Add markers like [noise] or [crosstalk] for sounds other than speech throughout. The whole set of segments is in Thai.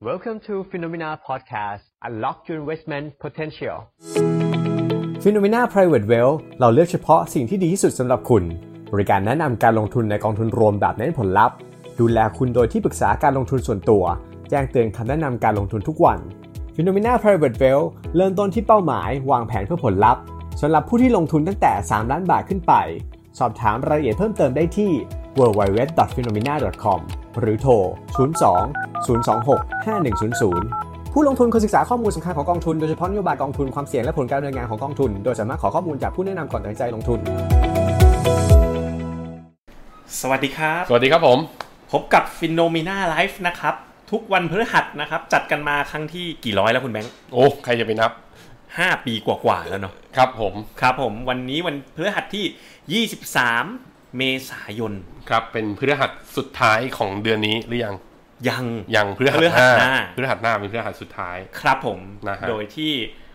Welcome to Phenomena Podcast. Unlock your investment potential. p h e n o m e n a Private Wealth เราเลือกเฉพาะสิ่งที่ดีที่สุดสำหรับคุณ บริการแนะนำการลงทุนในกองทุนรวมแบบเน้นผลลัพธ์ ดูแลคุณโดยที่ปรึกษาการลงทุนส่วนตัว แจ้งเตือนคำแนะนำการลงทุนทุกวัน p h e n o m e n a Private Wealth เริ่มต้นที่เป้าหมาย วางแผนเพื่อผลลัพธ์สำหรับผู้ที่ลงทุนตั้งแต่ 3 ล้านบาทขึ้นไป สอบถามรายละเอียดเพิ่มเติมได้ที่ www.phenomena.com หรือโทร 02 026 5100 ผู้ลงทุนควรศึกษาข้อมูลสำคัญของกองทุนโดยเฉพาะนโยบายกองทุนความเสี่ยงและผลการดำเนินงานของกองทุน โดยสามารถขอข้อมูลจากผู้แนะนำก่อนตัดสินใจลงทุน สวัสดีครับ สวัสดีครับผม พบกับฟินโนม n น l าไลฟ์นะครับ ทุกวันพฤหัสนะครับ จัดกันมาครั้งที่กี่ร้อยแล้วคุณแบงค์ โอ้ ใครจะไปนับ ห้าปีกว่าๆแล้วเนาะ ครับผม ครับผมวันนี้วันพฤหัสที่ 23 เมษายน ครับ เป็นพฤหัสสุดท้ายของเดือนนี้หรือยัง ยัง ยังพฤหัส พฤหัสหน้า พฤหัสหน้าเป็นพฤหัสสุดท้าย ครับผม นะฮะ โดยที่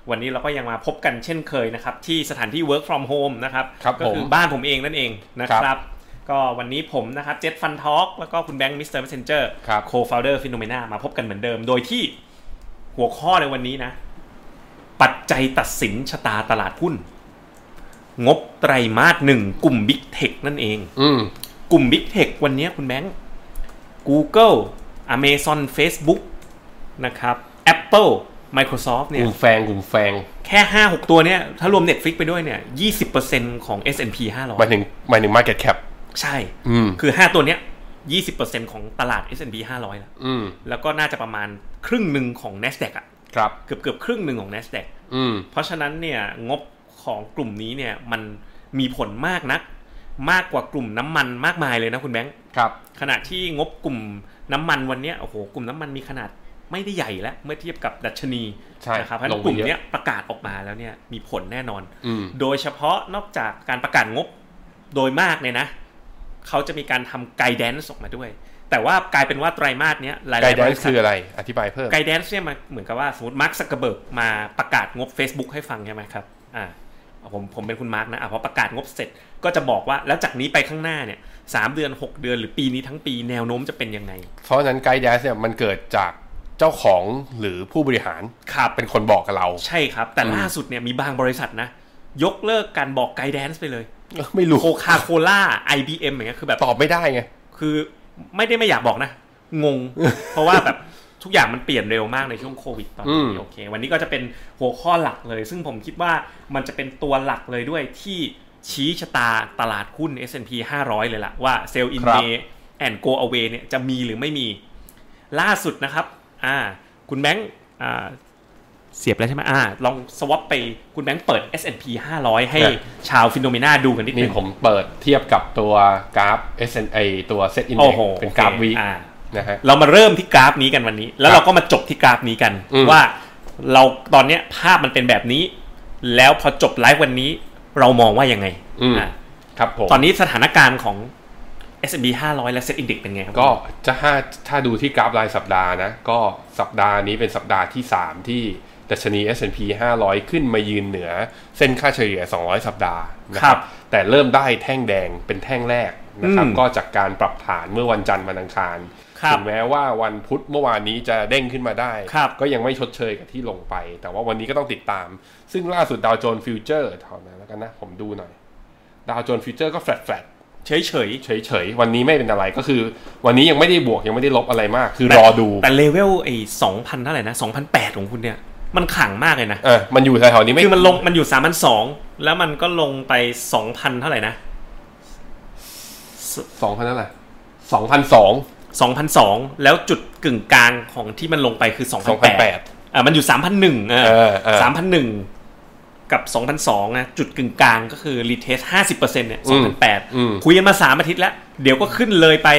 วันนี้เราก็ยังมาพบกันเช่นเคยนะครับ ที่สถานที่ work from home นะครับ ครับ ก็คือ ผม บ้านผมเองนั่นเองนะค ค รั รับ บ ก็วันนี้ผมนะครับเจษฟันทอกแล้วก็คุณแบงค์มิสเตอร์เมสเซนเจอร์ ครับ โคฟาวเดอร์ฟิโนเมนามาพบกันเหมือนเดิม โดยที่หัวข้อในวันนี้นะ ปัจจัยตัดสินชะตาตลาดหุ้น งบไตรมาสหนึ่งกลุ่ม Big Tech นั่นเอง อืม กลุ่ม Big Tech วันนี้คุณแบงค์ Google Amazon Facebook นะครับ Apple Microsoft ก เนี่ย ลุ่มแฟงกลุ่มแฟง แค่ 5 6 ตัวเนี่ย ถ้ารวม Netflix ไปด้วยเนี่ย 20%ของ S&P หมายถึงหมายถึง market cap 500 ใช่ อืม คือ 5 ตัวเนี้ย 20%ของตลาด S&P 500 แล้ว อืม แล้วก็น่าจะประมาณครึ่งหนึ่งของ NASDAQ อะ ครับ เกือบเกือบๆครึ่งหนึ่งของ NASDAQ อืม เพราะฉะนั้นเนี่ยงบของกลุ่มนี้เนี่ยมันมีผลมากนัก มากกว่ากลุ่มน้ำมันมากมายเลยนะคุณแบงค์ ครับ ขณะที่งบกลุ่มน้ำมันวันเนี้ยโอ้โหกลุ่มน้ำมันมีขนาดไม่ได้ใหญ่แล้ว เมื่อเทียบกับดัชนี ใช่ นะครับเพราะ ลง ฉะ ไป กลุ่มเนี้ยประกาศออกมาแล้วเนี่ยมีผลแน่นอน อืม โดยเฉพาะนอกจากการประกาศงบโดยมากเนี่ยนะ เขาจะมีการทำไกด์แดนซ์ออกมาด้วย แต่ว่ากลายเป็นว่าไตรมาสเนี้ยหลาย ไกด์ ๆบ แดน ริ ซ์ ษั คื ท ออะไร อธิบายเพิ่ม ไกด์แดนซ์เนี่ยมันเหมือนกับว่าสมมติมาร์คซักเกอร์เบิร์กมาประกาศงบ Facebook ให้ฟังใช่ไหมครับอ่าผมผมเป็นคุณมาร์กนะอ่ะพอประกาศงบเสร็จก็จะบอกว่าแล้วจากนี้ไปข้างหน้าเนี่ยสามเดือนหกเดือนหรือปีนี้ทั้งปีแนวโน้มจะเป็นยังไง เพราะฉะนั้นไกด์แดนซ์เนี่ยมันเกิดจากเจ้าของหรือผู้บริหาร ครับ เป็นคนบอกกับเรา ใช่ครับ แต่ อืม ล่าสุดเนี่ยมีบางบริษัทนะ ยกเลิกการบอกไกด์แดนซ์ไปเลย เออไม่รู้ โคคาโคล่า IBM อย่างเงี้ยคือแบบ ตอบไม่ได้ไง คือไม่ได้ไม่อยากบอกนะ งง [laughs] เพราะว่าแบบทุกอย่างมันเปลี่ยนเร็วมากในช่วงโควิดตอน อืม นี้โอเค วันนี้ก็จะเป็นหัวข้อหลักเลย ซึ่งผมคิดว่ามันจะเป็นตัวหลักเลยด้วยที่ชี้ชะตาตลาดหุ้น S&P 500 เลยล่ะว่า Sell in May and Go Away เนี่ยจะมีหรือไม่มี ล่าสุดนะครับ อ่า คุณแบงค์อ่า เสียบแล้วใช่ไหมอ่า ลองสวอปไปคุณแบงค์เปิด S&P 500 ให้ ครับ ชาวฟิโนเมนาดูกันนิดนึ นี่ ง ผมเปิดเทียบกับตัวกราฟ S&A ตัว Set Index โอ้โห เป็นกราฟ โอค วี อ่า นะฮะ เรามาเริ่มที่กราฟนี้กันวันนี้ แล้ว ครับ เราก็มาจบที่กราฟนี้กัน อืม ว่าเราตอนเนี้ยภาพมันเป็นแบบนี้ แล้วพอจบไลฟ์วันนี้ เรามองว่ายังไง อืม อ่า ครับผม ตอนนี้สถานการณ์ของ S&P 500 และ Set Index เป็นไงครับ ก็จะถ้าถ้าดูที่กราฟรายสัปดาห์นะ ก็สัปดาห์นี้เป็นสัปดาห์ที่ 3 ที่ดัชนี S&P 500 ขึ้นมายืนเหนือ เส้นค่าเฉลี่ย 200 สัปดาห์นะค ครั รั บบ แต่เริ่มได้แท่งแดงเป็นแท่งแรกนะครับ อืม ก็จากการปรับฐานเมื่อวันจันทร์วันอังคาร ครับ ถึงแม้ว่าวันพุธเมื่อวานนี้จะเด้งขึ้นมาได้ ครับ ก็ยังไม่ชดเชยกับที่ลงไป แต่ว่าวันนี้ก็ต้องติดตาม ซึ่งล่าสุดดาวโจนส์ฟิวเจอร์ถอดนะแล้วกันนะผมดูหน่อยดาวโจนส์ฟิวเจอร์ก็แฟลต เฉยเฉย เฉยๆ วันนี้ไม่เป็นอะไรก็คือ วันนี้ยังไม่ได้บวกยังไม่ได้ลบอะไรมาก คือ ๆแต่ รอดู แต่เลเวลไอ้สองพันเท่าไหร่นะสองพันแปดของคุณเนี่ย มันขลังมากเลยนะ เออมันอยู่แถวๆนี้ไม่ คือมันลงมันอยู่สามพันสองแล้วมันก็ลงไปสองพันเท่าไหร่นะ สองพันเท่าไหร่สองพันสอง สองพันสองแล้วจุดกึ่งกลางของที่มันลงไปคือสอง ส พั อน งพัน แป แป ด ด อ่ามันอยู่สามพันหนึ่งอ่า เออเออ สามพันหนึ่งกับสองพันสองนะจุดกึ่งกลางก็คือรีเทสห้าสิบเปอร์เซ็นต์เนี่ย อื สอง ม พันแปด อืม คุยกันมาสามอาทิตย์แล้ว เดี๋ยวก็ขึ้นเลยไป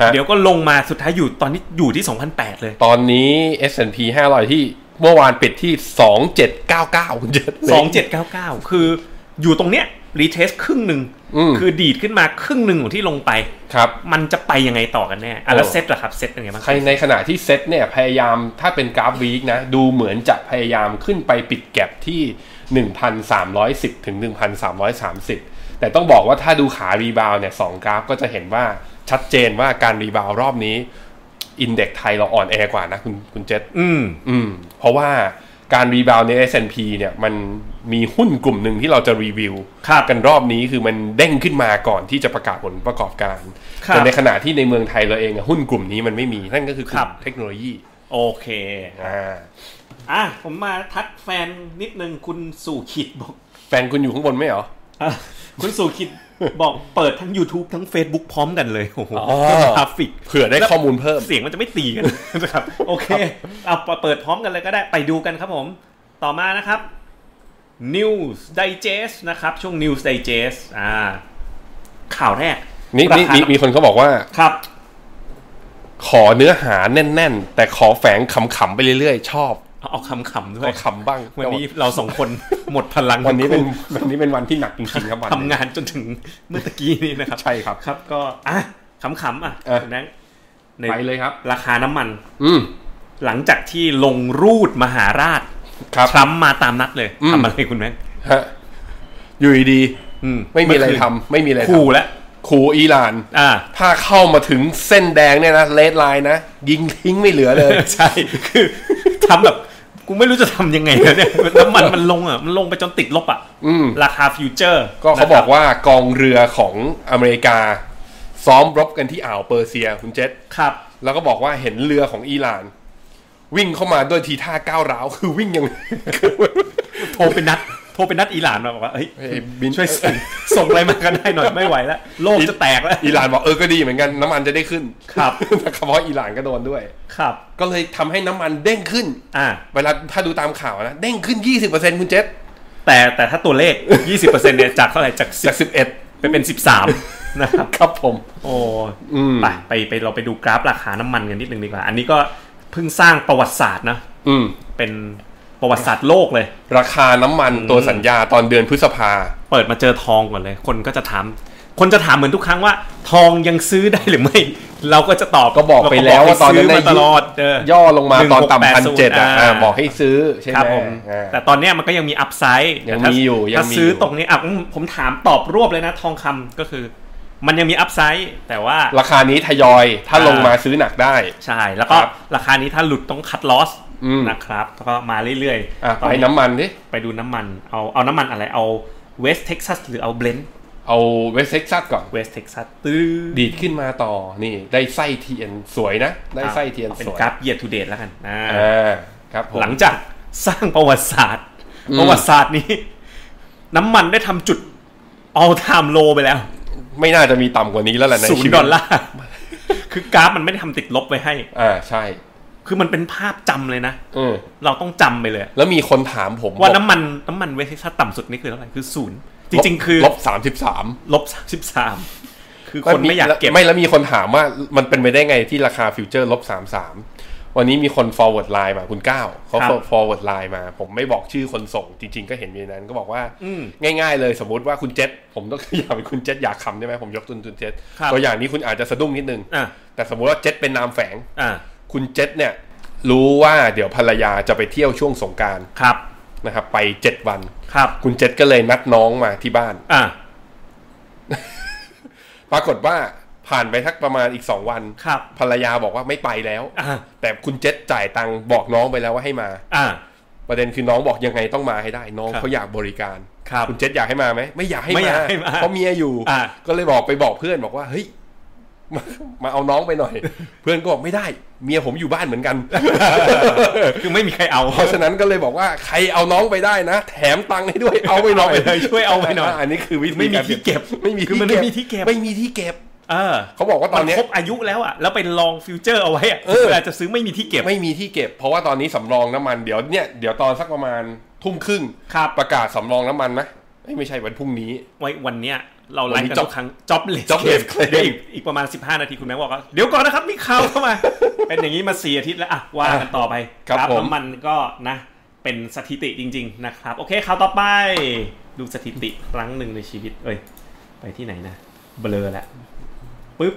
ฮะ เดี๋ยวก็ลงมาสุดท้ายอยู่ตอนนี้อยู่ที่สองพันแปดเลย ตอนนี้ S&P 500 ที่เมื่อวานปิดที่สองเจ็ดเก้าเก้าเจ็ด สองเจ็ดเก้าเก้าคืออยู่ตรงเนี้ยรีเทสครึ่งหนึ่ง อืม คือดีดขึ้นมาครึ่งหนึ่งของที่ลงไป ครับ มันจะไปยังไงต่อกันแน่อ่ะแล้ว โอ้ เซตล่ะครับเซตเป็นไงบ้าง ใครในขณะที่เซตเนี่ยพยายามถ้าเป็นกราฟวีคนะ ดูเหมือนจะพยายามขึ้นไปปิดแก็บที่ 1,310 ถึง 1,330 แต่ต้องบอกว่าถ้าดูขารีบาวเนี่ยสองกราฟก็จะเห็นว่าชัดเจนว่าการรีบาวรอบนี้ อินเด็กไทยเราอ่อนแอกว่านะคุณคุณเจษ อืม อืม เพราะว่าการรีบาวใน S&P เนี่ยมันมีหุ้นกลุ่มหนึ่งที่เราจะรีวิว ครับ กันรอบนี้คือมันเด้งขึ้นมาก่อนที่จะประกาศผลประกอบการ ครับ แต่ในขณะที่ในเมืองไทยเราเองอะหุ้นกลุ่มนี้มันไม่มีนั่นก็คือกลุ่มเทคโนโลยี โอเค อ่า อ่ะ ผมมาทักแฟนนิดนึงคุณสู่ขิดบอก แฟนคุณอยู่ข้างบนไหมเหรอ อ่ะ [laughs] คุณสู่ขิดบอกเปิดทั้ง YouTube ทั้ง Facebook พร้อมกันเลย โอ้โห อ๋อ กราฟิก เผื่อได้ข้อมูลเพิ่ม เสียงมันจะไม่ตีกัน [laughs] นะครับ โอเค เอาเปิดพร้อมกันเลยก็ได้ไปดูกันครับผม ต่อมานะครับ News Digest นะครับ ช่วง News Digest อ่า ข่าวแรก นี่นี่ รา มี คา มีคนเขาบอกว่า ครับ ขอเนื้อหาแน่น ๆ แต่ขอแฝงขำๆไปเรื่อยๆ ชอบ เอาเอาคำขำด้ว ก็ ย ขำบ้าง วันนี้เราสองคน หมดพลัง วันนี้เป็น ทั้งคู่ วันนี้เป็นวันที่หนักจริงๆครับวันนี้ ทำงานจนถึงเมื่อตะกี้นี้นะครับ ใช่ครับ ครับก็ อ่ะขำๆอ่ะ เออ คุณแบงค์ใน ไปเลยครับ ราคาน้ำมัน อืม หลังจากที่ลงรูดมหาราช ครับ ทรัมป์มาตามนัดเลย อืม ทำอะไรคุณแบงค์ ฮะอยู่ดี อื ๆไม่มีอะไร เอคืน ทำไม่มีอะไรท ขู่แล้ว ำขู่อิหร่าน อ่า ถ้าเข้ามาถึงเส้นแดงเนี่ยนะเลดไลน์นะ ยิงทิ้งไม่เหลือเลย ใช่ คือทำแบบ กูไม่รู้จะทำยังไงแล้วเนี่ย น้ำมันมันลงอ่ะ มันลงไปจนติดลบอ่ะ อืม ราคาฟิวเจอร์ ก็เขา นะครับ อกว่ากองเรือของอเมริกา ซ้อมรบกันที่อ่าวเปอร์เซียคุณเจษ ครับ แล้วก็บอกว่าเห็นเรือของอิหร่าน วิ่งเข้ามาด้วยทีท่าก้าวร้าว คือวิ่งยัง โทรไปนัด โทรไปนัดอิหร่านมาบอกว่า เฮ้ย เฮ้ยบิน [laughs] ช่วยส่งส่งอะไรมากันได้หน่อยไม่ไหวแล้ว โลกจะแตกแล้ว อิหร่านบอกเออก็ดีเหมือนกันน้ำมันจะได้ขึ้น ครับ แต่เฉพาะอิหร่านก็โดนด้วย ครับ ก็เลยทำให้น้ำมันเด้งขึ้น อ่า เวลาถ้าดูตามข่าวนะ เด้งขึ้น 20%คุณเจษ แต่แต่ถ้าตัวเลข 20%เนี่ย จากเท่าไหร่ จากสิ จา บ ก ไปเป็น 13 นะครับ 11 ครับผม โอ้ อืม ไปไปไปเราไปดูกราฟราคาน้ำมันกันนิดนึงดีกว่า อันนี้ก็เพิ่งสร้างประวัติศาสตร์นะ อืม เป็นประวัติศาสตร์โลกเลย ราคาน้ำมันตัวสัญญาตอนเดือนพฤษภา เปิดมาเจอทองก่อนเลย คนก็จะถาม คนจะถามเหมือนทุกครั้งว่า ทองยังซื้อได้หรือไม่ เราก็จะตอบ ก็บอกไปแล้วว่าตอนนั้น เรก็บกให้ซื้อมาตน่ะลอดเออย่ ย่อลงมาตอนต่ำพันเจ็ดอ่ะอ่าบอก ให้ ให้ซื้อใช่ไห ครับ ม ผม อ่า แต่ตอนเนี้ยมันก็ยังมีอัพไซด์ ยัง แต่ถ้า มีอยู่ยังมีอยู่ ถ้าซื้อตรงนี้อ่ะอืมผมถามตอบรวบเลยนะ ทองคำก็คือ มันยังมีอัพไซด์แต่ว่า ราคานี้ทยอยถ้า อ่า ลงมาซื้อหนักได้ ใช่แล้วก็ ครับ ราคานี้ถ้าหลุดต้องคัดลอส อืม นะครับแล้วก็มาเรื่อย อ่ะ ๆต ไปน้ำมันดิ ไปดูน้ำมันเอาเอาน้ำมันอะไรเอาเวสเท็กซัสหรือเอาเบลนด์ เอาเวสเท็กซัสก่อน เวสเท็กซัสตื้อ ดีดขึ้นมาต่อนี่ได้ไส้เทียนสวยนะ ได้ไส้เทียน อาเป็ ส น วย กราฟ year to date แล้วกันอ่า อ่าครับผม หลังจากสร้างประวัติศาสตร์ อืม ประวัติศาสตร์นี้ น้ำมันได้ทำจุด all time low ไปแล้ว ไม่น่าจะมีต่ำกว่านี้แล้วแหละใน ศูน ชีวิ ย์ ต ดอลลาร์คือกราฟมันไม่ได้ทำติดลบไว้ให้ อ่าใช่ คือมันเป็นภาพจำเลยนะ เออ เราต้องจำไปเลย แล้วมีคนถามผม ว่าน้ำมันน้ำมันเวสเท็กซัสต่ำสุดนี่คือเท่าไหร่คือศูนย์จริง ๆ คือ ลบสามสิบสาม ลบสามสิบสามคือคนไม่อยากเก็บ ไม่แล้วมีคนถามว่ามันเป็นไปได้ไงที่ราคาฟิวเจอร์ลบสามสามวันนี้มีคน forward line มาคุณก้าวเขา ครับ forward line มา ผมไม่บอกชื่อคนส่งจริง ๆ ก็เห็นอยู่ในนั้น ก็บอกว่า อืม ง่าย ๆ เลยสมมติว่าคุณเจษผมต้อง [laughs] อยากเป็นคุณเจษอยากคำได้ไหมผมยกตุนตุนเจษ ครับ ตัวอย่างนี้คุณอาจจะสะดุ้งนิดนึง อ่ะ แต่สมมติว่าเจษเป็นนามแฝง อ่ะ คุณเจษเนี่ยรู้ว่าเดี๋ยวภรรยาจะไปเที่ยวช่วงสงกราร ครับ นะครับไปเจ็ดวัน ครับ คุณเจษก็เลยนัดน้องมาที่บ้าน อ่ะ ปรากฏว่าผ่านไปทักประมาณอีกสองวัน ครับ ภรรยาบอกว่าไม่ไปแล้ว อ่ะ แต่คุณเจษจ่ายตังค์บอกน้องไปแล้วว่าให้มา อ่ะ ประเด็นคือน้องบอกยังไงต้องมาให้ได้ น้อง ครับ เขาอยากบริการ ครับ ณเจษอยากให้มาไหมไม่อยากให้ ไม่อยากให้มา เพราะเมียอยู่ อ่ะ ก็เลยบอกไปบอกเพื่อนบอกว่าเฮ้ย [laughs] มามาเอาน้องไปหน่อย เพื่อนก็บอกไม่ได้ เมียผมอยู่บ้านเหมือนกัน [laughs] คือไม่มีใครเอา เพราะฉะนั้นก็เลยบอกว่าใครเอาน้องไปได้นะ แถมตังค์ให้ด้วยเอาไปหน่อเอายไปเลยช่วยเอาไปหน่อย อันนี้คือวิธี ไม่มี าร ที่เก็บ ไม่มี คือมันไม่มีที่เก็บ ไม่มีที่เก็บ เออ เขาบอกว่าต ต อ อน น เนี้ย ครบอายุแล้วอ่ะ แล้วไปลองฟิวเจอร์เอาไว้อ่ะ เออ เวลาจะซื้อไม่มีที่เก็บ ไม่มีที่เก็บ เพราะว่าตอนนี้สำรองน้ำมันเดี๋ยวเนี่ยเดี๋ยวตอนสักประมาณทุ่มครึ่ง ครับ ประกาศสำรองน้ำมันนะเอ้ยไม่ใช่วันพรุ่งนี้ ไว้วันเนี้ยเราไลฟ์กัน วันนี้ ทุกครั้งจ็อบเลส jobless claim อีกอีกประมาณ 15 นาทีคุณแม่บอกว่า เดี๋ยวก่อนนะครับ มีข่าวเข้ามา เป็นอย่างนี้มาสี่อาทิตย์แล้วอ่ะว่ากันต่อไป ครับผม น้ำมันก็นะ เป็นสถิติจริง ๆ นะครับ โอเคข่าวต่อไป ดูสถิติครั้งหนึ่งในชีวิต เอ้ย ไปที่ไหนนะเบลอแล้วปึ๊บ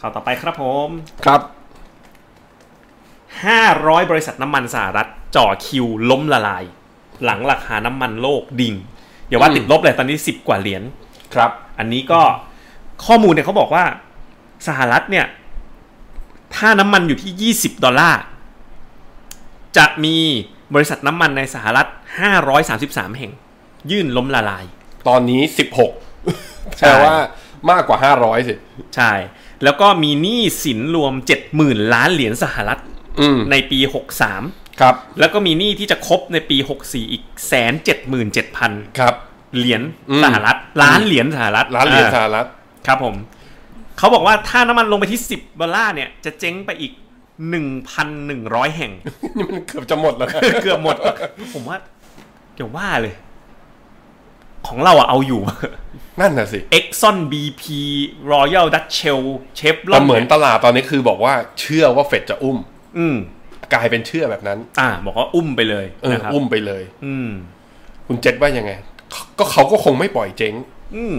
ข่าวต่อไปครับผม ครับ 500 บริษัทน้ำมันสหรัฐจ่อคิวล้มละลาย หลังราคาน้ำมันโลกดิ่งอย่าว่าติดลบเลยตอนนี้ 10 กว่าเหรียญ ครับ อันนี้ก็ข้อมูลเนี่ยเขาบอกว่าสหรัฐเนี่ย ถ้าน้ำมันอยู่ที่ 20 ดอลลาร์ จะมีบริษัทน้ำมันในสหรัฐ 533 แห่ง ยื่นล้มละลาย ตอนนี้สิบหกแปลว่ามากกว่าห้าร้อยสิ ใช่ แล้วก็มีหนี้สินรวม 70,000 ล้านเหรียญสหรัฐ อืม ในปี ครับ 63 แล้วก็มีหนี้ที่จะครบในปี 64 อีกแสนเจ็ดหมื่นเจ็ดพัน ครับ เหรียญ อืม สหรัฐล้านเหรียญสหรัฐ ร้านเหรียญส อ่า หรัฐ ครับผม เขาบอกว่าถ้าน้ำมันลงไปที่ 10 ดอลลาร์เนี่ย จะเจ๊งไปอีก 1,100 แห่ง [laughs] นี่มันเกือบจะหมดแล้วนะ เกือบหมด ผมว่าเดี๋ยวว่าเลย ของเราอะเอาอยู่ นั่นน่ะสิ Exxon BP Royal Dutch Shell Chevron แต่เหมือนตลาดตอนนี้คือบอกว่าเชื่อว่าเฟดจะอุ้ม อืม กลายเป็นเชื่อแบบนั้น อ่า บอกว่าอุ้มไปเลย เออ นะครับ อุ้มไปเลย อืม คุณเจษว่ายังไง ก็เขาก็คงไม่ปล่อยเจ๊ง อืม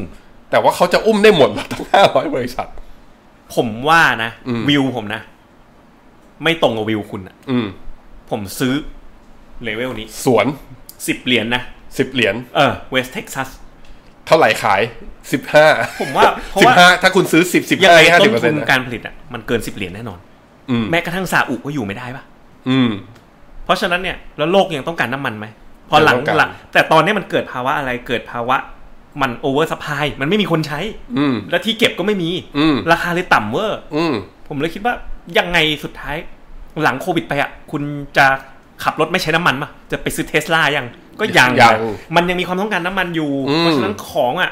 แต่ว่าเขาจะอุ้มได้หมดแล้วทั้งห้าร้อยบริษัท ผมว่านะ อืม วิวผมนะ ไม่ตรงกับวิวคุณอะ อืม ผมซื้อเลเวลนี้ สวน สิบเหรียญนะ สิบเหรียญ เออเวสเท็กซัส เท่าไหร่ขายสิบห้า ผมว่าเพราะ [laughs] สิบ ว่า ห้าถ้าคุณซื้อสิบสิบ ยัง ห้า ไง ห้า ต้ สิบ น เปอร์ ทุ เซ็น น ต์นะ การผลิตอะมันเกินสิบเหรียญแน่นอน อืม แม้กระทั่งซาอุก็อยู่ไม่ได้ปะ อืม เพราะฉะนั้นเนี่ยแล้วโลกยังต้องการน้ำมันไหม พอหลัง ยังต้องการ หลังแต่ตอนเนี้ยมันเกิดภาวะอะไรเกิดภาวะ มันโอเวอร์สปายมันไม่มีคนใช้ อืม และที่เก็บก็ไม่มี อืม ราคาเลยต่ำเวอร์ อืม ผมเลยคิดว่ายังไงสุดท้าย หลังโควิดไปอ่ะ คุณจะขับรถไม่ใช้น้ำมันป่ะ จะไปซื้อเทสลายังก็ยัง ยัง มันยังมีความต้องการน้ำมันอยู่ เพราะฉะนั้นของอ่ะ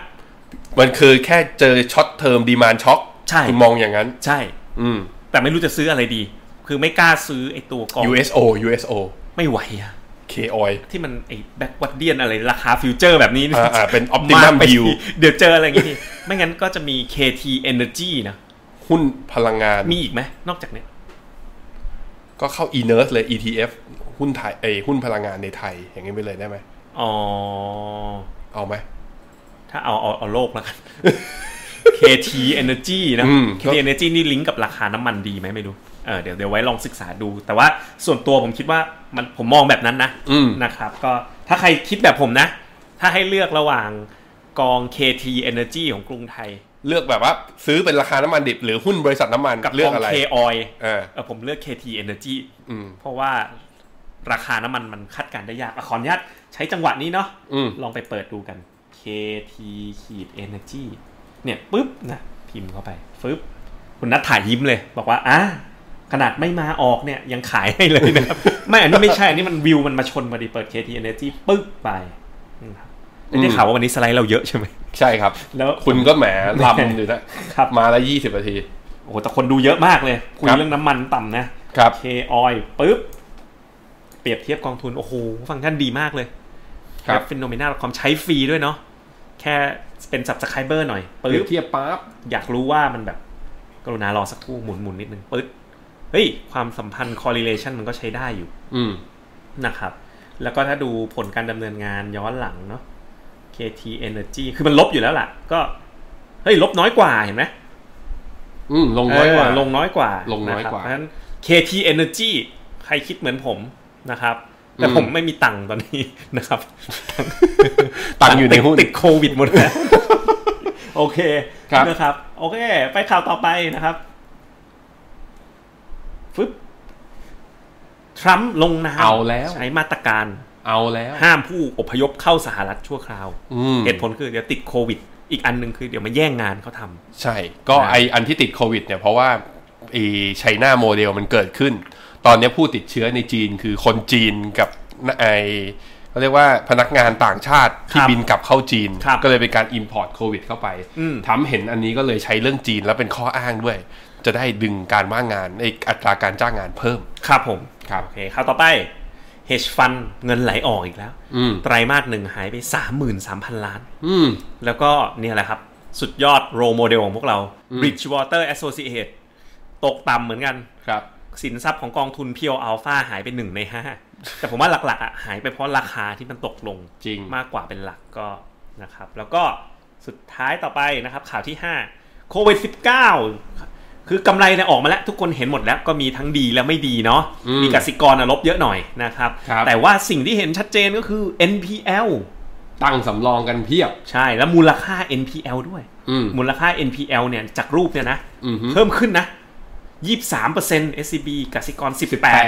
มันคือแค่เจอช็อตเทอมดีมานช็อค ใช่ คุณมองอย่างนั้น ใช่ อืม แต่ไม่รู้จะซื้ออะไรดี คือไม่กล้าซื้อไอ้ตัวกอง USO USO ไม่ไหวอ่ะ K oil ที่มันไอ้แบ็กวัดเดียนอะไรราคาฟิวเจอร์แบบนี้ อ่าอ่าเป็น optimum [laughs] มากไป view เดี๋ยวเจออะไรอย่างงี้ทีไม่งั้นก็จะมี KT Energy นะ หุ้นพลังงาน มีอีกไหมนอกจากเนี้ย ก็เข้า e-nurse เลย ETF หุ้นไทยเอยหุ้นพลังงานในไทย อย่างนี้ไปเลยได้ไหม อ๋อ เอาไหม ถ้าเอาเอาเอาโลก [laughs] แล้วกัน KT Energy นะ อืม KT Energy นี่ลิงก์กับราคาน้ำมันดีไหมไม่รู้เออเดี๋ยวเดี๋ยวไว้ลองศึกษาดู แต่ว่าส่วนตัวผมคิดว่ามันผมมองแบบนั้นนะ อืม นะครับ ก็ถ้าใครคิดแบบผมนะ ถ้าให้เลือกระหว่างกอง KT Energy ของกรุงไทย เลือกแบบว่าซื้อเป็นราคาน้ำมันดิบ หรือหุ้นบริษัทน้ำมัน กับ เลื ก อ อก ง อะไร K Oil เออ เออผมเลือก KT Energy อืม เพราะว่าราคาน้ำมันมันคาดการณ์ได้ยากอะขออนุญาตใช้จังหวะนี้เนาะ อืม ลองไปเปิดดูกัน KT ขีด Energy เนี่ยปุ๊บนะพิมพ์เข้าไปปึ๊บคุณนัทถ่ายยิ้มเลย บอกว่าอ่ะขนาดไม่มาออกเนี่ยยังขายให้เลยนะครับ [laughs] ไม่อันนี้ไม่ใช่อันนี้มันวิวมันมาชนพอดีเปิด KT Energy ปึ๊บไปนะครับได้ข่าวว่าวันนี้สไลด์เราเยอะใช่ไหม ใช่ครับ แล้ว คุณก็แหมลำอยู่นะครับ มาละยี่สิบนาที โอ้โหแต่คนดูเยอะมากเลยคุย ครับ เรื่องน้ำมันต่ำนะ ครับ เคออยปุ๊บ เปรียบเทียบกองทุน โอ้โห ฟังก์ชันดีมากเลย ครับ เป็นโนเมนาความใช้ฟรีด้วยเนาะแค่เป็น subscriber หน่อย เปรีย ปึ๊ บบเทียบปั๊บ อยากรู้ว่ามันแบบ กรุณารอสักครู่หมุนหมุนนิดนึงปึ๊บเฮ้ย ความสัมพันธ์ correlation มันก็ใช้ได้อยู่ อืม นะครับ แล้วก็ถ้าดูผลการดำเนินงานย้อนหลังเนาะ KT Energy คือมันลบอยู่แล้วล่ะ ก็ เฮ้ย ลบน้อยกว่าเห็นไหม อืม ลงน้อยกว่า เลงน้อยกว่า ลงน้อยกว่า ะครับเพราะฉะนั้น KT Energy ใครคิดเหมือนผมนะครับ แต่ อืม ผมไม่มีตังค์ตอนนี้ [laughs] นะครับ ตังอยู่ในหุ้น ติดโควิดหมด [laughs] แล้วโอเค ครับ นะครับ โอเค ไปข่าวต่อไปนะครับฟึบทรัมป์ลงนาม เอาแล้ว ใช้มาตรการ เอาแล้ว ห้ามผู้อพยพเข้าสหรัฐชั่วคราว อืม เหตุผลคือเดี๋ยวติดโควิด อีกอันหนึ่งคือเดี๋ยวมาแย่งงานเขาทำ ใช่ ก็ไออันที่ติดโควิดเนี่ยเพราะว่าไอไชน่าโมเดลมันเกิดขึ้น ตอนนี้ผู้ติดเชื้อในจีนคือคนจีนกับไอเขาเรียกว่าพนักงานต่างชาติที่ ครับ บินกลับเข้าจีน ครับ ก็เลยเป็นการ Import โควิดเข้าไป อืม ทำเห็นอันนี้ก็เลยใช้เรื่องจีนแล้วเป็นข้ออ้างด้วย จะได้ดึงการว่างงานไออัตราการจ้างงานเพิ่ม ครับผม ครับ โอเคข่าวต่อไป hedge fund เงินไหลออกอีกแล้ว อืม ไตรมาสหนึ่งหายไป 33,000 ล้าน อืม แล้วก็เนี่ยแหละครับ สุดยอดโรโมเดลของพวกเรา Bridgewater Associate ตกต่ำเหมือนกัน ครับ สินทรัพย์ของกองทุน p พียวอัลฟาหายไปหนึ่งในห้าแต่ผมว่าหลักๆอ่ะหายไปเพราะราคาที่มันตกลง จริง มากกว่าเป็นหลักก็นะครับ แล้วก็สุดท้ายต่อไปนะครับ ข่าวที่5โควิด19คือกำไรเนี่ยออกมาแล้ว ทุกคนเห็นหมดแล้วก็มีทั้งดีและไม่ดีเนาะ อืม มีกสิกรอะลบเยอะหน่อยนะครับ ครับ แต่ว่าสิ่งที่เห็นชัดเจนก็คือ NPL ตั้งสำรองกันเพียบ ใช่แล้วมูลค่า NPL ด้วย อืม มูลค่า NPL เนี่ยจากรูปเนี่ยนะ อือฮึ เพิ่มขึ้นนะ 23% SCB กสิกร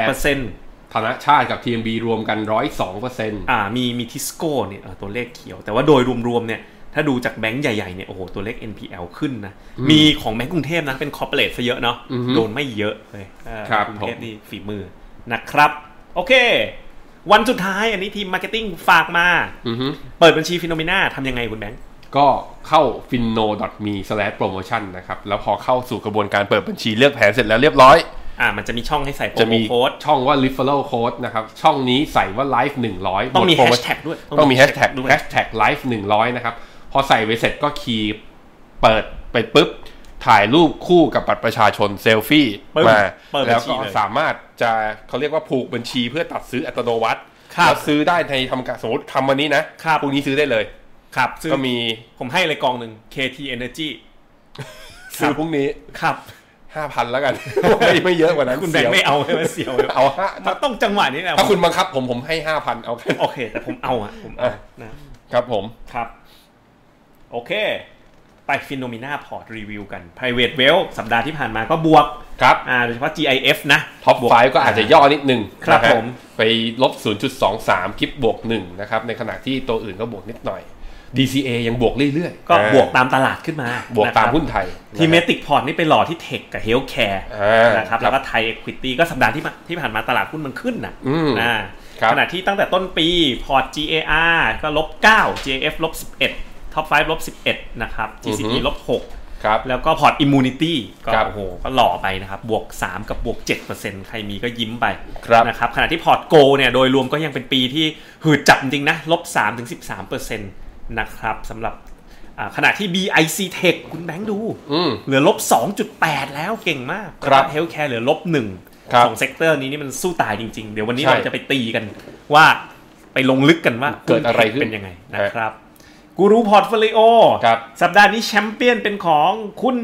18% ธนชาติกับ TMB รวมกัน 102เปอร์เซ็นต์ อ่ามีมีทิสโก้เนี่ยเออตัวเลขเขียว แต่ว่าโดยรวมๆเนี่ยถ้าดูจากแบงก์ใหญ่ๆเนี่ยโอ้โหตัวเลข NPL ขึ้นนะ มีของแบงก์กรุงเทพนะ เป็นคอร์ปอเรทซะเยอะเนาะโดนไม่เยอะเลยเออ ครับ กรุง ผม เทพนี่ฝีมือนะครับ โอเค วันสุดท้ายอันนี้ทีมมาร์เก็ตติ้งฝากมา อือฮึ เปิดบัญชีฟิโนเมนาทำยังไงคุณแบงค์ ก็เข้า finno.me/promotion นะครับ แล้วพอเข้าสู่กระบวนการเปิดบัญชีเลือกแผนเสร็จแล้วเรียบร้อย อ่ามันจะมีช่องให้ใส่โปร จะ โม มี โค้ด ช่องว่า referral code นะครับ ช่องนี้ใส่ว่า live 100 ต้องมี ห แฮ ดโปร ชแท็กด้วย ต้องมี hashtag ด้วย hashtag live 100 นะครับ พอใส่ไปเสร็จก็คีย์เปิดไปปุ๊บ ถ่ายรูปคู่กับบัตรประชาชนเซลฟี่ ปึ้ง มา เปิดบั แล้ว ญชี ก็ เลย สามารถจะเขาเรียกว่าผูกบัญชีเพื่อตัดซื้ออัตโนมัติ ครับ แล้วซื้อได้ในทำการสมมติทำวันนี้นะครับ พรุ่งนี้ซื้อได้เลย ครับซึ่ง ก็มี ผมให้เลยกองหนึ่ง KT Energy ซื้อพรุ่งนี้ ครับ ห้าพันแล้วกัน [laughs] ไม่ไม่เยอะกว่านั้น คุณแบงค์ สียว ไม่เอาใช่ไหมเสียวเลย เอาห้า มั ถ้าน ต้องจังหวะนี้แหละ ถ้าคุณบังคับผมผมให้ห้าพันเอาแค่ โอเค แต่ผมเอาอะผมเอานะ ครับผม ครับ โอเค ไปฟินโนมิน่าพอร์ตรีวิวกัน private wealth สัปดาห์ที่ผ่านมาก็บวก ครับ อ่าโดยเฉพาะ GIF นะ ท็อป บวก ไฟก็อาจจะย่อนิดนึง ครับ นะฮะ ผม ไปลบ 0.23 คลิปบวก1นะครับ ในขณะที่ตัวอื่นก็บวกนิดหน่อย DCA ยังบวกเรื่อยๆ ก็ อ่า บวกตามตลาดขึ้นมา บวกตามหุ้นไทย ทีเม นะ ติกพอร์ตนี่ไปหล่อที่เทคกับเฮลท์แคร์ อ่าน นะครับ แล้วก็ไทยเอ็กวิตี้ก็สัปดาห์ที่มาที่ผ่านมาตลาดหุ้นมันขึ้นนะ อืม นะครับ ขณะที่ตั้งแต่ต้นปีพอร์ต GAR ก็ลบ 9 GIF ลบ 11 Top 5ลบ 11 นะครับ GCE ลบ 6 ครับ แล้วก็พอร์ตอิมมูนิตี้ก็ ครับ โอ้โหก็หล่อไปนะครับ บวก 3 กับบวก 7%ใครมีก็ยิ้มไป ครับ นะครับขณะที่พอร์ตโกเนี่ยโดยรวมก็ยังเป็นปีที่หืดจับจริงๆนะลบ3ถึง13%นะครับสำหรับอ่าขณะที่ BIC Tech คุณแบงค์ดู อืม เหลือลบ 2.8 แล้วเก่งมาก ครับ เฮลท์แคร์เหลือลบ1 ครับ ของเซกเตอร์นี้นี่มันสู้ตายจริงๆ เดี๋ยววันนี้ ใช่ เราจะไปตีกันว่าไปลงลึกกันว่า เกิดอะไรขึ้น เป็นยังไงนะครับกูรูพอร์ตโฟลิโอ ครับ สัปดาห์นี้แชมเปี้ยนเป็นของคุณ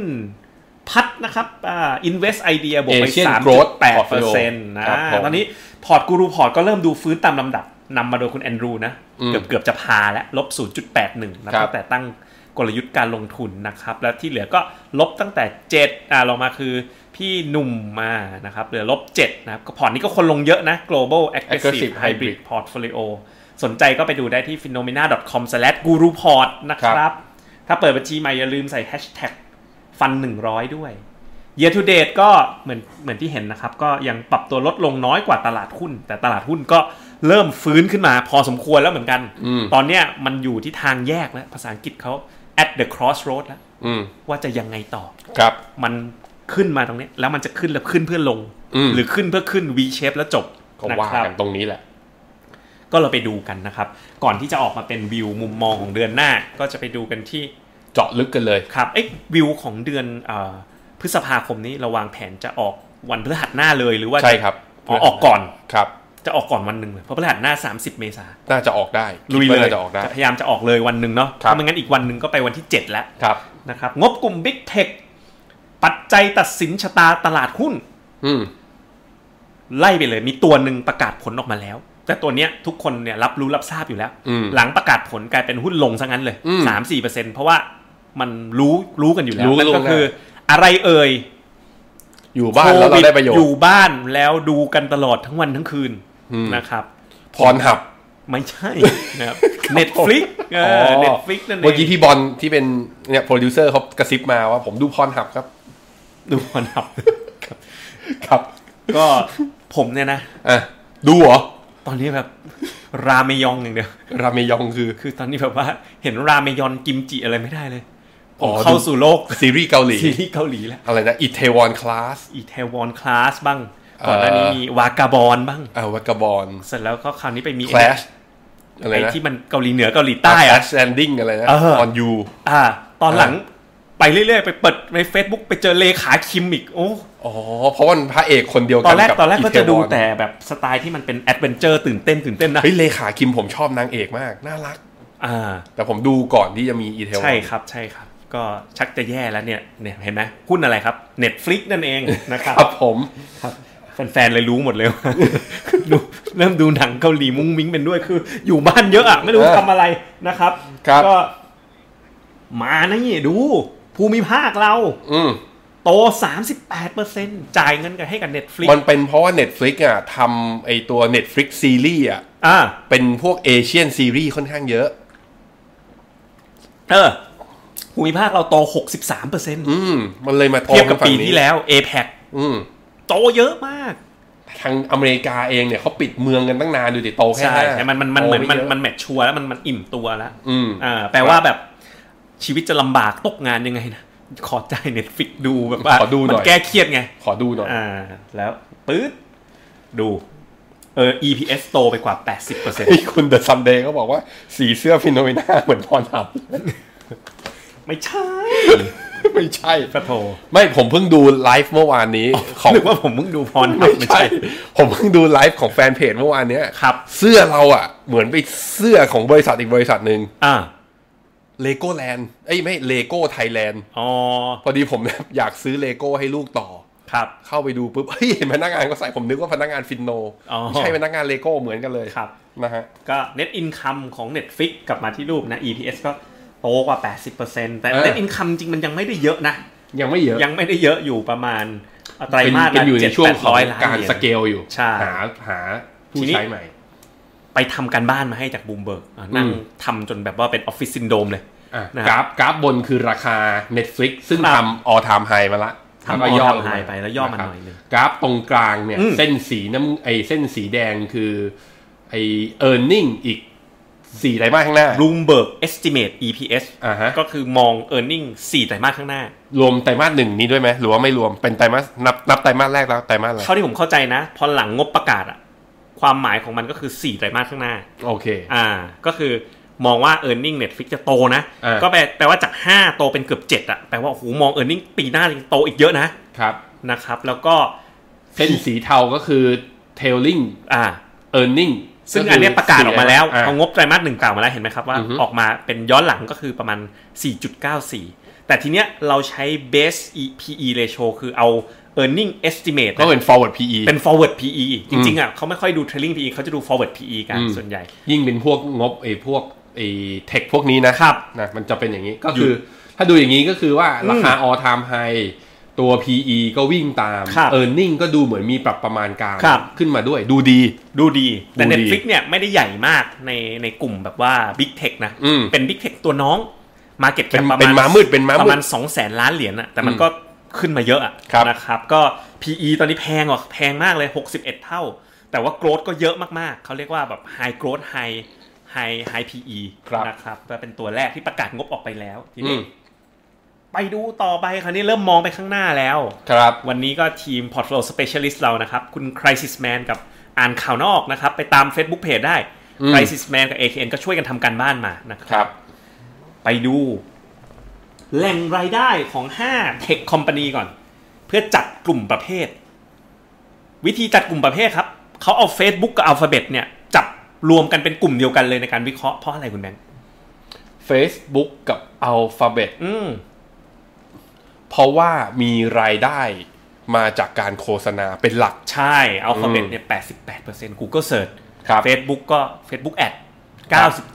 พัดนะครับอ่า Invest Idea บวกไป Asian 3 Growth 8เปอ Portfolio ร์เซ็นต์นะครับ ผม ตอนนี้พอร์ตกูรูพอร์ตก็เริ่มดูฟื้นตามลำดับนำมาโดยคุณแอนดรูนะ อืม เกือบเกือบจะพาแล้วลบ 0.81 แล้ว ครั ตั้ บ งแต่ตั้งกลยุทธ์การลงทุนนะครับ แล้วที่เหลือก็ลบตั้งแต่ 7 อ่าลงมาคือพี่หนุ่มมานะครับ เหลือลบ 7 นะครับก็พอร์ตนี้ก็คนลงเยอะนะ global aggressive Aggressive hybrid Hybrid portfolio สนใจก็ไปดูได้ที่ phenomena.com/guruport นะครับ ครับ ถ้าเปิดบัญชีใหม่อย่าลืมใส่แฮชแท็กฟัน 100 ด้วย Year to date ก็เหมือนเหมือนที่เห็นนะครับ ก็ยังปรับตัวลดลงน้อยกว่าตลาดหุ้น แต่ตลาดหุ้นก็เริ่มฟื้นขึ้นมาพอสมควรแล้วเหมือนกัน อืม ตอนเนี้ยมันอยู่ที่ทางแยกแล้ว ภาษาอังกฤษเขา at the crossroad แล้ว อืม ว่าจะยังไงต่อ ครับ มันขึ้นมาตรงเนี้ยแล้วมันจะขึ้นแล้วขึ้นเพื่อลง อืม หรือขึ้นเพื่อขึ้น V shape แล้วจบ ก็ นะ ว่า ครับ กันตรงนี้แหละ ก็เราไปดูกันนะครับ ก่อนที่จะออกมาเป็นวิวมุมมองของเดือนหน้า ก็จะไปดูกันที่ เจาะลึกกันเลย ครับเอ๊ะวิวของเดือนเออพฤษภาคมนี้เราวางแผนจะออกวันพฤหัสหน้าเลยหรือว่า ใช่ครับ อ๋อออกก่อน ครับ จะออกก่อนวันหนึ่งเลยเพราะพฤหัสหน้า 30 เมษา น่าจะออกได้ ลุยเลย คิดว่าน่าจะออกได้ จะพยายามจะออกเลยวันหนึ่งเนาะ ครับ ถ้าไม่งั้นอีกวันหนึ่งก็ไปวันที่ 7 แล้ว ครับ นะครับงบกลุ่ม Big Tech ปัจจัยตัดสินชะตาตลาดหุ้น อืม ไล่ไปเลยมีตัวหนึ่งประกาศผลออกมาแล้ว แต่ตัวเนี้ยทุกคนเนี่ยรับรู้รับทราบอยู่แล้ว อืม หลังประกาศผลกลายเป็นหุ้นลงซะงั้นเลย อืม สามสี่เปอร์เซ็นเพราะว่ามันรู้รู้กันอยู่แล้ว รู้กัน นั่นก็ ล่วงหน้า คืออะไรเอ่ย อยู่บ้านแล้วเราได้ประโยช อ น์ ยู่บ้านแล้วดูกันตลอดทั้งวันทั้งคืน อืม นะครับ พรหับ ไม่ใช่ [laughs] นะครับ Netflix เออ Netflix นั่นเอง เมื่อกี้พี่บอลที่เป็นเนี่ยโปรดิวเซอร์เขากระซิบมาว่าผมดูพรหับครับ ดูพรหับ ครับ ก็ผมเนี่ยนะ อ่ะดูเหรอ ตอนนี้แบบรามยองอย่างเดียว รามยองคือ คือตอนนี้แบบว่าเห็นรามยอนกิมจิอะไรไม่ได้เลย ผ อ๋ ม อ เข้าสู่โลก ซีรีส์เกา [laughs] หลี ซีรีส์เกาหลีแล้ว อะไรนะอิเทวอนคลาส อีเทวอนคลาสบ้าง ก่อนหน้านี้ เอ่อ มีวากาบอนบ้าง อ่าวากาบอล เสร็จแล้วก็คราวนี้ไปมี คลาสอะไร ไอ้ นะ ที่มันเกาหลีเหนือเกาหลีใต้อะ แลนดิ้งอะไรนะ เออ ออนยู อ่า ตอนหลัง อ่ ไปเรื่อยๆ ไปเปิดใน Facebook ไปเจอเลขาคิมอีก โอ้ อ๋อ เพราะว่ามันพระเอกคนเดียว ต กั อน นแรก กับ ตอนแรกก็จะ Itaewon ดูแต่แบบสไตล์ที่มันเป็นแอดเวนเจอร์ตื่นเต้นตื่นเต้นนะ เฮ้ยเลขาคิมผมชอบนางเอกมาก น่ารัก อ่า แต่ผมดูก่อนที่จะมีอีเทวอน ใช่ครับใช่ครับ ก็ชักจะแย่แล้วเนี่ยเนี่ยเห็นไหมหุ้นอะไรครับ Netflix นั่นเองนะครับ ครับผม แฟนๆเลยรู้หมดเลยว่า ดูเริ่มดูหนังเกาหลีมุ้งมิ้งเป็นด้วยคือ อยู่บ้านเยอะอะไม่รู้ทำอะไรนะครับ ครับ ก็ มานะนี่ดู ภูมิภาคเรา อืม โต ต 38%จ่ายเงินกันให้กับ Netflix มันเป็นเพราะว่า Netflix อ่ะทำไอตัว Netflix ซีรีส์อ่ะ อ่า เป็นพวกเอเชียนซีรีส์ค่อนข้างเยอะ เออภูมิภาคเราโต 63% อืม มันเลยมาโต เทียบกับ ฝั่ ปี งนี้ ที่แล้ว APEC อืม โตเยอะมาก ทางอเมริกาเองเนี่ยเขาปิดเมืองกันตั้งนานดูดิโตแค่ ใช่ ห้า ใช่มันมันมันเหมือนมัน โตไยะ มันแมทชัวร์แล้วมันมันอิ่มตัวแล้ว อืม อ่าแปลว่าแบบชีวิตจะลำบากตกงานยังไงนะขอจ่ายเน็ตฟิกดูแบบว่า ขอดูหน่อย มันแก้เครียดไง ขอดูหน่อย อ่า แล้วปื๊ดดู เออ EPS โตไปกว่า 80% นี่คุณเดอะซัมเดย์ก็บอกว่าสีเสื้อฟิโนเมนาเหมือนพรหับ [laughs] ไม่ใช่ ไม่ใช่ ประโท ไม่ผมเพิ่งดูไลฟ์เมื่อวานนี้ของ หรือว่าผมมึงดูพรหับ ไม่ใช่ ผมเพิ่งดูไลฟ์ของแฟนเพจเมื่อวานเนี้ย ครับ เสื้อเราอ่ะ เหมือนไปเสื้อของบริษัทอีกบริษัทหนึ่ง อ่า เลโก้แลนด์เอ้ยไม่เลโก้ไทยแลนด์ อ๋อ พอดีผม อยากซื้อเลโก้ให้ลูกต่อ ครับ เข้าไปดูปุ๊บเฮ้ยเห็นพนักงานก็ใส่ผมนึกว่าพนักงานฟินโน อ๋อ ไม่ใช่พนักงานเลโก้เหมือนกันเลย ครับ นะฮะ ก็ net income ของ Netflix กลับมาที่รูปนะ EPS ก็โตกว่า 80%แต่ เออ net income จริงมันยังไม่ได้เยอะนะ ยังไม่เยอะ ยังไม่ได้เยอะอยู่ประมาณไตร เป็น มาส เป็น ละ อยู่ใน เจ็ด ช่วง แปด ของ ร้อยล้าน การ เหรียญ สเกลอยู่ ใช่ หาหาผู้ ทีนี้ ใช้ใหม่ ไปทำการบ้านมาให้จากบูมเบิร์กนั่งทำจนแบบว่าเป็นออฟฟิศซินโดมเลย อ่ะ นะ ก ครั รา บ ฟกราฟบนคือราคา Netflix ซึ่ง ครับ ทำ all time high มาละ ทำ แล้วก็ย่ all time ลงมา high ไปแล้วย่อมา ะครับ หน่อยหนึ่ง กราฟตรงกลางเนี่ย อืม เส้นสีน้ำไอเส้นสีแดงคือไอ earning อีกสี่ไตรมาสข้างหน้า บูมเบิร์ก estimate EPS อ่าฮะ ก็คือมอง e a r n i n g 4ไตรมาสข้างหน้า รวมไตรมาสหนึ่งนี้ด้วยไหมหรือว่าไม่รวมเป็นไตรมาสนับนับไตรมาสแรกแล้วไตรมาสอะไร เท่าที่ผมเข้าใจนะ พอหลังงบประกาศอะความหมายของมันก็คือ 4 ไตรมาสข้างหน้า โอเค อ่าก็คือมองว่า e a r n i n g Netflix จะโตนะ อ่า ก็แปลแปลว่าจาก 5 โตเป็นเกือบ 7อะแปลว่าโอ้โหมอง e a r n i n g ปีหน้ายังโตอีกเยอะนะครับ นะครับ แล้วก็ เส้นสีเทาก็คือ tailing อ่า earning ซึ่งอันเนี้ยประกาศออกมาแล้ว ะ เอางบไตรมาสหนึ่งกล่าวมาแล้วเห็นไหมครับว่า อือฮึ ออกมาเป็นย้อนหลังก็คือประมาณ 4.94 แต่ทีเนี้ยเราใช้ base E- PE ratio คือเอา e a r n i n g estimate ก็ นะ เป็น forward PE เป็น forward PE จริงๆอ่ะเขาไม่ค่อยดู trailing PE เขาจะดู forward PE กัน อืม ส่วนใหญ่ ยิ่งเป็นพวกงบไอ้พวกไอ้เทคพวกนี้นะครับ นะมันจะเป็นอย่างนี้ก็คือ ถ้าดูอย่างนี้ก็คือว่าราคา all time high ตัว PE ก็วิ่งตาม ครับ e a r n i n g ก็ดูเหมือนมีปรับประมาณการ ครับ ขึ้นมาด้วยดูดี ดูดี แต่ ดูดี Netflix เนี่ยไม่ได้ใหญ่มากในในกลุ่มแบบว่า Big Tech นะ อืม เป็น Big Tech ตัวน้อง Market เป็น Cap ประมาณ เป็นม้ามืดเป็นม้ามืด ประมาณ2 0 0แสนล้านเหรียญอะแต่มัน อืม ก็ขึ้นมาเยอะอะ ครับ นะครับ ก็ PE ตอนนี้แพงอ่ะแพงมากเลย 61 เท่า แต่ว่า growth ก็เยอะมากๆ เขาเรียกว่าแบบ high growth high high high PE นะครับก็เป็นตัวแรกที่ประกาศงบออกไปแล้ว ที อื นี้ ม ไปดูต่อไปคราวนี้เริ่มมองไปข้างหน้าแล้ว ครับ วันนี้ก็ทีม Portfolio Specialist เรานะครับ คุณ Crisis Man กับอ่านข่าวนอกนะครับ ไปตาม Facebook Page ได้ Crisis Man กับ ATN ก็ช่วยกันทำการบ้านมานะค ครับ รับ ไปดู แหล่งรายได้ของ 5 Tech Company ก่อน เพื่อจัดกลุ่มประเภท วิธีจัดกลุ่มประเภทครับ เขาเอา Facebook กับ Alphabet เนี่ย จับรวมกันเป็นกลุ่มเดียวกันเลยในการวิเคราะห์เพราะอะไรคุณแบงค์ Facebook กับ Alphabet อืม เพราะว่ามีรายได้มาจากการโฆษณาเป็นหลัก ใช่ Alphabet อืม เนี่ย 88% Google Search ครับ Facebook ก็ Facebook Ad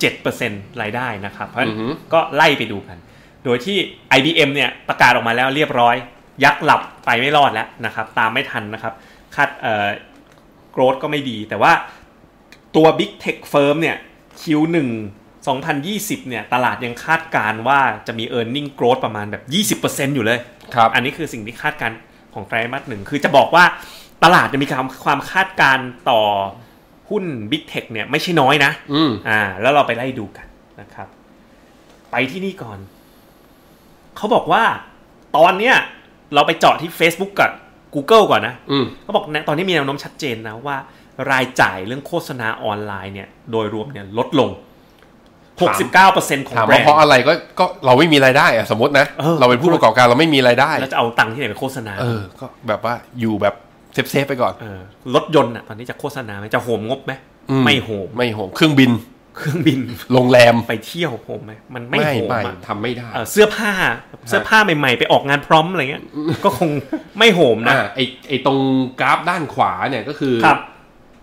97%รายได้นะครับ เพราะฉะนั้น อือหือ ก็ไล่ไปดูกัน โดยที่ IBM เนี่ยประกาศออกมาแล้วเรียบร้อย ยักษ์หลับไปไม่รอดแล้วนะครับ ตามไม่ทันนะครับ คาดเอ่อ growth ก็ไม่ดี แต่ว่าตัว Big Tech Firm เนี่ย Q1 2020 เนี่ย ตลาดยังคาดการณ์ว่าจะมี e a r n i n g growth ประมาณแบบ 20%อยู่เลย ครับ อันนี้คือสิ่งที่คาดการณ์ของไตรมาสหนึ่งคือจะบอกว่าตลาดจะมีความความคาดการณ์ต่อหุ้น Big Tech เนี่ยไม่ใช่น้อยนะ อืม อ่า แล้วเราไปไล่ดูกันนะครับ ไปที่นี่ก่อน เขาบอกว่าตอนเนี้ยเราไปเจาะที่ Facebook กับ Google ก่อนนะ อืม เขาบอกนะตอนนี้มีแนวโน้มชัดเจนนะว่ารายจ่ายเรื่องโฆษณาออนไลน์เนี่ย โดยรวมเนี่ยลดลง 69%ของ ถาม แบร ว่านด์เพราะอะไรก็ก็เราไม่มีรายได้อะสมมตินะ เออ เราเป็นผู้ประกอบการเราไม่มีรายได้ แล้วจะเอาตังค์ที่ไหนไปโฆษณา เออ ก็แบบว่าอยู่แบบเซฟๆไปก่อน เออรถยนต์อ่ะตอนนี้จะโฆษณาไหมจะโหมงบไหม อืม ไม่โหม ไม่โหมเครื่องบิน เครื่องบิน โรงแรม ไปเที่ยวโหมไหมมันไม่โหมอะ ทำไม่ได้ เออเสื้อผ้าเสื้อผ้าใหม่ๆ ไปออกงานพร้อมอะไรเงี้ย ก็คงไม่โหมนะ อ่าไอไอตรงกราฟด้านขวาเนี่ยก็คือ ครับ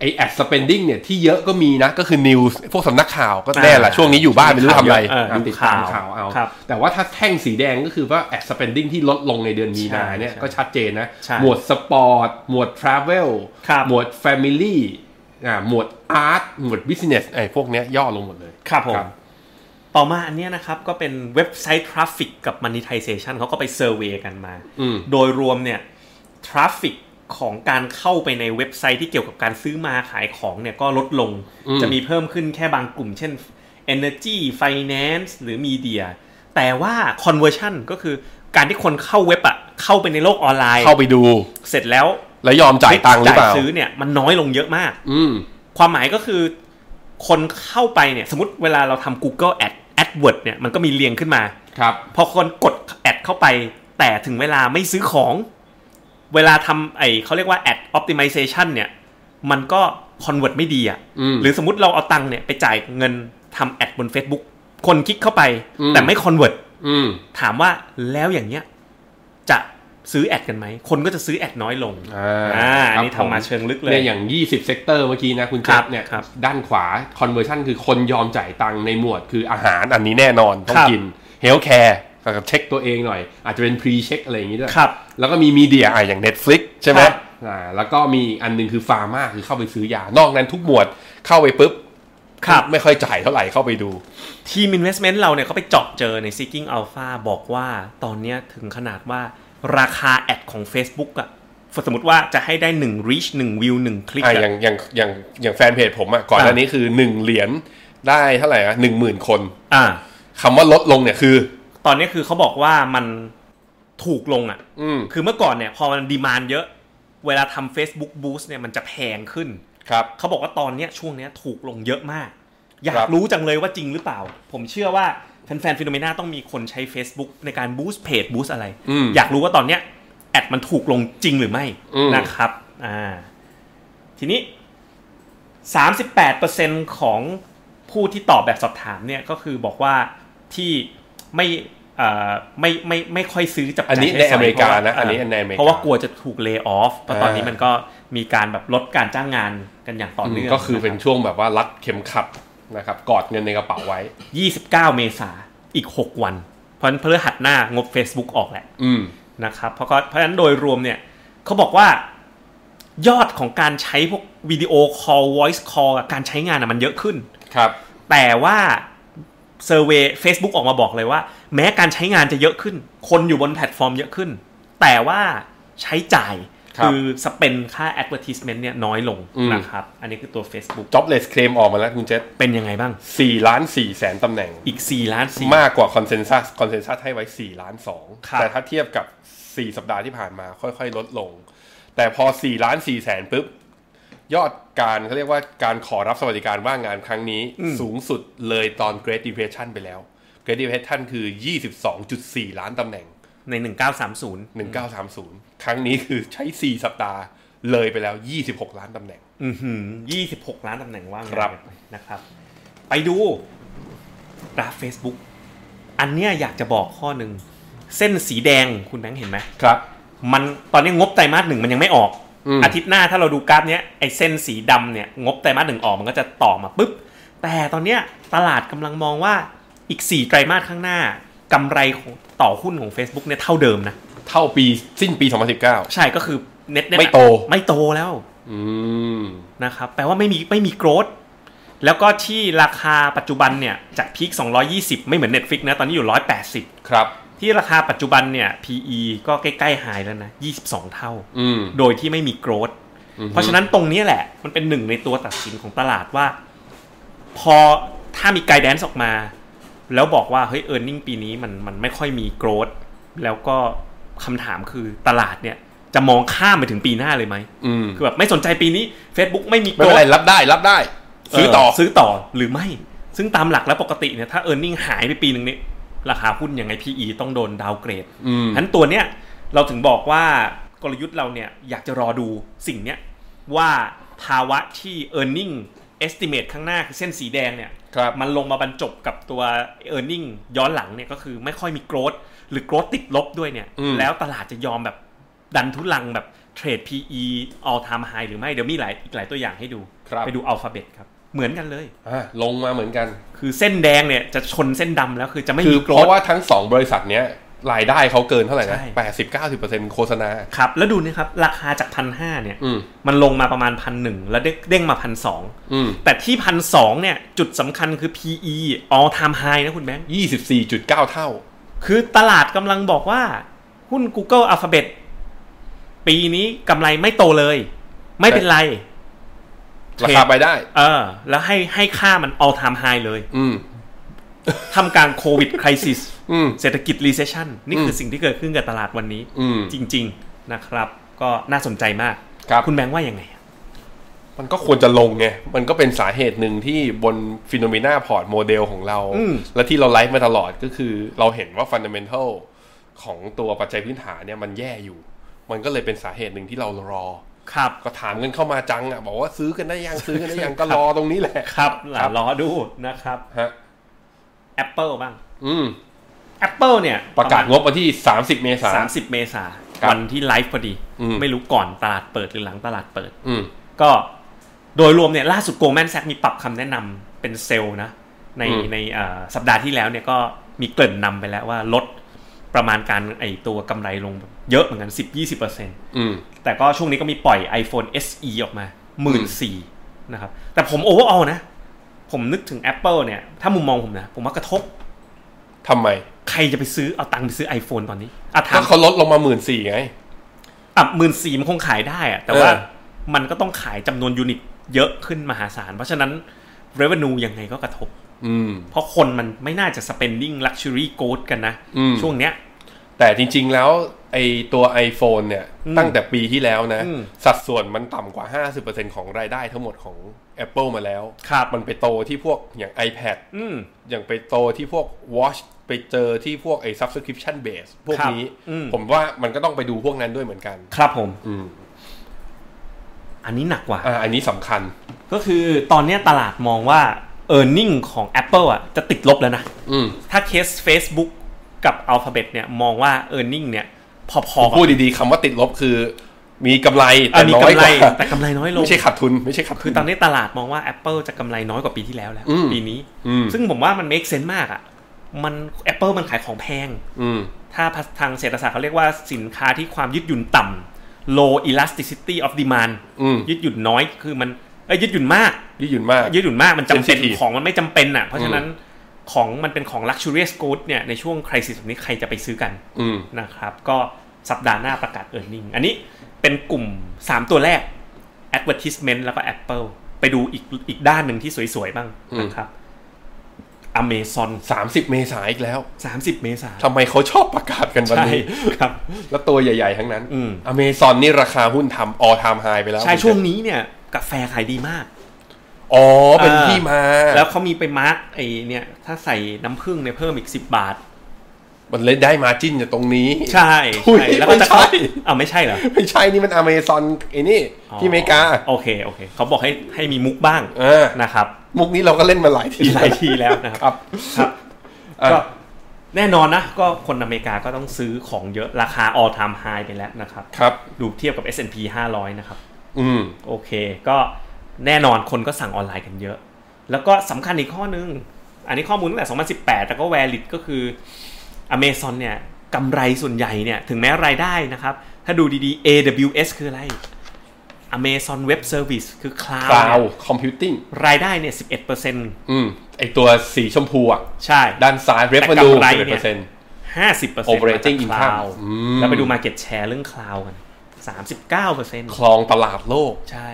ไอ ad spending เนี่ยที่เยอะก็มีนะ ก็คือ news พวกสำนักข่าวก็แน่แหละ ช่วงนี้อยู่บ้านไม่รู้ทำอะไร เออ ตามติดตามข่าวเอา ครับ แต่ว่าถ้าแท่งสีแดงก็คือว่า ad spending ที่ลดลงในเดือนมีนาเนี่ย ใช่ ก็ชัดเจนนะ ใช่ หมวดสปอร์ต หมวด travel ครับ หมวด family อ่าหมวด art หมวด business ไอพวกเนี้ยย่อลงหมดเลย ครับผม ต่อมาอันเนี้ยนะครับ ก็เป็นเว็บไซต์ Traffic กับ Monetization เขาก็ไปเซอร์เวยกันมา อืม โดยรวมเนี่ยทราฟิกของการเข้าไปในเว็บไซต์ที่เกี่ยวกับการซื้อมาขายของเนี่ยก็ลดลง อืม จะมีเพิ่มขึ้นแค่บางกลุ่ม เช่น Energy Finance หรือ Media แต่ว่า Conversion ก็คือการที่คนเข้าเว็บอะเข้าไปในโลกออนไลน์ เข้าไปดู เสร็จแล้ว แล้วยอมจ่ายตังค์หรือเปล่า จ่ายซื้อเนี่ยมันน้อยลงเยอะมาก อืม ความหมายก็คือคนเข้าไปเนี่ยสมมติเวลาเราทำ Google Ad AdWord เนี่ยมันก็มีเรียงขึ้นมา ครับ พอคนกดแอดเข้าไป แต่ถึงเวลาไม่ซื้อของ เวลาทำไอเขาเรียกว่าแอดออ t ติมิเซชันเนี่ย มันก็คอนเวิร์ตไม่ดีอะ่ะ อืม หรือสมมติเราเอาตังค์เนี่ยไปจ่ายเงินทำแอดบน Facebook คนคลิกเข้าไป อืม แต่ไม่คอนเวิร์ต อืม ถามว่าแล้วอย่างเนี้ยจะซื้อแอดกันไหม คนก็จะซื้อแอดน้อยลง อ่า อ่าอันนี่ ครับผ ทำมาเชิงลึกเล เนี่ย ยอย่าง 20 เซกเตอร์เมื่อกี้นะคุณ ค เจ๊ รั บบ เนี่ย ครับ ด้านขวา conversion คือคนยอมจ่ายตังค์ในหมวดคืออาหารอันนี้แน่นอน ต้อ ค ง รับ กิน health care กับเช็คตัวเองหน่อย อาจจะเป็น pre check อะไรอย่างนี้ด้วย ครับ แล้วก็มีมีเดียอ่ะอย่าง Netflix ใช่ไหม ครับ อ่าแล้วก็มีอีกอันหนึงคือฟาร์มาคือเข้าไปซื้อยา นอกนั้นทุกหมวดเข้าไปปุ๊บ ครับ ไม่ค่อยจ่ายเท่าไหร่เข้าไปดู ทีม Investment เราเนี่ยเขาไปเจาะเจอใน Seeking Alpha บอกว่าตอนเนี้ยถึงขนาดว่าราคาแอดของ Facebook อะสมมติว่าจะให้ได้ 1 reach 1 view 1 คลิก อ่ะ อะ อย่างอย่างอย่างอย่างแฟนเพจผมอ่ะก่อน อ่า หน้านี้คือ 1 เหรียญได้เท่าไหร่อ่ะหนึ่งหมื่นคน อ่า คำว่าลดลงเนี่ยคือ ตอนเนี้ยคือเขาบอกว่ามันถูกลงอะ อืม คือเมื่อก่อนเนี่ยพอมันดีมานเยอะ เวลาทำ Facebook Boost เนี่ยมันจะแพงขึ้น ครับ เขาบอกว่าตอนเนี้ยช่วงเนี้ยถูกลงเยอะมาก อยา ครั ก บ รู้จังเลยว่าจริงหรือเปล่า ผมเชื่อว่าแฟนๆฟิโนเมนาต้องมีคนใช้ Facebook ในการบูสต์เพจบูสต์อะไร อืม อยากรู้ว่าตอนเนี้ยแอดมันถูกลงจริงหรือไม่ อืม นะครับอ่าทีนี้ 38%ของผู้ที่ตอบแบบสอบถามเนี่ยก็คือบอกว่าที่ไม่เอ่อไม่ไม่ไม่ไม่ค่อยซื้อจับ อันนี้ จ่าย ใน ช้สย อเมริกานะ เพว่ อันนี้ในอเมริกา เพราะว่ากลัวจะถูกเล y o ออฟเพราะตอนนี้มันก็มีการแบบลดการจ้างงานกันอย่างต่อเนื่อง ก็คือเป็น นะ ช่วงแบบว่ารัดเข็มขัดนะครับ กอดเงินในกระเป๋าไว้ รับ29 เมษาอีก 6 วัน เพราะฉะนั้นพฤหัสหน้างบ Facebook ออกแหละ อืม นะครับเพราะก็เพราะฉะนั้นโดยรวมเนี่ยเขาบอกว่ายอดของการใช้พวกวิดีโอคอล voice call กับการใช้งานอะมันเยอะขึ้น ครับ แต่ว่าเซอร์เวย Facebook ออกมาบอกเลยว่า แม้การใช้งานจะเยอะขึ้น คนอยู่บนแพลตฟอร์มเยอะขึ้น แต่ว่าใช้จ่าย ครับ อสเปนค่า advertisement เนี่ยน้อยลง อืม นะครับอันนี้คือตัว Facebook jobless claim ออกมาแล้วคุณเจษ เป็นยังไงบ้าง 4ล้าน4แสนตำแหน่ง อีก 4 ล้านสี่ มากกว่า consensus consensus ให้ไว้ 4 ล้าน2 ครับ แต่ถ้าเทียบกับ 4 สัปดาห์ที่ผ่านมาค่อยๆ ลดลง แต่พอ 4 ล้าน4แสนปุ๊บ ยอดการเขาเรียกว่าการขอรับสวัสดิการว่างงานครั้งนี้สูงสุดเลยตอน Great Depression ไปแล้ว Great Depression คือ 22.4 ล้านตำแหน่ง ใน 1930 1930 ครั้งนี้คือใช้ 4 สัปดาห์เลยไปแล้ว 26 ล้านตำแหน่ง อือหือ26 ล้านตำแหน่งว่าง ครับ งานนะครับ ไปดูกราฟ Facebook อันเนี้ยอยากจะบอกข้อหนึ่ง เส้นสีแดงคุณแบงค์เห็นไหม ครับ มันตอนนี้งบไตรมาสหนึ่งมันยังไม่ออก อืม อาทิตย์หน้าถ้าเราดูกราฟเนี้ยไอเส้นสีดำเนี่ย งบไตรมาสหนึ่งออกมันก็จะต่อมาปุ๊บ แต่ตอนเนี้ยตลาดกำลังมองว่าอีก 4 ไตรมาสข้างหน้ากำไรของต่อหุ้นของ Facebook เนี่ยเท่าเดิมนะ เท่าปีสิ้นปี 2019 ใช่ก็คือเน็ต ไม่โต ไม่โตแล้ว อืม นะครับแปลว่าไม่มีไม่มีโกรธแล้วก็ที่ราคาปัจจุบันเนี่ย จากพีค220 ไม่เหมือน Netflix นะ ตอนนี้อยู่ 180 ครับ ที่ราคาปัจจุบันเนี่ย PE ก็ใกล้ๆหายแล้วนะ 22 เท่า อืม โดยที่ไม่มีโกรธ อือฮึ เพราะฉะนั้นตรงนี้แหละ มันเป็นหนึ่งในตัวตัดสินของตลาดว่า พอถ้ามีไกด์แดนซ์ออกมา แล้วบอกว่า เฮ้ยเออร์เน็งปีนี้มันมันไม่ค่อยมีโกรธแล้วก็คำถามคือตลาดเนี่ย จะมองข้ามไปถึงปีหน้าเลยไหม อืม คือแบบไม่สนใจปีนี้ Facebook ไม่มีโก ไม่ ร เป็น ธ ไรรับได้รับได้ ซื้อต่อ ซื้อต่อหรือไม่ ซึ่งตามหลักแล้วปกติเนี่ยถ้า e a r n i n g หายไปปีหนึ่งนี่ราคาหุ้นยังไง PE ต้องโดนดาวเกรด อืม ฉะนั้นตัวเนี้ยเราถึงบอกว่ากลยุทธ์เราเนี่ยอยากจะรอดูสิ่งเนี้ยว่าภาวะที่ e a r n i n g estimate ข้างหน้าคือเส้นสีแดงเนี่ย ครับ มันลงมาบรรจบกับตัว e a r n i n g ย้อนหลังเนี่ยก็คือไม่ค่อยมีโกรดหรือโกรดติดลบด้วยเนี่ย อืม แล้วตลาดจะยอมแบบดันทุลังแบบ เทรด PE all time high หรือไม่เดี๋ยวมีหลายอีกหลายตัวอย่างให้ดู ครับ ไปดูอัลฟาเบตครับ เหมือนกันเลย อ่ะลงมาเหมือนกัน คือเส้นแดงเนี่ยจะชนเส้นดำแล้วคือจะไม่ คือ มี เพ โกรธ ราะว่าทั้งสองบริษัทเนี้ยรายได้เขาเกินเท่าไหร่นะ ใช่ แปดสิบเก้าสิบเปอร์เซ็นต์โฆษณา ครับ แล้วดูนะครับ ราคาจากพันห้าเนี่ย อืม มันลงมาประมาณพันหนึ่งแล้วเด้งเด้งมาพันสอง อืม แต่ที่พันสองเนี่ย จุดสำคัญคือ PE all time high นะคุณแบงค์ ยี่สิบสี่จุดเก้าเท่า คือตลาดกำลังบอกว่า หุ้น Google Alphabet ปีนี้กำไรไม่โตเลย ไม่เป็นไร ราคาไปได้ เออ แล้วให้ให้ค่ามัน all time high เลย อืม ทำกลางโควิด crisis อืม เศรษฐกิจ recession นี่คืออ ม สิ่งที่เกิดขึ้นกับตลาดวันนี้ อืม จริง ๆนะครับ ก็น่าสนใจมาก ครับ คุณแบงค์ว่ายังไงอะ มันก็ควรจะลงไง มันก็เป็นสาเหตุหนึ่งที่บนฟิโนเมนาพอร์ตโมเดลของเรา และที่เราไลฟ์มาตลอดก็คือเราเห็นว่าฟันเดเมนทัลของตัวปัจจัยพื้นฐานเนี่ยมันแย่อยู่ มันก็เลยเป็นสาเหตุหนึ่งที่เรารอ ครับ ก็ถามกันเข้ามาจังอ่ะ บอกว่าซื้อกันได้ยังซื้อกันได้ [laughs] ยังก็รอตรงนี้แหละ ครับหลารอดูนะครับ ฮะ Apple บ้าง อืม Apple เนี่ย ประกาศงบวันที่ 30 เมษายน 30 เมษา ครับ วันที่ไลฟ์พอดี อืม ไม่รู้ก่อนตลาดเปิดหรือหลังตลาดเปิด อืม ก็โดยรวมเนี่ยล่าสุดโกลแมนแซกมีปรับคำแนะนำเป็นเซลล์นะ ใน อืม ในเอ่อสัปดาห์ที่แล้วเนี่ยก็มีเกริ่นนำไปแล้วว่าลดประมาณการไอตัวกำไรลงเยอะเหมือนกัน 10-20% อืม แต่ก็ช่วงนี้ก็มีปล่อย iPhone SE ออกมาหมื่นสี่นะครับ แต่ผมโอเวอร์อนะ ผมนึกถึง Apple เนี่ย ถ้ามุมมองผมนะ ผมว่ากระทบ ทำไม ใครจะไปซื้อเอาตังค์ไปซื้อ iPhone ตอนนี้อ่ะถา ถ้าม เขาลดลงมาหมื่นสี่ไง อ่ะหมื่นสี่มันคงขายได้อะแต่ว่า เออ มันก็ต้องขายจำนวนยูนิตเยอะขึ้นมหาศาล เพราะฉะนั้น revenue ยังไงก็กระทบ อืม เพราะคนมันไม่น่าจะ spending luxury g o a d กันนะ อืม ช่วงเนี้ย แต่จริงๆแล้วไอตัว iPhone เนี่ย อืม ตั้งแต่ปีที่แล้วนะ อืม สัดส่วนมันต่ำกว่า 50%ของรายได้ทั้งหมดของ Apple มาแล้ว ครับ มันไปโตที่พวกอย่าง iPad อืม อย่างไปโตที่พวก Watch ไปเจอที่พวกไอ้ subscription base พวก ครับ นี้ อืม ผมว่ามันก็ต้องไปดูพวกนั้นด้วยเหมือนกัน ครับผม อืม อันนี้หนักกว่า อ่าอันนี้สำคัญ ก็คือตอนเนี้ยตลาดมองว่า e a r n i n g ของ Apple อ่ะจะติดลบแล้วนะ อืม ถ้าเคส Facebook กับ Alphabet เนี่ยมองว่า e a r n i n g เนี่ยพอ ผม ๆกั พูด น ดีๆคำว่าติดลบคือ มีกำไร อ่ะ แต่ มี น้อย กำ ก ไร ว่า แต่กำไรน้อยลง ไม่ใช่ขาดทุนไม่ใช่ขาดทุ คื น อตอนนี้ตลาดมองว่า Apple จะกำไรน้อยกว่าปีที่แล้วแล้ว อืม ปีนี้ อืม ซึ่งผมว่ามัน make sense มากอะ่ะมัน Apple มันขายของแพง อืม ถ้าทางเศรษฐศาสตร์เขาเรียกว่าสินค้าที่ความยืดหยุ่นต่ำ low elasticity of demand อืม ยืดหยุ่นน้อยคือมันเอ้ยยืดหยุ่นมาก ยืดหยุ่นมาก ยืดหยุ่นมากมันจำเป็น Sensitive ของมันไม่จำเป็นอ่ะ เพราะฉะนั้นของมันเป็นของ luxurious goods เนี่ยในช่วง crisis แบบนี้ใครจะไปซื้อกัน อืม นะครับก็สัปดาห์หน้าประกาศ e a r n i n g อันนี้เป็นกลุ่ม 3 ตัวแรก Advertisement แล้วก็ Apple ไปดูอีกอีกด้านหนึ่งที่สวย ๆ บ้าง อืม นะครับ Amazon สามสิบเมษายนอีกแล้ว 30 เมษายน ทำไมเขาชอบประกาศกันวัน ใช่ นี้ ครับ แล้วตัวใหญ่ๆทั้งนั้น อืม อเมซอนนี่ราคาหุ้นทำออทามไฮไปแล้ว ใช่ช่วงนี้เนี่ยกาแฟขายดีมาก อ๋อ เป็น อ่า ที่มา แล้วเขามีไปมาร์กไอเนี่ยถ้าใส่น้ำผึ้งเนี่ยเพิ่มอีก 10 บาท มันเล่นได้มาจิ้นจากตรงนี้ ใช่ อุ๊ย ใช่แล้วก็จะ ไม่ เข้า ใช่ เอาไม่ใช่เหรอ ไม่ใช่นี่มันอเมซอนไอ้นี่ ที่อเมริกา โอเคโอเคเขาบอกให้ให้มีมุกบ้าง เออ นะครับ มุกนี้เราก็เล่นมาหลายที หลายทีแล้วนะครับ ครับ ครับ อ่ะ ก็แน่นอนนะ ก็คนอเมริกาก็ต้องซื้อของเยอะราคา all time high ไปแล้วนะครับ ครับ ดูเทียบกับ S&P 500 นะครับ อืม โอเค ก็แน่นอนคนก็สั่งออนไลน์กันเยอะ แล้วก็สำคัญอีกข้อนึง อันนี้ข้อมูลตั้งแต่ 2018 แต่ก็ valid ก็คือ Amazon เนี่ยกำไรส่วนใหญ่เนี่ย ถึงแม้รายได้นะครับ ถ้าดูดีๆ AWS คืออะไร Amazon Web Service คือ cloud คลา เนี่ วย คอมพิวติ้ง รายได้เนี่ย อืม ไอตัวสีชมพูอ่ะ 11%ใช่ ด้านซ้ายเรฟเฟอร์ดู แต่กำไร สิบ เนี่ เปอย ร์เซ็นต์ ห้าสิบเปอร์เซ็นต์ Operating คลาว income อืม แล้วไปดู market share เรื่องคลาวกันสามสิบเก้าเปอร์เซ็นต์ คลองตลาดโลก ใช่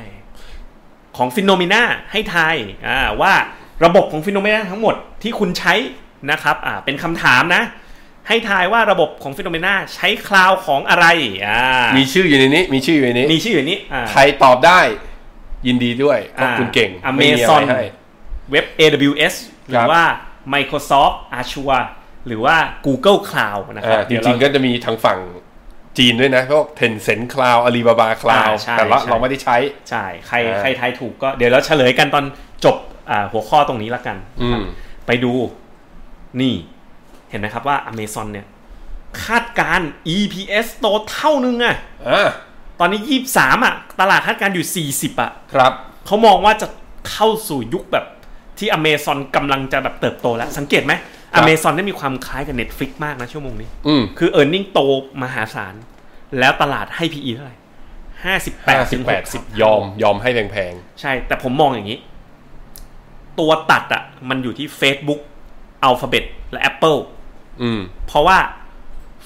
ของฟิโนเมนาให้ทายอ่าว่าระบบของฟิโนเมนาทั้งหมดที่คุณใช้นะครับอ่าเป็นคำถามนะ ให้ทายว่าระบบของฟิโนเมนาใช้คลาวของอะไรอ่า มีชื่ออยู่ในนี้ มีชื่ออยู่ในนี้ มีชื่ออย่างนี้อ่า ใครตอบได้ ยินดีด้วยขอบคุณ อ่า เก่ง Amazon ไม่มีะไรให้ เว็บ AWS หรื ครั อบ ว่า Microsoft Azure หรือว่า Google Cloud นะค อ่า รับ จ เดี๋ยว ริ เา งๆก็จะมีทางฝั่งจีนด้วยนะพวก Tencent Cloud Alibaba Cloud อ่าใช่ แต่ละ ใช่ เราไม่ได้ใช้ ใช่ ใคร อ่า ใครทายถูกก็เดี๋ยวเราเฉลยกันตอนจบอ่าหัวข้อตรงนี้ละกัน อืม ไปดูนี่ เห็นไหมครับว่า Amazon เนี่ย คาดการณ์ EPS โตเท่านึงอะ อ่า ตอนนี้ยี่สามอ่ะ ตลาดคาดการณ์อยู่สี่สิบอ่ะ ครับ เขามองว่าจะเข้าสู่ยุคแบบที่อเมซอนกำลังจะแบบเติบโตแล้ว สังเกตไหม คอรับ เมซอนได้มีความคล้ายกับ Netflix มากนะชั่วโมงนี้ อืม คือ e a r n i n g โตมหาศาล แล้วตลาดให้ PE เท่าไหร่ห้าสิบแปดถึงหกสิบ 58ยอมยอมให้แพง ใช่ แต่ผมมองอย่างนี้ ตัวตัดอะมันอยู่ที่ Facebook Alphabet และ Apple ๆอืม เพราะว่า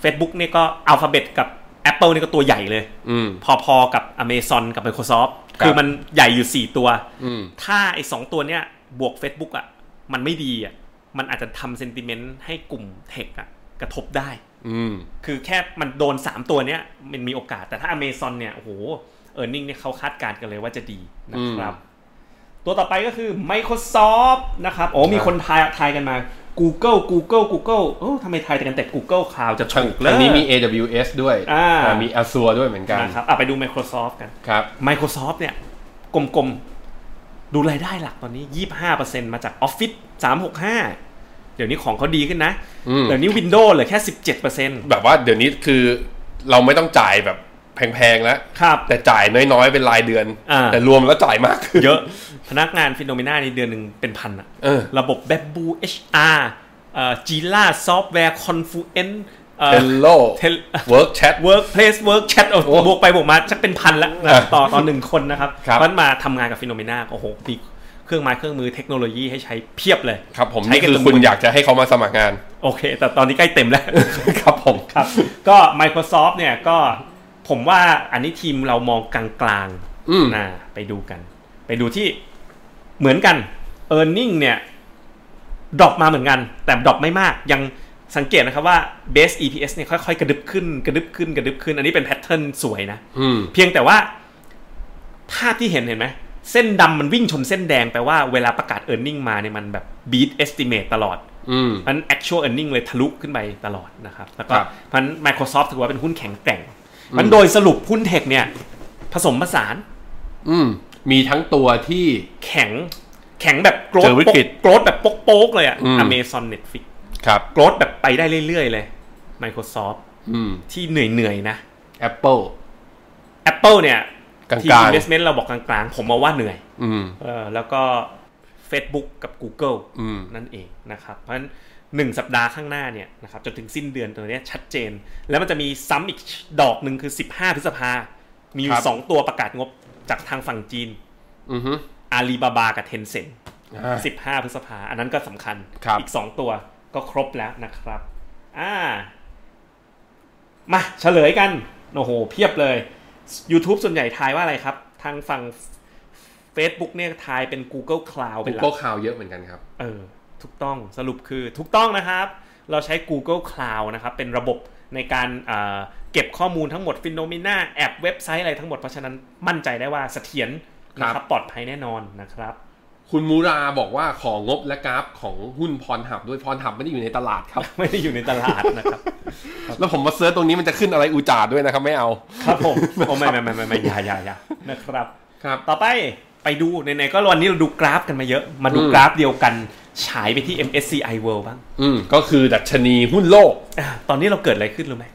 Facebook เนี่ยก็ Alphabet กับ Apple เนี่ยก็ตัวใหญ่เลย อืม พอๆกับ Amazon กับ Microsoft ครับ คือมันใหญ่อยู่ 4 ตัว อืม ถ้าไอ้สองตัวเนี้ยบวก Facebook อะมันไม่ดีอะมันอาจจะทำเซนติเมนต์ให้กลุ่มเทคอะกระทบได้ อืม คือแค่มันโดน 3 ตัวเนี้ยมันมีโอกาสแต่ถ้า Amazon เนี่ยโอ้โหเออร์เน็งเนี่ยเขาคาดการณ์กันเลยว่าจะดีนะครับ ตัวต่อไปก็คือ Microsoft นะครับ โอ้มีคนทายทายกันมา Google Google Google โอ้ทำไมทายกันแต่ Google Cloud จะ ทาง ถูกเลย ทางนี้มี AWS ด้วย อ่า อ่ามี Azure ด้วยเหมือนกัน นะครับอ่ะไปดู Microsoft กัน ครับ Microsoft เนี่ยกลมๆ ดูรายได้หลักตอนนี้ 25%มาจาก Office 365 เดี๋ยวนี้ของเขาดีขึ้นนะ อืม เดี๋ยวนี้ Windows เหลือแค่ 17% แบบว่าเดี๋ยวนี้คือเราไม่ต้องจ่ายแบบแพงๆแล้ว ครับ แต่จ่ายน้อยๆ เป็นรายเดือน อ่า แต่รวมแล้วจ่ายมากขึ้น เยอะ พนักงานฟิโนเมนาในเดือนหนึ่งเป็นพันอะ เออ ระบบแบบบู HR จีล่าซอฟต์แวร์คอนฟูเอน Hello เทล Work Chat Workplace Work Chat โอ้โห โอ้ บวกไปบวกมาจะเป็นพันแล้วนะ อ่ะ ต่อตอนหนึ่งคนนะครับ ครับ มันมาทำงานกับฟิโนเมนาโอ้โหมีเครื่องไม้เครื่องมือเทคโนโลยีให้ใช้เพียบเลย ครับผม ใช้ นี่ กัน คือ จน คุณ หมด อยากจะให้เขามาสมัครงาน โอเค แต่ตอนนี้ใกล้เต็มแล้ว [laughs] ครับผม ครับ ก็ Microsoft เนี่ยก็ผมว่าอันนี้ทีมเรามองกลาง อืม ๆนะไปดูกัน ไปดูที่เหมือนกัน e a r n i n g เนี่ยดรอปมาเหมือนกัน แต่ดรอปไม่มาก ยังสังเกตนะครับว่า base EPS เนี่ยค่อยๆ กระดึบขึ้น กระดึบขึ้น กระดึบขึ้น อันนี้เป็นแพทเทิร์นสวยนะ อืม เพียงแต่ว่าภาพที่เห็นเห็นไหม เส้นดำมันวิ่งชนเส้นแดงแปลว่าเวลาประกาศ e a r n i n g มาเนี่ยมันแบบ beat estimate ตลอด อืม มัน actual earning เลยทะลุขึ้นไปตลอดนะครับ แล้วก็ ครับ มัน Microsoft ถือว่าเป็นหุ้นแข็งแกร่ง มันโดยสรุปหุ้นเทคเนี่ย ผสมผสาน อืม มีทั้งตัวที่ แข็งแข็งแบบโกร เจ ด อวิกฤต โกรดแบบโป๊กๆเลยอะ อืม Amazon Netflix ครับ โกรดแบบไปได้เรื่อยๆเลย Microsoft อืม ที่เหนื่อยๆนะ Apple Apple เนี่ย กลางๆ ทีม investment เราบอกกลางๆ ผมมาว่าเหนื่อย อืม เออแล้วก็ Facebook กับ Google อืม นั่นเองนะครับ เพราะฉะนั้นหนึ่งสัปดาห์ข้างหน้าเนี่ยนะครับจนถึงสิ้นเดือนตัวเนี้ยชัดเจน แล้วมันจะมีซ้ำอีกดอกหนึ่งคือ 15 พฤษภา มีอ ค ยู่ รับ สองตัวประกาศงบจากทางฝั่งจีน อือฮึ อาลีบาบากับเทนเซ็น อ่า 15 พฤษภา อันนั้นก็สำคัญ ครับ อีก 2 ตัวก็ครบแล้วนะครับอ่ามาเฉลยกัน โอ้โห เพียบเลย YouTube ส่วนใหญ่ทายว่าอะไรครับ ทางฝั่ง Facebook เนี่ยทายเป็น Google Cloud เป็นหลัก Google Cloud เยอะเหมือนกันครับ เออถูกต้องสรุปคือถูกต้องนะครับ เราใช้ Google Cloud นะครับเป็นระบบในการเอ่อเก็บข้อมูลทั้งหมดฟินโนมิน่าแอปเว็บไซต์อะไรทั้งหมด เพราะฉะนั้นมั่นใจได้ว่าเสถียรนะค ครั รับบ ปลอดภัยแน่นอนนะครับ คุณมูราบอกว่าของงบและกราฟของหุ้นพรหับด้วยพรหับไม่ได้อยู่ในตลาดครับ ไม่ได้อยู่ในตลาดนะครับ แล้วผมมาเซิร์ชตรงนี้มันจะขึ้นอะไรอูจาดด้วยนะครับ ไม่เอา ครับผมโอ้ไม่ไม่ไม่ไม่ไม่อยาอยาอยานะครับ ครับ ต่อไปไปดูไหนๆก็วันนี้เราดูกราฟกันมาเยอะ มาดู อืม กราฟเดียวกันฉายไปที่ MSCI World บ้าง อืมก็คือดัชนีหุ้นโลก อ่ะตอนนี้เราเกิดอะไรขึ้นรู้ไหม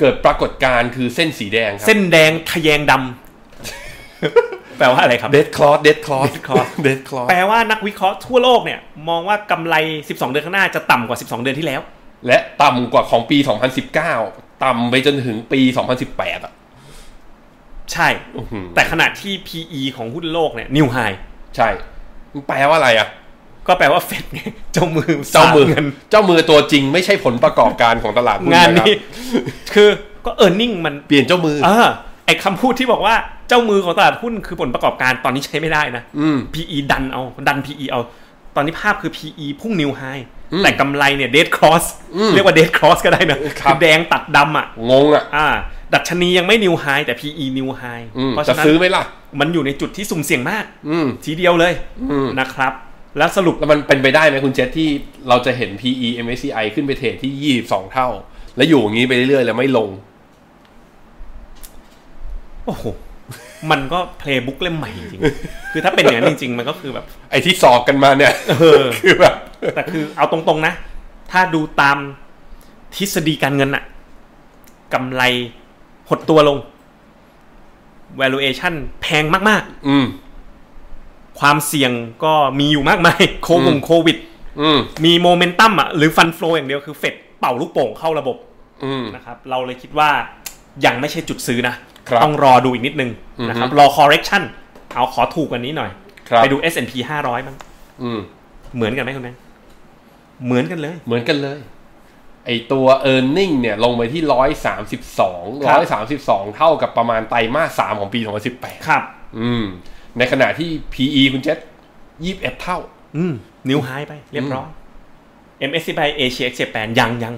เกิดปรากฏการณ์คือเส้นสีแดงครับ เส้นแดงทะแยงดำ แปลว่าอะไรครับ เดดคลอสเดดคลอส Dead [laughs] cloth เดดคลอส แปลว่านักวิเคราะห์ทั่วโลกเนี่ยมองว่ากำไร 12 เดือนข้างหน้าจะต่ำกว่า 12 เดือนที่แล้ว และต่ำกว่าของปี 2019 ต่ำไปจนถึงปี 2018 อ่ะ ใช่ แต่ขณะที่ PE ของหุ้นโลกเนี่ยนิวไฮ ใช่มันแปลว่าอะไรอ่ะ ก็แปลว่าเฟดไงเจ้ามือ เจ้ามือ สดเงิน เจ้ามือตัวจริงไม่ใช่ผลประกอบการของตลาดหุ้น งาน นะครับ นี้ คือก็เออร์เน็งมัน เปลี่ยนเจ้ามือ เออไอคำพูดที่บอกว่าเจ้ามือของตลาดหุ้นคือผลประกอบการตอนนี้ใช้ไม่ได้นะ อืม PE ดันเอาดัน PE เอา ตอนนี้ภาพคือ PE พุ่งนิวไฮ อืม แต่กำไรเนี่ยเด d ครอส อืม เรียกว่าเด d ครอสก็ได้นะ ครับ อแดงตัดดำอ่ะ งงอ่ะ อ่า ดัชนียังไม่นิวไฮแต่ PE นิวไฮ อืม เพราะ จะ ฉะนั้น ซื้อไหมล่ะ มันอยู่ในจุดที่สุ่มเสี่ยงมาก อืม ทีเดียวเลย อืม นะครับ แล้วสรุป แล้วมันเป็นไปได้ไหมคุณเจษที่เราจะเห็น PE MSCI ขึ้นไปเทรดที่ 22 เท่า และอยู่อย่างนี้ไปเรื่อยๆ แล้วไม่ลง โอ้โหมันก็เพลย์บุ๊กเล่มใหม่จริงๆคือถ้าเป็นอย่างนั้นจริง ๆ มันก็คือแบบ ไอ้ที่สอกกันมาเนี่ย เออ คือแบบ แต่คือเอาตรงๆนะ ถ้าดูตามทฤษฎีการเงินอะกำไรหดตัวลง valuation แพงมาก อืม ๆ ความเสี่ยงก็มีอยู่มากมาย [laughs] โควงโควิด อืม มีโมเมนตัมอ่ะหรือฟันโฟอย่างเดียวคือเฟดเป่าลูกโป่งเข้าระบบ อืม นะครับเราเลยคิดว่ายังไม่ใช่จุดซื้อนะ ครับ ต้องรอดูอีกนิดนึงนะครับ อือฮึ รอ correction เอาขอถูกกว่านี้หน่อย ครับ ไปดู S&P 500มั้าง อืม เหมือนกันไหมคุณแม่เหมือนกันเลย เหมือนกันเลย ไอตัว e a r n i n g เนี่ย ลงไปที่ 132 ครับ 132 เท่ากับประมาณไตรมาส 3 ของปี 2018 ครับ อืม ในขณะที่ PE คุณเจษ21 เท่า อืม นิ้วหายไปเรียบร้อย MSCI Asia X Japan ยังยัง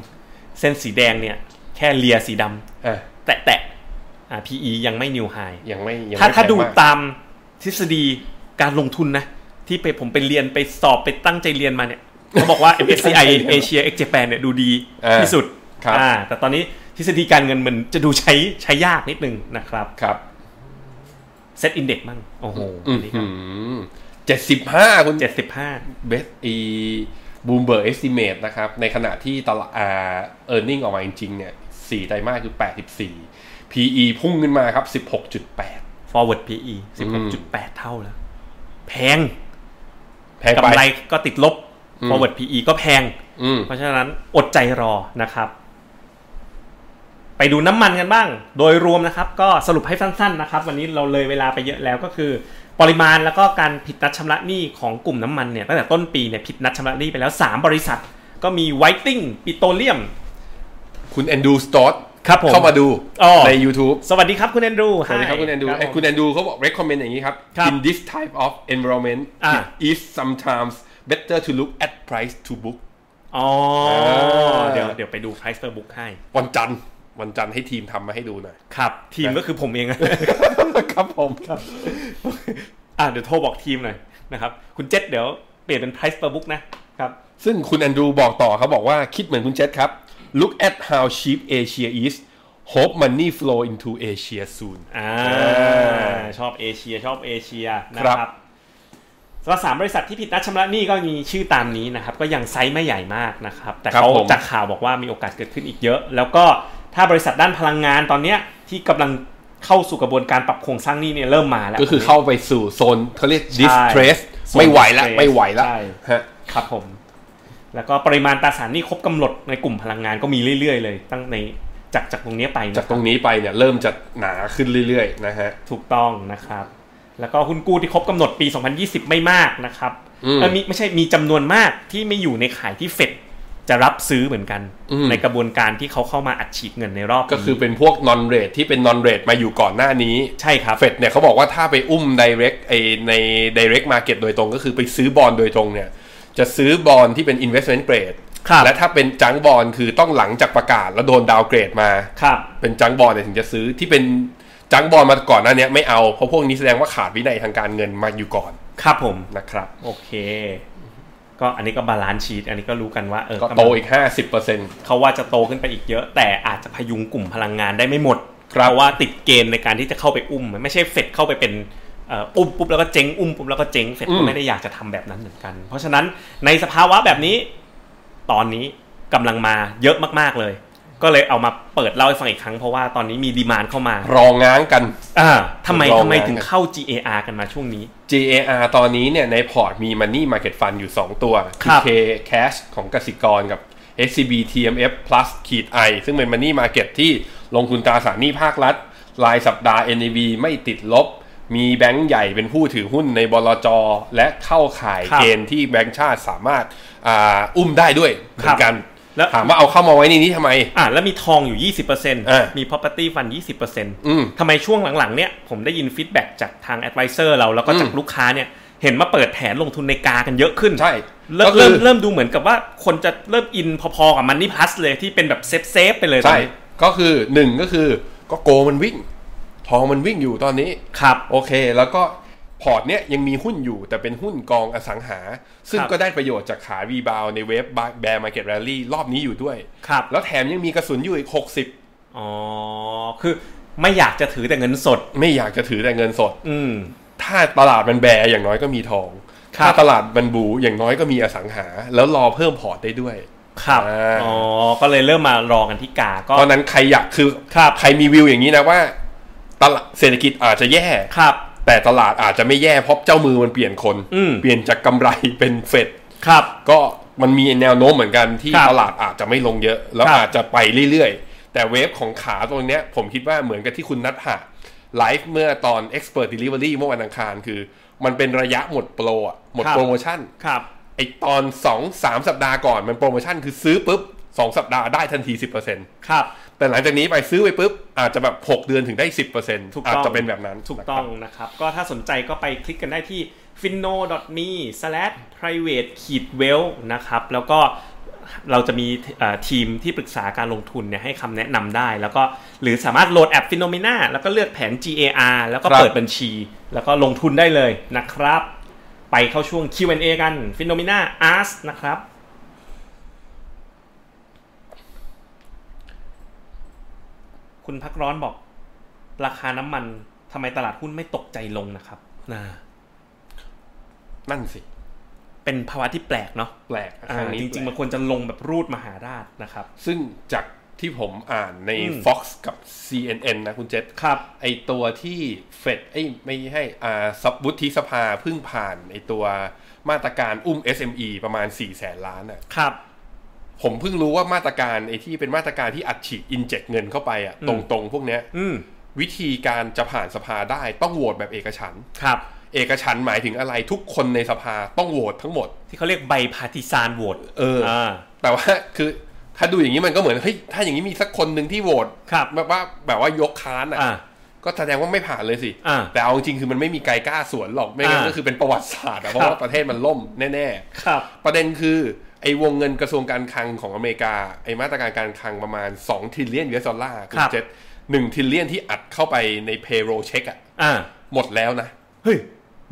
เส้นสีแดงเนี่ย แค่เลียสีด อ่ะ ำแตะแตะอ่า PE ยังไม่นิวไฮ ยังไม่ยัง ถ้า ไม่ ถ้าดู แพงมก ตามทฤษฎีการลงทุนนะ ที่ไปผมไปเรียนไปสอบไปตั้งใจเรียนมาเนี่ยเขาบอกว่า [laughs] MSCI Asia X Japan เนี่ยดูดีที่สุด ครับ อ่าแต่ตอนนี้ทฤษฎีการเงินมันจะดูใช้ใช้ยากนิดนึงนะครับ ครับ เซตอินเด็กซ์มั่งโอ้โห อื อั ม นนี้ก็ เจ็ดสิบห้าคุณ เจ็ดสิบห้า เบสอีบูมเบอร์เอสติเมตนะครับ ในขณะที่ตลาดอ่าเออร์เน็งออกมาจริงๆเนี่ยสี่ไตรมาสคือแปดสิบสี่ PE พุ่งขึ้นมาครับสิบหกจุดแปด forward PE อืม 16.8 เท่าแล้ว แพง แพงไป กำไรก็ติดลบ อืม forward PE ก็แพง อืม เพราะฉะนั้นอดใจรอนะครับ ไปดูน้ำมันกันบ้าง โดยรวมนะครับ ก็สรุปให้สั้นๆนะครับ วันนี้เราเลยเวลาไปเยอะแล้วก็คือ ปริมาณแล้วก็การผิดนัดชำระหนี้ของกลุ่มน้ำมันเนี่ยตั้งแต่ต้นปีเนี่ยผิดนัดชำระหนี้ไปแล้ว 3 บริษัท ก็มีไวติ้งปิโตรเลียม คุณแอนดูสตอต ครับผม เข้ามาดู อ๋อ ใน YouTube สวัสดีครับคุณแอนดรู สวัสดีครับ Hi คุณแอนดู รับ เอ้ย ผม คุณแอนดูเขาบอก recommend อย่างนี้ครับ ครับ in this type of environment อ่ะ it is sometimes better to look at price to book อ๋อ อ่า เดี๋ยวเดี๋ยวไปดู price per book ให้ วันจันทร์วันจันทร์ให้ทีมทำมาให้ดูหน่อย [laughs] ครับ ทีมก็คือผมเองอะ ครับผม อ่ะเดี๋ยวโทรบอกทีมหน่อยนะครับ คุณเจษเดี๋ยวเปลี่ยนเป็น price per book นะครับ ซึ่งคุณแอนดูบอกต่อเขาบอกว่าคิดเหมือนคุณเจษครับ look at how cheap Asia is hope money flow into Asia soon อ่าชอบเอเชียชอบเอเชียนะค ครั รับบ สำหรับสามบริษัทที่ผิดนัดชำระหนี้ก็มีชื่อตามนี้นะครับ ก็ยังไซส์ไม่ใหญ่มากนะครับ แต่ ครับ เขา ผม จากข่าวบอกว่ามีโอกาสเกิดขึ้นอีกเยอะ แล้วก็ถ้าบริษัทด้านพลังงานตอนเนี้ยที่กำลังเข้าสู่กระบวนการปรับโครงสร้างหนี้เนี่ยเริ่มมาแล้ว ก็คือเข้าไปสู่โซนเขาเรียก distress ไม่ไหวละ distress ไม่ไหวละ ใช่ ฮะ ครับผม แล้วก็ปริมาณตราสารหนี้ครบกำหนดในกลุ่มพลังงานก็มีเรื่อยๆ เลย ตั้งในจากจากตรงเนี้ยไปนะ จากตรงนี้ไปเนี่ยเริ่มจะหนาขึ้นเรื่อยๆนะฮะ ถูกต้องนะครับ แล้วก็หุ้นกู้ที่ครบกำหนดปี 2020 ไม่มากนะครับ อืม เออมีไม่ใช่มีจำนวนมากที่ไม่อยู่ในขายที่เฟดจะรับซื้อเหมือนกัน อืม ในกระบวนการที่เขาเข้ามาอัดฉีดเงินในรอบนี้ ก็คือเป็นพวก non rate ที่เป็น non rate มาอยู่ก่อนหน้านี้ ใช่ครับ เฟดเนี่ยเขาบอกว่าถ้าไปอุ้ม direct ไอใน direct market โดยตรงก็คือไปซื้อบอลโดยตรงเนี่ย จะซื้อบอลที่เป็น investment grade ครับ และถ้าเป็นจังบอลคือต้องหลังจากประกาศแล้วโดนดาวเกรดมา ครับ เป็นจังบอลเนี่ยถึงจะซื้อที่เป็นจังบอลมาก่อนหน้าเนี้ยไม่เอาเพราะพวกนี้แสดงว่าขาดวินัยทางการเงินมาอยู่ก่อน ครับผม นะครับ โอเค ก็อันนี้ก็บาลานซ์ชีตอันนี้ก็รู้กันว่าเออ ก็โตอีก 50% เขาว่าจะโตขึ้นไปอีกเยอะ แต่อาจจะพยุงกลุ่มพลังงานได้ไม่หมดเพราะว่าติดเกณฑ์ในการที่จะเข้าไปอุ้มมันไม่ใช่เฟดเข้าไปเป็นเอ่ออุ้มปุ๊บแล้วก็เจ๊งอุ้มปุ๊บแล้วก็เจ๊งเฟดก็ไม่ได้อยากจะทำแบบนั้นเหมือนกัน เพราะฉะนั้นในสภาวะแบบนี้ ตอนนี้กำลังมาเยอะมากๆเลย ก็เลยเอามาเปิดเล่าให้ฟังอีกครั้งเพราะว่าตอนนี้มีดีมานเข้ามาร องง้างกัน อ่าทำไม รอ ทำไม งาน ถึงเข้า GAR กันมาช่วงนี้ GAR ตอนนี้เนี่ยในพอร์ตมี Money Market Fund อยู่ 2 ตัว ครับ K Cash ของกสิกรกับ SCB TMF Plus ขีด I ซึ่งเป็น Money Market ที่ลงทุนตราสารหนี้ภาครัฐ รายสัปดาห์ NAV ไม่ติดลบ มีแบงก์ใหญ่เป็นผู้ถือหุ้นในบลจ และเข้าข่าย ครับ เกณฑ์ที่แบงก์ชาติสามารถอ่าอุ้มได้ด้วยเหมือนกัน ครับแล้ว ถามว่าเอาเข้ามาไว้ในนี้ทำไม อ่าแล้วมีทองอยู่ 20%มี property fund อืม 20%ทำไมช่วงหลังๆ เนี่ย ผมได้ยินฟีดแบ็กจากทาง advisor เรา แล้วก็จาก อืม ลูกค้าเนี่ย เห็นมาเปิดแผนลงทุนในกากันเยอะขึ้น ใช่ เริ่ม ก็คือ เริ่มเริ่มดูเหมือนกับว่าคนจะเริ่มอินพอๆ กับมันนี่พลัสเลยที่เป็นแบบเซฟเซฟๆไปเลยตอน ใช่ นี้ ก็คือหนึ่งก็คือก็โกมันวิ่ง ทองมันวิ่งอยู่ตอนนี้ ครับ โอเค แล้วก็พอร์ตเนี้ยยังมีหุ้นอยู่แต่เป็นหุ้นกองอสังหา ซึ่ง ครับ ก็ได้ประโยชน์จากขารีบาวในเว็บแบร์มาร์เก็ตแรลลี่รอบนี้อยู่ด้วย ครับ แล้วแถมยังมีกระสุนอยู่อีก 60 อ๋อ คือไม่อยากจะถือแต่เงินสด ไม่อยากจะถือแต่เงินสด อืม ถ้าตลาดมันแบร์อย่างน้อยก็มีทอง ครับ ถ้าตลาดมันบูอย่างน้อยก็มีอสังหา แล้วรอเพิ่มพอร์ตได้ด้วย ครับ อ่า อ๋อ ก็เลยเริ่มมารอกันที่กาก็ เพราะฉะนั้นใครอยากคือ ครับ ใครมีวิวอย่างนี้นะว่า ตลาดเศรษฐกิจอาจจะแย่ ครับ แต่ตลาดอาจจะไม่แย่เพราะเจ้ามือมันเปลี่ยนคน อืม เปลี่ยนจากกำไรเป็นเฟด ครับ ก็มันมีแนวโน้มเหมือนกันที่ ครับ ตลาดอาจจะไม่ลงเยอะ แล้ว ครับ อาจจะไปเรื่อยๆ แต่เวฟของขาตรงเนี้ยผมคิดว่าเหมือนกับที่คุณนัทหะไลฟ์เมื่อตอน Expert Delivery เมื่อวันอังคารคือ มันเป็นระยะหมดโปรอะหมด ครับ โปรโมชั่น ครับ ไอตอน 2 3 สัปดาห์ก่อนมันโปรโมชั่นคือซื้อปุ๊บ 2 สัปดาห์ได้ทันที 10% ครับ แต่หลังจากนี้ไปซื้อไปปุ๊บ อาจจะแบบ 6 เดือนถึงได้ 10% ถูกต้อง อาจจะเป็นแบบนั้น ถูกต้องนะครับ ก็ถ้าสนใจก็ไปคลิกกันได้ที่ finno.me/private-well นะครับ แล้วก็เราจะมีเอ่อทีมที่ปรึกษาการลงทุนเนี่ยให้คำแนะนำได้ แล้วก็หรือสามารถโหลดแอป Phenomena แล้วก็เลือกแผน GAR แล้วก็เปิดบัญชี แล้วก็ลงทุนได้เลยนะครับ ไปเข้าช่วง Q&A กัน Phenomena Ask นะครับ คุณพักร้อนบอก ราคาน้ำมันทำไมตลาดหุ้นไม่ตกใจลงนะครับนะ นั่นสิ เป็นภาวะที่แปลกเนาะ แปลก อ่า คงนี้ จริงๆ แปล มัน ก ควรจะลงแบบรูดมหาราชนะครับ ซึ่งจากที่ผมอ่านใน อืม Fox กับ CNN นะคุณเจษ ครับ ไอตัวที่เฟดไอยไม่ให้อ่าสับวุฒิสภาเพิ่งผ่านไอตัวมาตรการอุ้ม SME ประมาณ 4 แสนล้านอ่ะ ครับ ผมเพิ่งรู้ว่ามาตรการไอที่เป็นมาตรการที่อัดฉีดอินเจกเงินเข้าไปอ่ะตรงๆ พวกเนี้ย อืม วิธีการจะผ่านสภาได้ต้องโหวตแบบเอกฉันท์ ครับ เอกฉันท์หมายถึงอะไรทุกคนในสภาต้องโหวตทั้งหมด ที่เขาเรียกใบพาติซานโหวต เอออ่ อ่า แต่ว่าคือถ้าดูอย่างนี้มันก็เหมือนเฮ้ยถ้าอย่างนี้มีสักคนหนึ่งที่โหวต ครับ แบบว่าแบบว่ายกค้านอ่ะ อ่า ก็แสดงว่าไม่ผ่านเลยสิ อ่า แต่เอาจริงๆคือมันไม่มีใครกล้าสวนหรอก ไม่งั้น อ่า ก็คือเป็นประวัติศาสตร์อะเพราะ ครับ ว่าประเทศมันล่มแน่ ครับ ๆ ประเด็นคือไอ้วงเงินกระทรวงการคลังของอเมริกา ไอ้มาตรการการคลังประมาณ2ทิลเลียน US ดอลลาร์ ครับ เจ็ดหนึ่งทิลเลียนที่อัดเข้าไปใน payroll check อะ อ่า หมดแล้วนะ เฮ้ย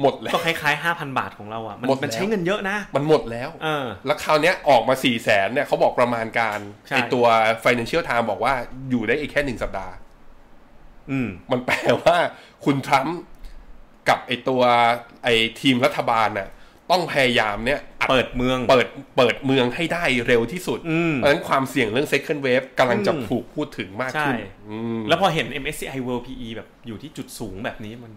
หมดแล้ [laughs] ก็ ว คล้ายๆห้าพันบาทของเราอ่ะ มัน หมดแล้ว มันใช้เงินเยอะนะ มันหมดแล้ว เออ แล้วคราวเนี้ยออกมา4ี่แสนเนี่ยเขาบอกประมาณการ ใช่ ไอตัว Financial Times บอกว่าอยู่ได้อีกแค่หนึ่งสัปดาห์ อืม มันแปลว่าคุณทรัมป์กับไอตัวไอทีมรัฐบาลน่ะต้องพยายามเนี่ยอั เปิดเมือง เปิดเปิดเมืองให้ได้เร็วที่สุด อืม เพราะฉะนั้นความเสี่ยงเรื่อง second wave กำลังจะ อืม ถูกพูดถึงมาก ใช่ ขึ้นอืม แล้วพอเห็น MSCI World PE แบบอยู่ที่จุดสูงแบบนี้มัน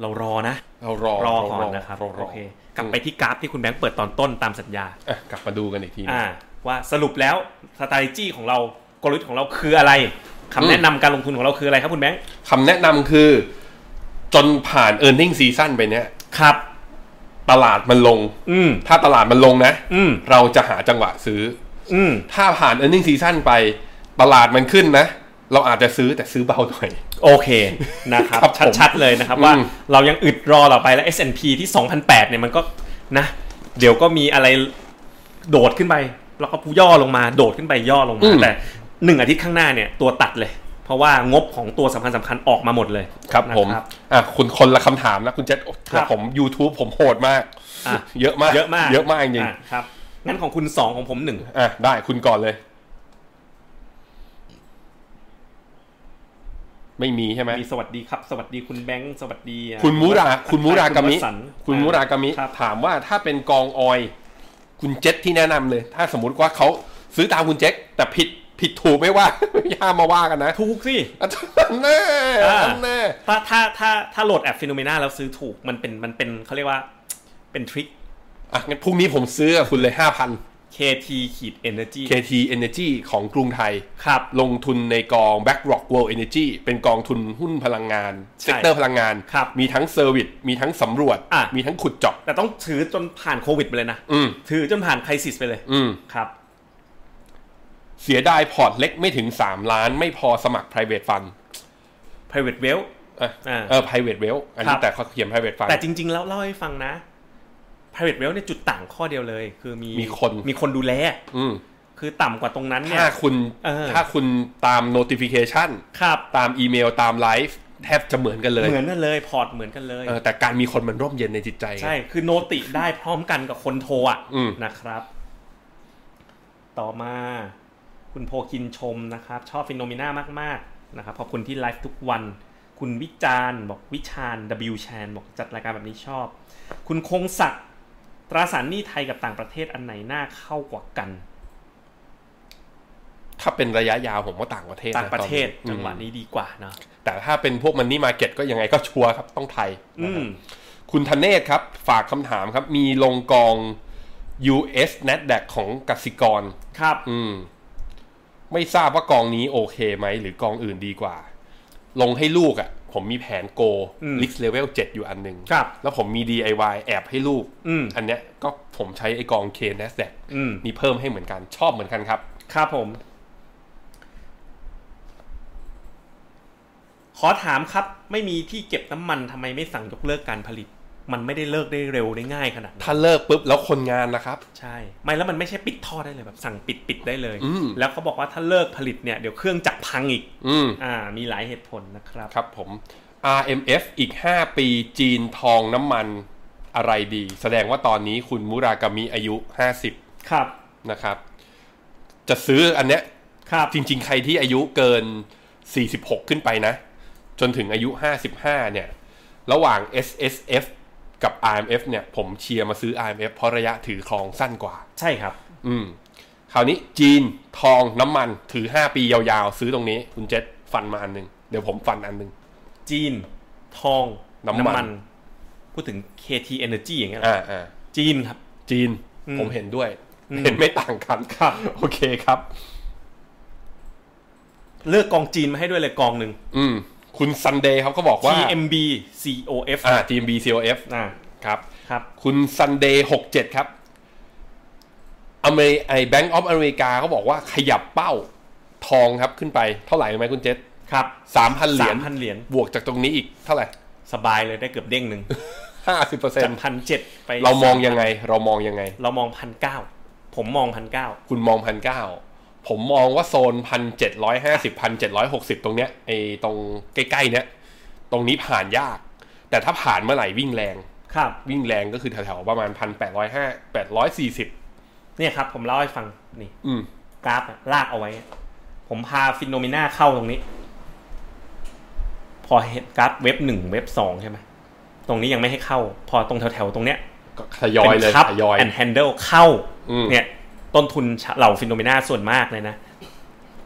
เรารอนะ เรารอ รอก่อนนะครับ เา โอเค กลับไปที่กราฟที่คุณแบงค์เปิดตอนต้นตามสัญญา อ่ะกลับมาดูกันอีกทีหนึ่ง อ่าว่าสรุปแล้วสต r a t e g y ของเรากลยุทธ์ของเราคืออะไรคำแนะนำการลงทุนของเราคืออะไรครับคุณแบงค์ คำแนะนำคือจนผ่าน e a r n i n g season ไปเนี่ย ครับ ตลาดมันลง อืม ถ้าตลาดมันลงนะ อืม เราจะหาจังหวะซื้อ อืม ถ้าผ่าน e a r n i n g season ไป ตลาดมันขึ้นนะ เราอาจจะซื้อแต่ซื้อเบาหน่อย โอเคนะครับ ครับผม ชัดๆเลยนะครับว่า อืม เรายังอึดรอต่อไปแล้ว S&P ที่ 2008 เนี่ยมันก็นะ เดี๋ยวก็มีอะไรโดดขึ้นไป แล้วก็ย่อลงมาโดดขึ้นไปย่อลง อื มาม แต่หนึ่งอาทิตย์ข้างหน้าเนี่ยตัวตัดเลย เพราะว่างบของตัวสำคัญสำคัญๆออกมาหมดเลย ครับผม นะ อ่ะคุณคนละคำถามนะ คุณเจษโอ้ ครับ ผม YouTube ผมโหดมาก อ่ะ เยอะมาก เยอะมาก เยอะมากจริง ะครับงั้นของคุณสองของผมหนึ่ง อ่ะได้คุณก่อนเลย ไม่มีใช่ไหม มีสวัสดีครับสวัสดีคุณแบงค์สวัสดีอ่ะ คุณมุราคุณมุรากามิ วสันต์ คุณมุรากามิ ครับ ถามว่าถ้าเป็นกองออย คุณเจษที่แนะนำเลย ถ้าสมมุติว่าเขาซื้อตามคุณเจษแต่ผิดผิดถูกไม่ว่า [laughs] ไม่ย่ามาว่ากันนะ ถูกสิ อันแน่อันแน่ ถ้าถ้าถ้าถ้าโหลดแอปฟิโนเมนาแล้วซื้อถูกมันเป็นมันเป็นเขาเรียกว่าเป็นทริค อ่ะงั้นพรุ่งนี้ผมซื้อกับคุณเลยห้าพัน KT ขีด energy KT Energy ของกรุงไทย ครับ ลงทุนในกอง BlackRock World Energy เป็นกองทุนหุ้นพลังงาน ใช่ เซกเตอร์พลังงาน ครับ มีทั้งเซอร์วิสมีทั้งสำรวจ อ่ะ มีทั้งขุดเจาะ แต่ต้องถือจนผ่านโควิดไปเลยนะ อืม ถือจนผ่านไครซิสไปเลย อืม ครับ เสียดายพอร์ตเล็กไม่ถึง 3 ล้าน ไม่พอสมัคร private fund private wealth อ่ะ อ่า เออ private wealth อัน ครั นี้ บ แต่เขาเขียน private fund แต่จริง ๆ แล้วเล่าให้ฟังนะ private wealth เนี่ยจุดต่างข้อเดียวเลย คือมี มีคน มีคนดูแล อืม คือต่ำกว่าตรงนั้นเนี่ย ถ้าคุณ เออ ถ้าคุณตาม notification ครับ ตามอีเมลตามไลฟ์แทบจะเหมือนกันเลย เหมือนกันเลยพอร์ตเหมือนกันเลย เออแต่การมีคนมันร่มเย็นในจิตใจไง ใช่ คือโนติได้พร้อมกันกับคนโทรอ่ะ อืม นะครับ ต่อมา คุณโพคินชมนะครับ ชอบฟิโนเมนามาก ๆ นะครับ ขอบคุณที่ไลฟ์ทุกวัน คุณวิจารณ์บอกวิชาญ W ชานบอกจัดรายการแบบนี้ชอบ คุณคงศักดิ์ตราสารหนี้ไทยกับต่างประเทศอันไหนน่าเข้ากว่ากัน ถ้าเป็นระยะยาวผมว่าต่างประเทศน ต่างประเทศ ตอนนี้ จังหวะนี้ดีกว่าเนาะ แต่ถ้าเป็นพวกมันนี่มาเก็ตก็ยังไงก็ชัวร์ครับต้องไทย อื นะครับ ม คุณธเนศครับ ฝากคำถามครับ มีลงกอง US n a s d a q ของกสิกร ครับ อืม ไม่ทราบว่ากองนี้โอเคไหม หรือกองอื่นดีกว่า ลงให้ลูกอะ่ะ ผมมีแผนโก อืม ลิกเลเวล7อยู่อันหนึ่ง ครับ แล้วผมมี DIY แอบให้ลูก อืม นเนี้ยก็ผมใช้ไอกอง K n a s d a q อืม นี่เพิ่มให้เหมือนกันชอบเหมือนกันครับ ครับผม ขอถามครับ ไม่มีที่เก็บน้ำมันทำไมไม่สั่งยกเลิกการผลิต มันไม่ได้เลิกได้เร็วได้ง่ายขนาดนั้น ถ้าเลิกปุ๊บแล้วคนงานนะครับ ใช่ ไม่แล้วมันไม่ใช่ปิดท่อได้เลยแบบ สั่งปิดปิดได้เลย อืม แล้วเขาบอกว่าถ้าเลิกผลิตเนี่ยเดี๋ยวเครื่องจักรพังอีก อืม อ่า มีหลายเหตุผลนะครับ ครับผม RMF อีก 5 ปีจีนทองน้ำมันอะไรดี แสดงว่าตอนนี้คุณมุรากามิอายุ 50 ครับ นะครับ จะซื้ออันเนี้ย ครับ จริงๆ ใครที่อายุเกิน 46 ขึ้นไปนะ จนถึงอายุ 55 เนี่ย ระหว่าง SSF กับ RMF เนี่ย ผมเชียร์มาซื้อ RMF เพราะระยะถือครองสั้นกว่า ใช่ครับ อืม คราวนี้จีนทองน้ำมันถือ 5 ปียาวๆ ซื้อตรงนี้ คุณเจษฟันมาอันหนึง เดี๋ยวผมฟันอันหนึง จีน ทอง น้ำมัน พูดถึง KT Energy อย่างเงี้ยเหรอ อ่าอ่า จีนครับ ๆจีน อืม ผมเห็นด้วย อืม เห็นไม่ต่างกัน ครับ [laughs] โอเคครับ เลือกกองจีนมาให้ด้วยเลยกองหนึ่ง อืม คุณซันเดย์เขาก็บอกว่า TMB COF อ่า TMB COF อ่า ครับ ครับ คุณซันเดย์หกเจ็ดครับอเมริไอแบงก์ออฟอเมริกาเขาบอกว่าขยับเป้าทองครับขึ้นไปเท่าไหร่รู้ไหมคุณเจษ ครับ สามพันเหรียญ สามพันเหรียญ บวกจากตรงนี้อีกเท่าไหร่ สบายเลยได้เกือบเด้งหนึ่ง ห้าสิบเปอร์เซ็น จากพันเจ็ดไป เรามองยังไง เรามองยังไง เรามองพันเก้าผมมองพันเก้า คุณมองพันเก้าผมมองว่าโซนพันเจ็ดร้อยห้าสิบพันเจ็ดร้อยหกสิบตรงเนี้ยไอตรงใกล้ๆเนี้ยตรงนี้ผ่านยาก แต่ถ้าผ่านเมื่อไหร่วิ่งแรง ครับ วิ่งแรงก็คือแถวๆประมาณพันแปดร้อยห้าแปดร้อยสี่สิบ เนี่ยครับ ผมเล่าให้ฟังนี่ อืม กราฟอะลากเอาไว้ ผมพาฟินโนเมนาเข้าตรงนี้ พอเห็นกราฟเว็บหนึ่งเว็บสองใช่ไหมตรงนี้ยังไม่ให้เข้า พอตรงแถวๆ ตรงเนี้ย ก็ทยอยเลย คับ ทยอย แอนด์แฮนเดิลเข้า อืม เนี่ย ต้นทุนเหล่าฟินโนเมนาส่วนมากเลยนะ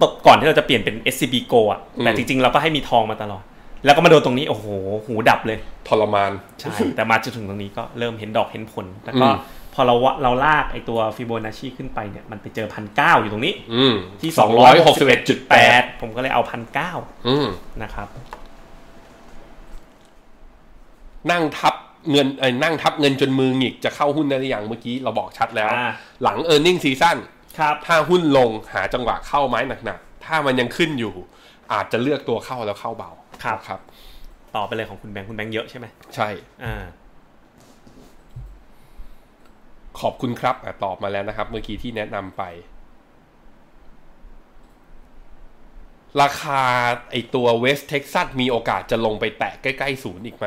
ตกก่อนที่เราจะเปลี่ยนเป็น SCB Go อ่ะ แต่จริงๆ เราก็ให้มีทองมาตลอด แล้วก็มาโดนตรงนี้ โอ้โห หูดับเลย ทรมาน ใช่ [laughs] แต่มาจนถึงตรงนี้ก็เริ่มเห็นดอกเห็นผล แต่ก็ อืม พอเราวะเราลากไอตัวฟิโบนัชชีขึ้นไปเนี่ย มันไปเจอพันเก้าอยู่ตรงนี้ อืม ที่ สองร้อยหกสิบเอ็ดจุดแป แป ด ดผมก็เลยเอาพันเก้า อืม นะครับ นั่งทับเงินเอ้ยนั่งทับเงินจนมือหงิกจะเข้าหุ้นได้หรือยังเมื่อกี้เราบอกชัดแล้ว อ่า หลัง e a r n i n g ็งซีซั่น ครับ ถ้าหุ้นลงหาจังหวะเข้าไม้หนักๆ ถ้ามันยังขึ้นอยู่ อาจจะเลือกตัวเข้าแล้วเข้าเบา ครับ ครับ ต่อไปเลยของคุณแบงค์คุณแบงค์เยอะใช่ไหม ใช่ อ่า ขอบคุณครับอ่ะตอบมาแล้วนะครับ เมื่อกี้ที่แนะนำไป ราคาไอตัวเวสเท็กซัสมีโอกาสจะลงไปแตะใกล้ๆศูนย์อีกไหม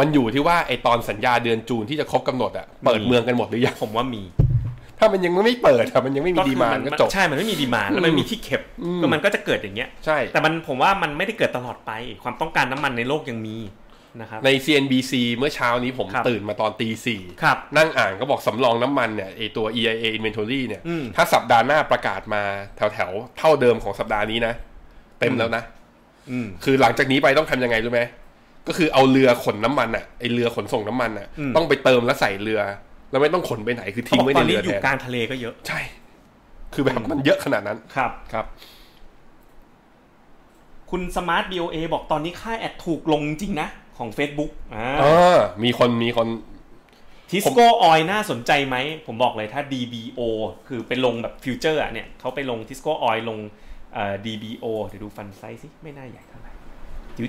มันอยู่ที่ว่าไอตอนสัญญาเดือนจูนที่จะครบกำหนดอะเปิด มี เมืองกันหมดหรือยัง ผมว่ามี ถ้ามันยังไม่เปิดอะมันยังไม่มีดีมาน ก็ ก็ คือ จบ ใช่ มันไม่มีดีมานแล้วมันมีที่เข็บ อืม ก็มันก็จะเกิดอย่างเงี้ย ใช่ แต่มันผมว่ามันไม่ได้เกิดตลอดไป ความต้องการน้ำมันในโลกยังมีนะครับ ใน CNBC เมื่อเช้านี้ผม ครับ ตื่นมาตอนตีสี่ ครับ นั่งอ่านก็บอกสำรองน้ำมันเนี่ยไอตัว EIA inventory เนี่ย อืม ถ้าสัปดาห์หน้าประกาศมาแถวแถวๆเท่าเดิมของสัปดาห์นี้นะ เต็มแล้วนะ อืม คือหลังจากนี้ไปต้องทำยังไงรู้ไหม ก็คือเอาเรือขนน้ำมันอ่ะไอเรือขนส่งน้ำมันอ่ะ อืม ต้องไปเติมแล้วใส่เรือ แล้วไม่ต้องขนไปไหนคือทิ้งไว้ ต ใน อน เรื นี้ อ อยู่ก แท ลาน งทะเลก็เยอะ ใช่ คือแบบมันเยอะขนาดนั้น ครับ ครับ คุณสมาร์ท BOA บอกตอนนี้ค่าแอดถูกลงจริงนะ ของ Facebook อ่า เออ มีคนมีคน ทิสโก้ออยน่าสนใจไหม ผมบอกเลยถ้า DBO คือไปลงแบบฟิวเจอร์อะเนี่ยเขาไปลงทิสโก้ออยลงเอ่อ DBO เดี๋ยวดูฟันไซส์สิไม่น่าใหญ่เท่าไหร่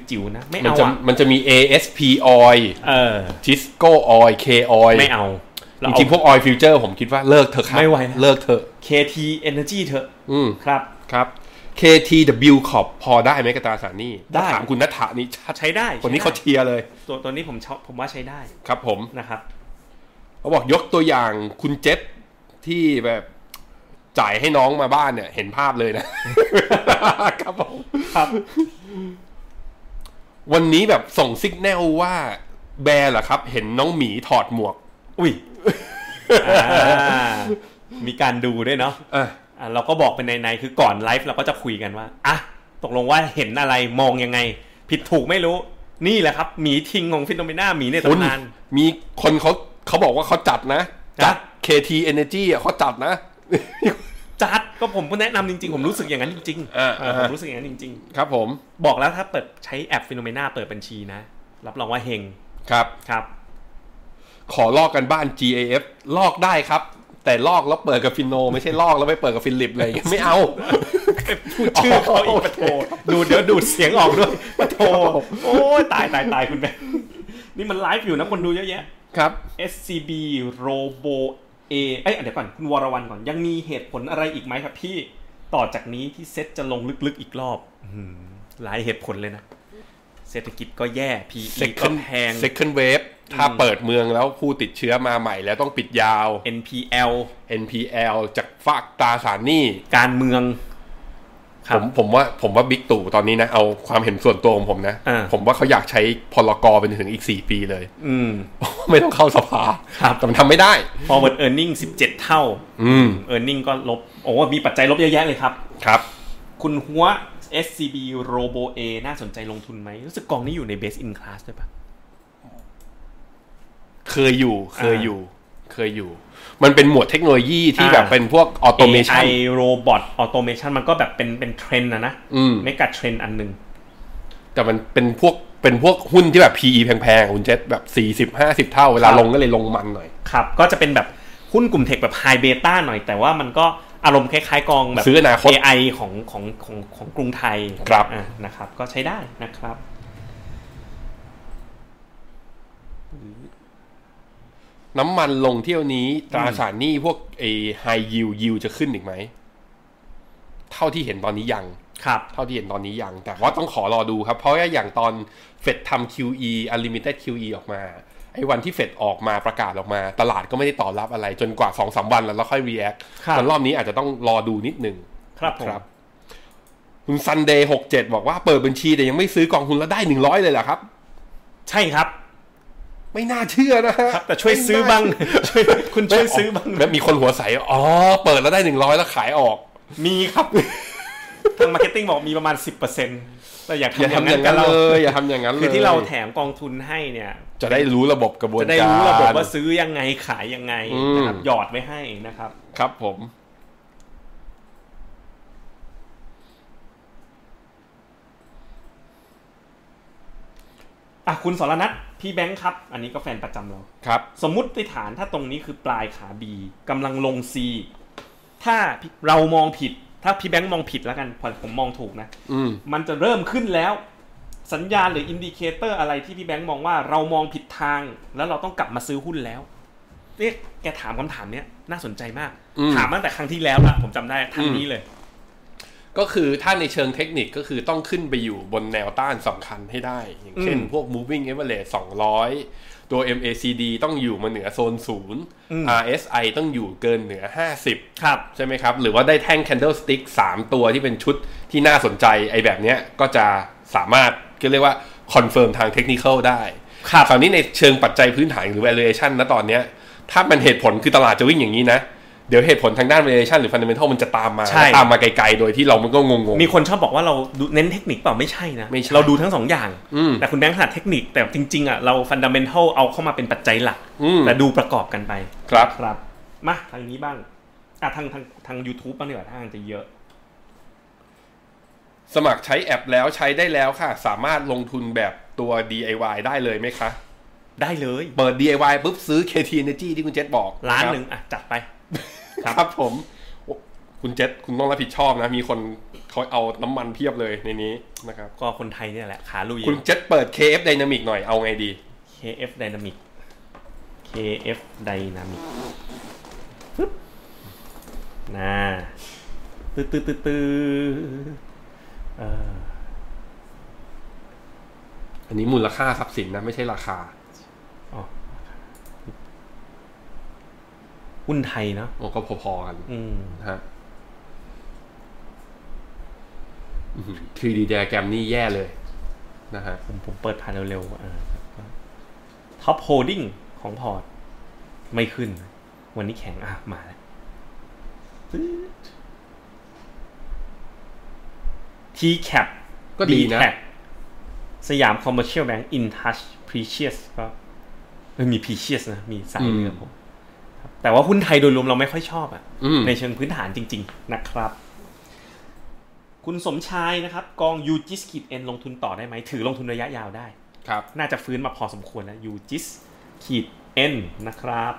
จิ๋วๆนะ ไม่ มัน เอา จะ อะ มันจะมี ASP oil เออ Tisco oil K oil ไม่เอา จ เา ริงๆพ เอา วก oil future ผมคิดว่าเลิกเถอะครับ ไม่ไหวแล้ว เลิกเถอะ KT Energy เถอะ อืม ครับ ครับ KTW Corp พอได้ไหมกบตราสารหนี่ ได้ ถามคุณนัฐานี่ ใช้ได้ คนนี้เขา ใช้ได้ เชียร์เลย ตัวตัวนี้ผมชอบผมว่าใช้ได้ ครับผม นะครับ เขาบอกยกตัวอย่างคุณเจษที่แบบจ่ายให้น้องมาบ้านเนี่ย เห็นภาพเลย [laughs] นะ ครับผม ครับ วันนี้แบบส่งสิกแนลว่าแบร์เหรอครับ เห็นน้องหมีถอดหมวก อุ้ยอ่ามีการดูด้วยเนาะ อ่ะ อ่ะเราก็บอกเป็นในๆคือก่อนไลฟ์เราก็จะคุยกันว่าอ่ะตกลงว่าเห็นอะไรมองยังไง ผิดถูกไม่รู้ นี่แหละครับหมีทิงของฟิโนเมนาหมีใน คุณ ตำนาน มีคนเขาเขาบอกว่าเขาจัดนะ จั จั ด ด KT Energy อ่ะเขาจัดนะ [laughs] จัดก็ผมแนะนำจริงๆ ผมรู้สึกอย่างนั้นจริงๆ อ่า เออผ อ่า มรู้สึกอย่างนั้นจริง ครับผม ๆ บอกแล้วถ้าเปิดใช้แอปฟิโนเมนาเปิดบัญชีนะ รับรองว่าเฮง ครับ ครับ ขอลอกกันบ้าน GAF ลอกได้ครับ แต่ลอกแล้วเปิดกับฟินโน ไม่ใช่ลอกแล้วไม่เปิดกับฟิลิปอะไรอย่างเงี้ยไม่เอา พูดชื่อเขาอีกปะโทดูดเดี๋ยวดูดเสียงออกด้วยปะโทโอ้ยตายตายตายคุณแม่นี่มันไลฟ์อยู่นะคนดูเยอะแยะ ครับ SCB Robo A เอ้ยเดี๋ยวก่อนคุณวรวันก่อน ยังมีเหตุผลอะไรอีกไหมครับพี่ต่อจากนี้ที่เซตจะลงลึกๆอีกรอบอืมหลายเหตุผลเลยนะ เศรษฐกิจก็แย่ PE ก็ second แพง second wave ถ้าเปิดเมืองแล้วผู้ติดเชื้อมาใหม่แล้วต้องปิดยาว NPL NPL จากฝากตราสารหนี้ การเมือง ครั ผ บ มผมว่าผมว่าบิ๊กตู่ตอนนี้นะ เอาความเห็นส่วนตัวของผมนะ อ่า ผมว่าเขาอยากใช้พลกรเป็นถึงอีก 4 ปีเลย อืม ไม่ต้องเข้าสภา ครับ แต่มันทำไม่ได้ forward earning 17 เท่า อืม earning ก็ลบ โอ้มีปัจจัยลบเยอะแยะเลยครับ ครับ คุณหัว SCB Robo A น่าสนใจลงทุนไหม รู้สึกกองนี้อยู่ใน Best in Class ด้วยปะ เคยอยู่เคย อ่า อยู่ เคยอยู่ มันเป็นหมวดเทคโนโลยีที่ อ่า แบบเป็นพวกออโตเมชัน AI Robot Automation มันก็แบบเป็นเป็นเทรนด์นะนะ อืม ไม่กัดเทรนด์อันหนึ่ง แต่มันเป็นพวกเป็นพวกหุ้นที่แบบ PE แพงๆอะคุณเจษแบบสี่สิบห้าสิบเท่าเวลาลงก็เลยลงมันหน่อย ครับ ก็จะเป็นแบบหุ้นกลุ่มเทคแบบ High Beta หน่อย แต่ว่ามันก็อารมณ์คล้ายๆกองแบบ ซื้ออนาคต AI ของของของของกรุงไทย ครับ อ่ะนะครับ ก็ใช้ได้นะครับ น้ำมันลงเที่ยวนี้ตราสารหนี้พวกไอ้ไฮยิวยิวจะขึ้นอีกไหม เท่าที่เห็นตอนนี้ยัง ครับ เท่าที่เห็นตอนนี้ยัง แต่ว่าต้องขอรอดูครับ เพราะว่าอย่างตอนเฟดทำ QE unlimited QE ออกมา ไอ้วันที่เฟดออกมาประกาศออกมา ตลาดก็ไม่ได้ตอบรับอะไรจนกว่า2อสวันแล้วแล้วค่อย react ครับ แต่รอบนี้อาจจะต้องรอดูนิดหนึ่ง ครับผม คุณซันเดย์หกเจ็ดบอกว่าเปิดบัญชีแต่ยังไม่ซื้อกองทุนแล้วได้หนึ่งร้อยเลยเหรอครับ ใช่ครับ ไม่น่าเชื่อนะฮะ ครับ แต่ช่วยซื้อ [laughs] บ้างช่วยคุณช่วยซื้อบ้าง แล้วมีคนหัวใสอ๋อเปิดแล้วได้หนึ่งร้อยแล้วขายออก มีครับ [laughs] ทางมาร์เก็ตติ้งบอกมีประมาณ 10%แต่อยาก อย่า ทำอย่าง ทำอ นั้ ย่าน ง กั นั้น น เรา เลยอย่าทำอย่างนั้นเลย คือที่เราแถมกองทุนให้เนี่ย จะได้รู้ระบบกระบวน จะ การ ได้รู้ระบบว่าซื้อยังไงขายยังไง อืม นะครับหยอดไว้ให้นะครับ ครับผม อ่ะคุณสรนัทพี่แบงค์ครับ อันนี้ก็แฟนประจำเรา ครับ สมมุติฐานถ้าตรงนี้คือปลายขา B กำลังลง C ถ้าเรามองผิด ถ้าพี่แบงค์มองผิดแล้วกันผมผมมองถูกนะ อืม มันจะเริ่มขึ้นแล้ว สัญญาณหรืออินดิเคเตอร์อะไรที่พี่แบงค์มองว่าเรามองผิดทาง แล้วเราต้องกลับมาซื้อหุ้นแล้วเนี่ยแกถามคำถามเนี้ยน่าสนใจมาก อืม ถามมาตั้งแต่ครั้งที่แล้วละผมจำได้ครั้งนี้เลย ก็คือถ้าในเชิงเทคนิคก็คือต้องขึ้นไปอยู่บนแนวต้านสำคัญให้ได้ อย่างเช่น อืม พวก moving average 200 ตัว MACD ต้องอยู่มาเหนือโซน อืม 0 RSI ต้องอยู่เกินเหนือ 50 ครับ ใช่ไหมครับ หรือว่าได้แท่ง candlestick 3 ตัวที่เป็นชุดที่น่าสนใจไอ้แบบเนี้ยก็จะสามารถก็เรียกว่าคอนเฟิร์มทางเทคนิคได้ ครับ คราวนี้ในเชิงปัจจัยพื้นฐานหรือ valuation นะตอนเนี้ยถ้ามันเหตุผลคือตลาดจะวิ่งอย่างนี้นะ เดี๋ยวเหตุผลทางด้าน valuation หรือ fundamental มันจะตามมา ใช่ ตามมาไกลๆ โดยที่เรามันก็งงๆ มีคนชอบบอกว่าเราดูเน้นเทคนิคเปล่าไม่ใช่นะ ไม่ใช่ เราดูทั้งสองอย่าง อืม แต่คุณแบงค์ถนัดเทคนิคแต่จริงๆอ่ะเราฟันดัมเบลทัลเอาเข้ามาเป็นปัจจัยหลัก อืม แต่ดูประกอบกันไป ครับ ครับ มาทางนี้บ้างอ่ะทางทางทาง YouTube บ้างดีกว่าทางจะเยอะ สมัครใช้แอปแล้วใช้ได้แล้วค่ะ สามารถลงทุนแบบตัว DIY ได้เลยไหมคะ ได้เลย เปิด DIY ปุ๊บซื้อ KT Energy ที่คุณเจษบอก ล้านะครับ หนึ่งอ่ะจัดไป ค ครับ รับผมโอ้คุณเจษคุณต้องรับผิดชอบนะ มีคนเขาเอาน้ำมันเพียบเลยในนี้นะครับ ก็คนไทยเนี่ยแหละขาลุย คุณเจษเปิด KF Dynamic หน่อยเอาไงดี KF Dynamic KF Dynamic ปึ๊บน่าตื้อตื้อตื้อตื้อเออ อันนี้มูลค่าทรัพย์สินนะ ไม่ใช่ราคา อ๋อหุ้นไทยเนาะ โอ้ก็พอๆกัน อืม นะฮะอื้อหือ 3D diagram นี่แย่เลยนะฮะ ผมผมเปิดผ่านเร็วๆอ่าท็อปโฮลดิ้งของพอร์ต ไม่ขึ้น วันนี้แข็งอ่ะ มาแล้ว TCAP ก็ดีนะ DCAP สยามคอมเมอร์เชียลแบงก์ InTouch Precious ก็เออมี Precious นะ มีสายเลือกผมครับแต่ว่าหุ้นไทยโดยรวมเราไม่ค่อยชอบอ่ะ อืม ในเชิงพื้นฐานจริง ๆ นะครับ คุณสมชายนะครับ กองยูจิสคิดเอ็นลงทุนต่อได้ไหม ถือลงทุนระยะยาวได้ ครับ น่าจะฟื้นมาพอสมควรแล้วยูจิสคิดเอ็นนะครับ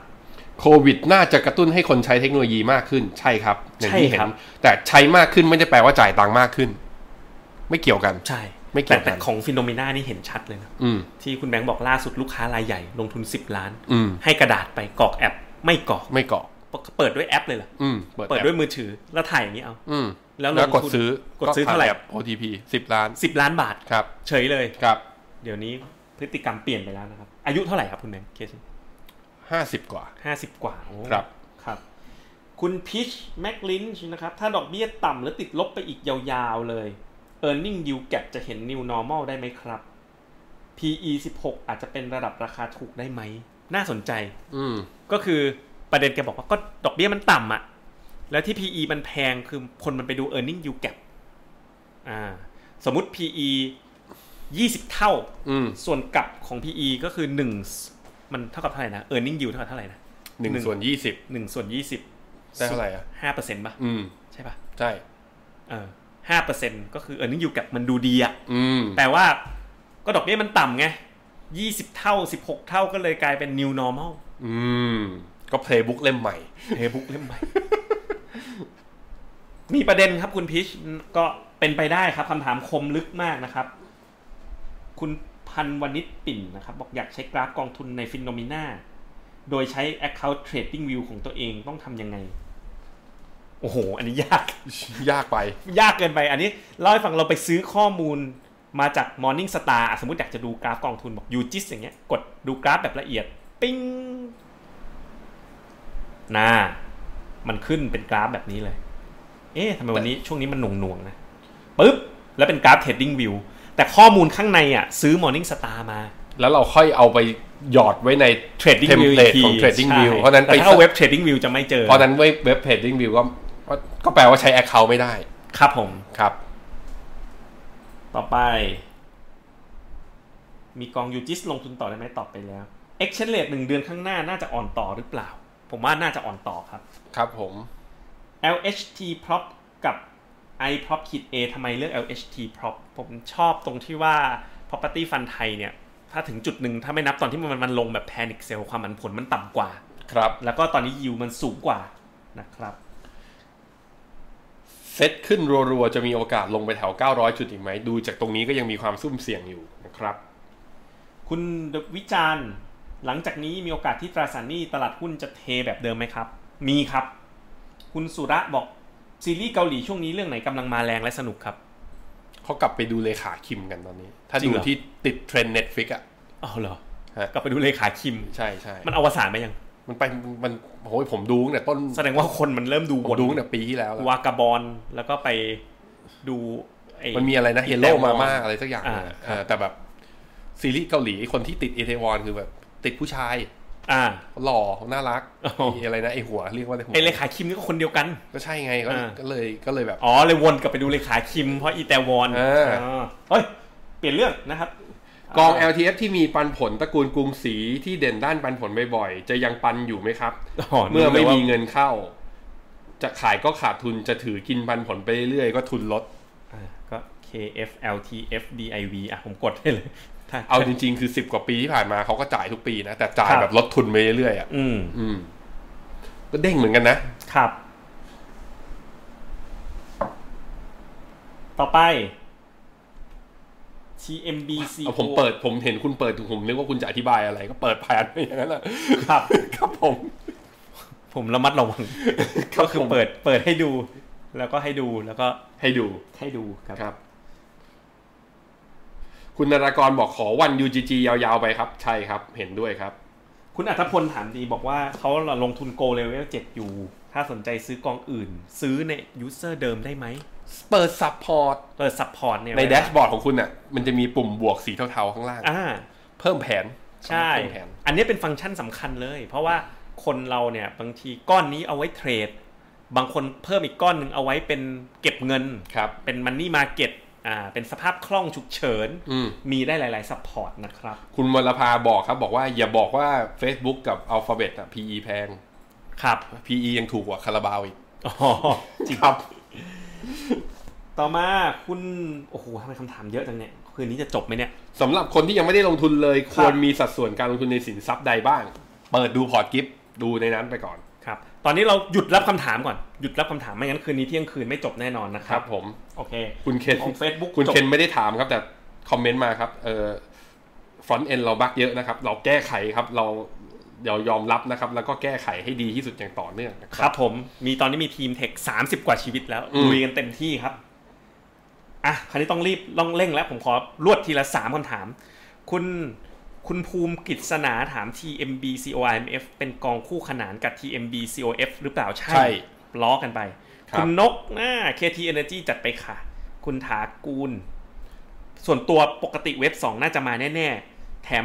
โควิดน่าจะกระตุ้นให้คนใช้เทคโนโลยีมากขึ้น ใช่ครับอย่างที่ ใช่ เห็ ครั น บ แต่ใช้มากขึ้นไม่ได้แปลว่าจ่ายตังค์มากขึ้น ไม่เกี่ยวกัน ใช่ ไม่เกี่ แต่ ยวกัน แต่ของฟิโนเมนานี่เห็นชัดเลยนะ อืม ที่คุณแบงค์บอกล่าสุดลูกค้ารายใหญ่ลงทุน 10 ล้าน อืม ให้กระดาษไปกรอกแอป ไม่กรอก ไม่เกาะ เปิดด้วยแอปเลยเหรอ อืม เปิด เปิด แอป ด้วยมือถือแล้วถ่ายอย่างนี้เอา อืม แล้วลงทุน แล้วกดซื้อก ดซื้อเท่าไหร่ ก็ผ่นแป OTP สิบล้าน 10 ล้านบาท ครับ เฉยเลย ครับ เดี๋ยวนี้พฤติกรรมเปลี่ยนไปแล้วนะครับ อายุเท่าไหร่ครับคุณแบงค์เคส ห้าสิบกว่า ห้าสิบกว่าโอ้ ครับ ครับ คุณพิชแม็กลินช์นะครับ ถ้าดอกเบี้ยต่ำหรือติดลบไปอีกยาวๆเลย e a r n i n g yield gap จะเห็น new normal ได้ไหมครับ PE 16 อาจจะเป็นระดับราคาถูกได้ไหม น่าสนใจ อืม ก็คือประเด็นแกบอกว่าก็ดอกเบี้ยมันต่ำอะแล้วที่ PE มันแพงคือคนมันไปดู e a r n i n g yield gap อ่า สมมติ PE 20 เท่า อืม ส่วนกลับของ PE ก็คือ 1 มันเท่ากับเท่าไหร่นะ earning yield เท่ากับเท่าไหร่นะ หนึ่ง หนึ่ง ส่วนยี่สิบ 1ส่วน20 ได้เท่าไหร่อ่ะ 5เปอร์เซ็นต์ป่ะ อืม ใช่ป่ะ ใช่ เออห้าเปอร์เซ็นต์ก็คือ earning yield กลับมันดูดีอะ อืม แต่ว่าก็ดอกเบี้ยมันต่ำไง 20 เท่า 16 เท่าก็เลยกลายเป็น new normal อืม ก็เพลย์บุ๊กเล่ม [laughs] ใหม่ เพย์บุ๊กเล่มใหม่ [laughs] มีประเด็นครับคุณพิชก็เป็นไปได้ครับคำถามคมลึกมากนะครับ คุณพันวนิชปิ่นนะครับ บอกอยากใช้กราฟกองทุนในฟินโนมิน่าโดยใช้ Account Trading View ของตัวเองต้องทำยังไง โอ้โห อันนี้ยาก ยากไป ยากเกินไป อันนี้เล่าให้ฟังเราไปซื้อข้อมูลมาจาก Morning Star อ่ะสมมติอยากจะดูกราฟกองทุนบอกยูจิสอย่างเงี้ย กดดูกราฟแบบละเอียด ปิ้งน่า มันขึ้นเป็นกราฟแบบนี้เลย เอ๊ะทำไมวันนี้ช่วงนี้มันหน่วงหน่วงๆนะปึ๊บ แล้วเป็นกราฟ Trading View แต่ข้อมูลข้างในอ่ะซื้อ Morning Star มา แล้วเราค่อยเอาไปหยอดไว้ใน Trading เทม View เพลต กที ของ Trading ใช่ View เพราะฉะนั้นไป แต่ถ้าเอาเว็บ Trading View จะไม่เจอ เพราะฉะนั้นเว็บเว็บ Trading View ก็ก็แปลว่าใช้ Account ไม่ได้ ครับผม ครับ ต่อไป มีกองยูจิสลงทุนต่อได้ไหมตอบไปแล้ว Exchange Rate หนึ่งเดือนข้างหน้าน่าจะอ่อนต่อหรือเปล่า ผมว่าน่าจะอ่อนต่อครับ ครับผม LHT prop กับ i prop ขีด A ทำไมเลือก LHT prop ผมชอบตรงที่ว่า property fund ไทยเนี่ย ถ้าถึงจุดหนึ่งถ้าไม่นับตอนที่มันมันลงแบบ panic sell ความผันผวนมันต่ำกว่า ครับ แล้วก็ตอนนี้ยิวมันสูงกว่านะครับ เซตขึ้นรัวๆ จะมีโอกาสลงไปแถว 900 จุดอีกไหม ดูจากตรงนี้ก็ยังมีความซุ่มเสี่ยงอยู่นะครับ คุณวิจารณ์หลังจากนี้มีโอกาสที่ตราสารหนี้ตลาดหุ้นจะเทแบบเดิมไหมครับ มีครับ คุณสุระบอกซีรีส์เกาหลีช่วงนี้เรื่องไหนกำลังมาแรงและสนุกครับ เขากลับไปดูเลขาคิมกันตอนนี้ ถ้า จริง ดู เหรอ ที่ติดเทรนด์ Netflix อ่ะ อ๋อเหรอ ฮะ กลับไปดูเลขาคิม ใช่ใช่ มันอวสานไปยัง มันไปมันโอ้ยผมดูตั้งแต่ต้น แสดงว่าคนมันเริ่มดู ผ ว ม น ดูตั้งแต่ปีที่แล้วแล้ว วากาบอลแล้วก็ไปดูไอ้ มันมีอะไรนะเฮโ o มาม่าอะไรสักอย่าง อ่า เนี่ยเออแต่แบบซีรีส์เกาหลีไอ้คนที่ติดเอเทวอนคือแบบติดผู้ชาย อ่า หล่อน่า [laughs] รัก อ๋อ มีอะไรนะไอหัวเรียกว่าอะไรหัว ไอเลขาคิมนี่ก็คนเดียวกัน ก็ใช่ไงก็ อ่า ก็เลยก็เลยแบบ อ๋อเลยวนกลับไปดูเลขาคิม เพราะอีแตวอน เอออ่ าเฮ้ยเปลี่ยนเรื่องนะครับ กอง LTF ที่มีปันผลตระกูลกรุงศรีที่เด่นด้านปันผลบ่อยๆ จะยังปันอยู่ไหมครับ อ๋อ เมื่อนึไม่กว่า มีเงินเข้า จะขายก็ขาดทุนจะถือกินปันผลไปเรื่อยๆก็ทุนลด อ่าก็ KFLTFDIV อ่ะผมกดได้เลยถ้า เอาจริงๆ คือ 10 กว่าปีที่ผ่านมาเขาก็จ่ายทุกปีนะ แต่จ่ายแบบลดทุนไปเรื่อยๆอ่ะ อืม อืม ก็เด้งเหมือนกันนะ ครับ ต่อไป TMBC เอาผมเปิดผมเห็นคุณเปิดผมนึกว่าคุณจะอธิบายอะไร ก็เปิดผ่านไปอย่างนั้นแหละ [laughs] ครับ ครับผม ผมระมัดระ [laughs] วัง ครั ก็ บ คือ ผม เปิดเปิดให้ดู แล้วก็ให้ดูแล้วก็ ให้ดู ให้ดูครับ ครับ คุณนรากรบอกขอวัน UGG ยาวๆไปครับ ใช่ครับ เห็นด้วยครับ คุณอัธพลถามดีบอกว่าเขาลงทุนโกเลเวล7อยู่ ถ้าสนใจซื้อกองอื่น ซื้อในยูเซอร์เดิมได้ไหม เปิดซัพพอร์ต เปิดซัพพอร์ตเนี่ย ในแดชบอร์ดของคุณอ่ะ มันจะมีปุ่มบวกสีเทาๆข้างล่าง อ่า เพิ่มแผน ใช่ เพิ่มแผน อันนี้เป็นฟังก์ชันสำคัญเลย เพราะว่าคนเราเนี่ยบางทีก้อนนี้เอาไว้เทรด บางคนเพิ่มอีกก้อนหนึ่งเอาไว้เป็นเก็บเงิน ครับ เป็นมันนี่มาเก็ต อ่าเป็นสภาพคล่องฉุกเฉิน อืม มีได้หลาย ๆ ซัพพอร์ตนะครับ คุณวรภาบอกครับ บอกว่าอย่าบอกว่า Facebook กับ Alphabet อ่ะ PE แพง ครับ PE ยังถูกกว่าคาราบาวอีก อ๋อ จริง ครับ ต่อมาคุณ โอ้โหทำไมคำถามเยอะจังเนี่ย คืนนี้จะจบไหมเนี่ย สำหรับคนที่ยังไม่ได้ลงทุนเลย ค ครับ วรมีสัดส่วนการลงทุนในสินทรัพย์ใดบ้าง เปิดดูพอร์ตกิฟต์ดูในนั้นไปก่อน ครับ ตอนนี้เราหยุดรับคำถามก่อน หยุดรับคำถาม ไม่งั้นคืนนี้เที่ยงคืนไม่จบแน่นอนนะค ค รั รับ บผม โอเค คุณเคน ของ Facebook คุณ จบ เคนไม่ได้ถามครับ แต่คอมเมนต์มาครับ เออฟรอนต์เอนเราบักเยอะนะครับ เราแก้ไขครับ เราเดี๋ยวยอมรับนะครับ แล้วก็แก้ไขให้ดีที่สุดอย่างต่อเนื่องนะค ครับ รับผมมีตอนนี้มีทีมเทคสามสิบกว่าชีวิตแล้ว อืม ลุยกันเต็มที่ครับ อ่ะ คราวนี้ต้องรีบต้องเร่งแล้ว ผมขอรวดทีละสามคำถาม คุณคุณภูมิกิจสนาถาม TMB COIMF เป็นกองคู่ขนานกับ TMB COF หรือเปล่าใช่ ใช่ ล้อกันไป ครับ คุณนกน่า KT Energy จัดไปค่ะ คุณถากูล ส่วนตัวปกติเว็บ 2 น่าจะมาแน่ ๆ แถม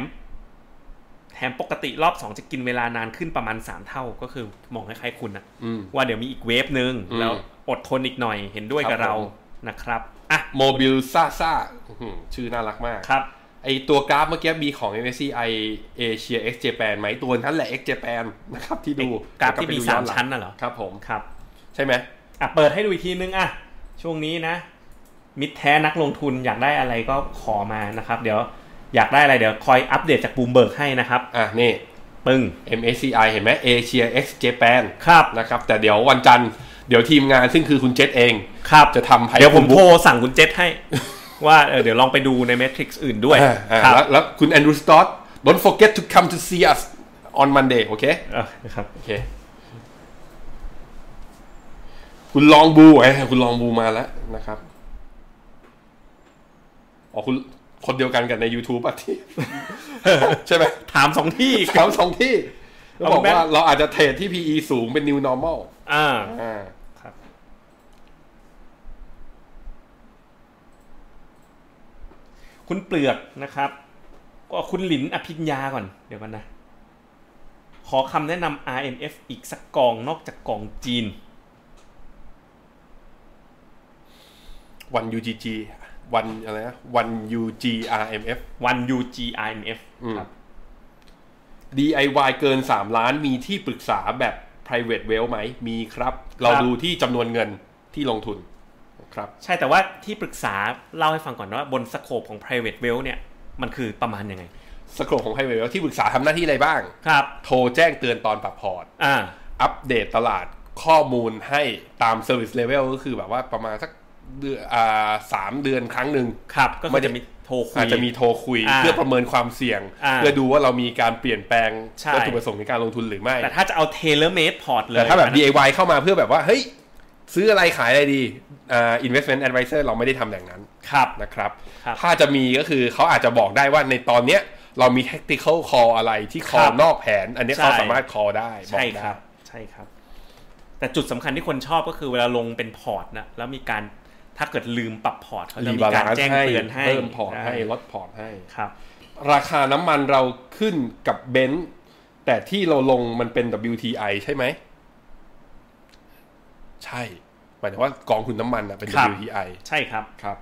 แถมปกติรอบ 2 จะกินเวลานานขึ้นประมาณ 3 เท่าก็คือมองคล้ายๆคุณนะ อืม ว่าเดี๋ยวมีอีกเวฟหนึ่ง อืม แล้วอดทนอีกหน่อยเห็นด้วยกับ ครับ เรา ผม นะครับ อ่ะ โมบิลซาซาชื่อน่ารักมาก ครับ ไอตัวกราฟเมื่อกี้มีของ MSCI Asia X Japan ไหมตัวนั้นแหละ X Japan นะครับที่ดู กราฟที่มี เดี๋ยวลับไปดูย้อ สาม ลัง ชั้นน่ะเหรอ ครับผม ครับ ใช่ไหม อ่ะ เปิดให้ดูอีกทีนึงอ่ะ ช่วงนี้นะ มิตรแท้นักลงทุนอยากได้อะไรก็ขอมานะครับ เดี๋ยวอยากได้อะไรเดี๋ยวคอยอัปเดตจากบูมเบิร์กให้นะครับ อ่ะ นี่ ปึ้ง MSCI เห็นไหม Asia X Japan ครับ นะครับ แต่เดี๋ยววันจันทร์เดี๋ยวทีมงานซึ่งคือคุณเจษเอง ครับ จะทำให้ เดี๋ยวผม คุณ โทร บุ๊ก สั่งคุณเจษ [laughs] ให้ ว่าเออเดี๋ยวลองไปดูในเมทริกซ์อื่นด้วย อ่าอ่า ครับ แล้วแล้วคุณแอนดรูสตอต don't forget to come to see us on Monday โอเค เออครับ โอเค คุณลองบูไอ้คุณลองบูมาแล้วนะครับ อ๋อคุณคนเดียวกันกับใน YouTube อ่ะ [laughs] ที่ ใช่ไหม ถามสองที่ ถามสองที่แล้วบอกว่าเราอาจจะเทรดที่ PE สูงเป็น new normal อ่า อ่า ครับ คุณเปลือกนะครับ ก็คุณหลินอภิญญาก่อน เดี๋ยวกันนะ ขอคำแนะนำ RMF อีกสักกองนอกจากกองจีน วัน UGG วันอะไรนะ วัน UGRMF 1 UG RMF ครับ DIY เกิน 3 ล้านมีที่ปรึกษาแบบ private wealth ไหม มีครับ เราดูที่จำนวนเงินที่ลงทุนนะครับ ใช่แต่ว่าที่ปรึกษาเล่าให้ฟังก่อนว่าบนสโคปของ private wealth เนี่ย มันคือประมาณยังไง สโคปของไฮเวย์ที่ปรึกษาทำหน้าที่อะไรบ้าง ครับ โทรแจ้งเตือนตอนปรับพอร์ต อ่า อัปเดตตลาดข้อมูลให้ตามเซอร์วิสเลเวลก็คือแบบว่าประมาณสักเดือนอ่าสามเดือนครั้งหนึ่ง ครับ ก็ มั คือน จะ จะมีโทรคุย อาจจะมีโทรคุย อ่า เพื่อประเมินความเสี่ยง อ่า เพื่อดูว่าเรามีการเปลี่ยนแปลง ใช่ วัตถุประสงค์ในการลงทุนหรือไม่ แต่ถ้าจะเอา tailor made port เลย แต่ถ้าแบบ อันนั้น DIY เข้ามาเพื่อแบบว่า เฮ้ย ซื้ออะไรขายอะไรดีอ่า investment advisor เราไม่ได้ทำอย่างนั้น ครับ นะครับ ครับ ถ้าจะมีก็คือเขาอาจจะบอกได้ว่าในตอนเนี้ย เรามี tactical call อะไรที่คอ ครับ นอกแผน อันเนี้ย ใช่ เขาสามารถ call ได้บอ ใช่ ก ค ได้ รับ ใช่ครับ แต่จุดสำคัญที่คนชอบก็คือเวลาลงเป็นพอร์ตนะ แล้วมีการถ้าเกิดลืมปรับพอร์ตเขาจะ รี มี บา การ ลาน แจ้ง ซ์ให้ เตือนให้ เพิ่มพอร์ตให้ ได้ ลดพอร์ตให้ ครับ ราคาน้ำมันเราขึ้นกับเบนซ์แต่ที่เราลงมันเป็น WTI ใช่ไหม ใช่ หมายถึงว่ากองทุนน้ำมันนะเป็น ครับ WTI ใช่ครับ ครับ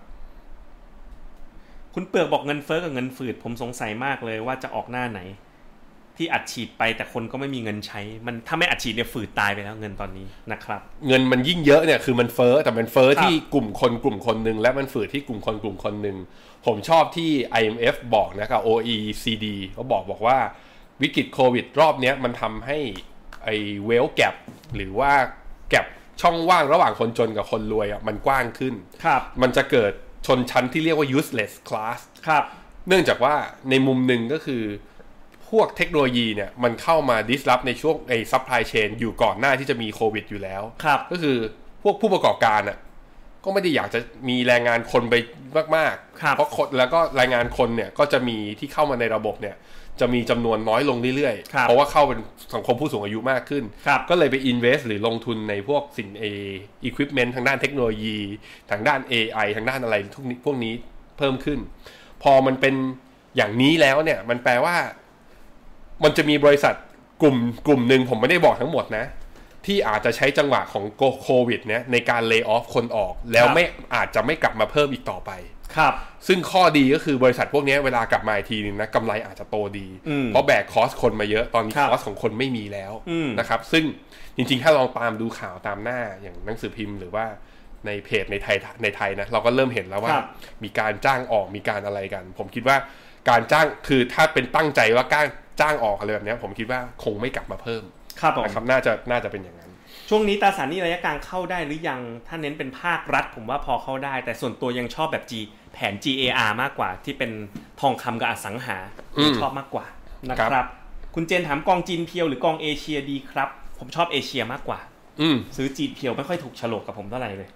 คุณเปลือกบอกเงินเฟ้อกับเงินฝืด ผมสงสัยมากเลยว่าจะออกหน้าไหน ที่อัดฉีดไปแต่คนก็ไม่มีเงินใช้ มันถ้าไม่อัดฉีดเนี่ยฝืดตายไปแล้วเงินตอนนี้นะครับ เงินมันยิ่งเยอะเนี่ยคือมันเฟ้อแต่มันเฟ้อที่กลุ่มคนกลุ่มคนหนึ่งและมันฝืดที่กลุ่มคนกลุ่มคนหนึ่งผมชอบที่ IMF บอกนะกับ OECD เขาบอกบอกว่าวิกฤตโควิดรอบเนี้ยมันทำให้ไอ้เวลแก p หรือว่าแก p ช่องว่างระหว่างคนจนกับคนรวยอ่ะมันกว้างขึ้น ครับ มันจะเกิดชนชั้นที่เรียกว่า useless class ครับ เนื่องจากว่าในมุมหนึ่งก็คือพวกเทคโนโลยีเนี่ยมันเข้ามา disrupt ในช่วงใน supply chain อยู่ก่อนหน้าที่จะมีโควิดอยู่แล้ว ครับ ก็คือพวกผู้ประกอบการอ่ะก็ไม่ได้อยากจะมีแรงงานคนไปมาก ครับ ๆ เพราะคนแล้วก็แรงงานคนเนี่ยก็จะมีที่เข้ามาในระบบเนี่ยจะมีจำนวนน้อยลงเรื่อย ครับ ๆ เพราะว่าเข้าเป็นสังคมผู้สูงอายุมากขึ้น ครับ ก็เลยไป invest หรือลงทุนในพวกสินเอ equipment ทางด้านเทคโนโลยี ทางด้าน AI ทางด้านอะไรทุกนี้พวกนี้เพิ่มขึ้น พอมันเป็นอย่างนี้แล้วเนี่ยมันแปลว่า มันจะมีบริษัทกลุ่มกลุ่มหนึ่งผมไม่ได้บอกทั้งหมดนะ ที่อาจจะใช้จังหวะของโควิดเนี่ยในการเลิกออฟคนออก แล้ว ครับ ไม่อาจจะไม่กลับมาเพิ่มอีกต่อไป ครับ ซึ่งข้อดีก็คือบริษัทพวกเนี้ยเวลากลับมาอีกทีนึงนะกำไรอาจจะโตดี อืม เพราะแบกคอสคนมาเยอะตอนนี้ ครับ คอสของคนไม่มีแล้ว อืม นะครับซึ่งจริงๆ ถ้าลองตามดูข่าวตามหน้าอย่างหนังสือพิมพ์หรือว่าในเพจในไทยในไทยนะเราก็เริ่มเห็นแล้วว่า ครับ มีการจ้างออกมีการอะไรกัน ผมคิดว่าการจ้างคือถ้าเป็นตั้งใจว่าการจ้างออกอะไรแบบเนี้ยผมคิดว่าคงไม่กลับมาเพิ่ม ครับผม นะครับน่าจะน่าจะเป็นอย่างนั้น ช่วงนี้ตราสารหนี้ระยะกลางเข้าได้หรือยัง ถ้าเน้นเป็นภาครัฐผมว่าพอเข้าได้ แต่ส่วนตัวยังชอบแบบ G แผน GAR มากกว่าที่เป็นทองคำกับอสังหา อืม ชอบมากกว่านะค ครั รับ บ คุณเจนถามกองจีนเพียวหรือกองเอเชียดีครับ ผมชอบเอเชียมากกว่า อืม ซื้อจีนเพียวไม่ค่อยถูกโฉลกกับผมเท่าไหร่เลย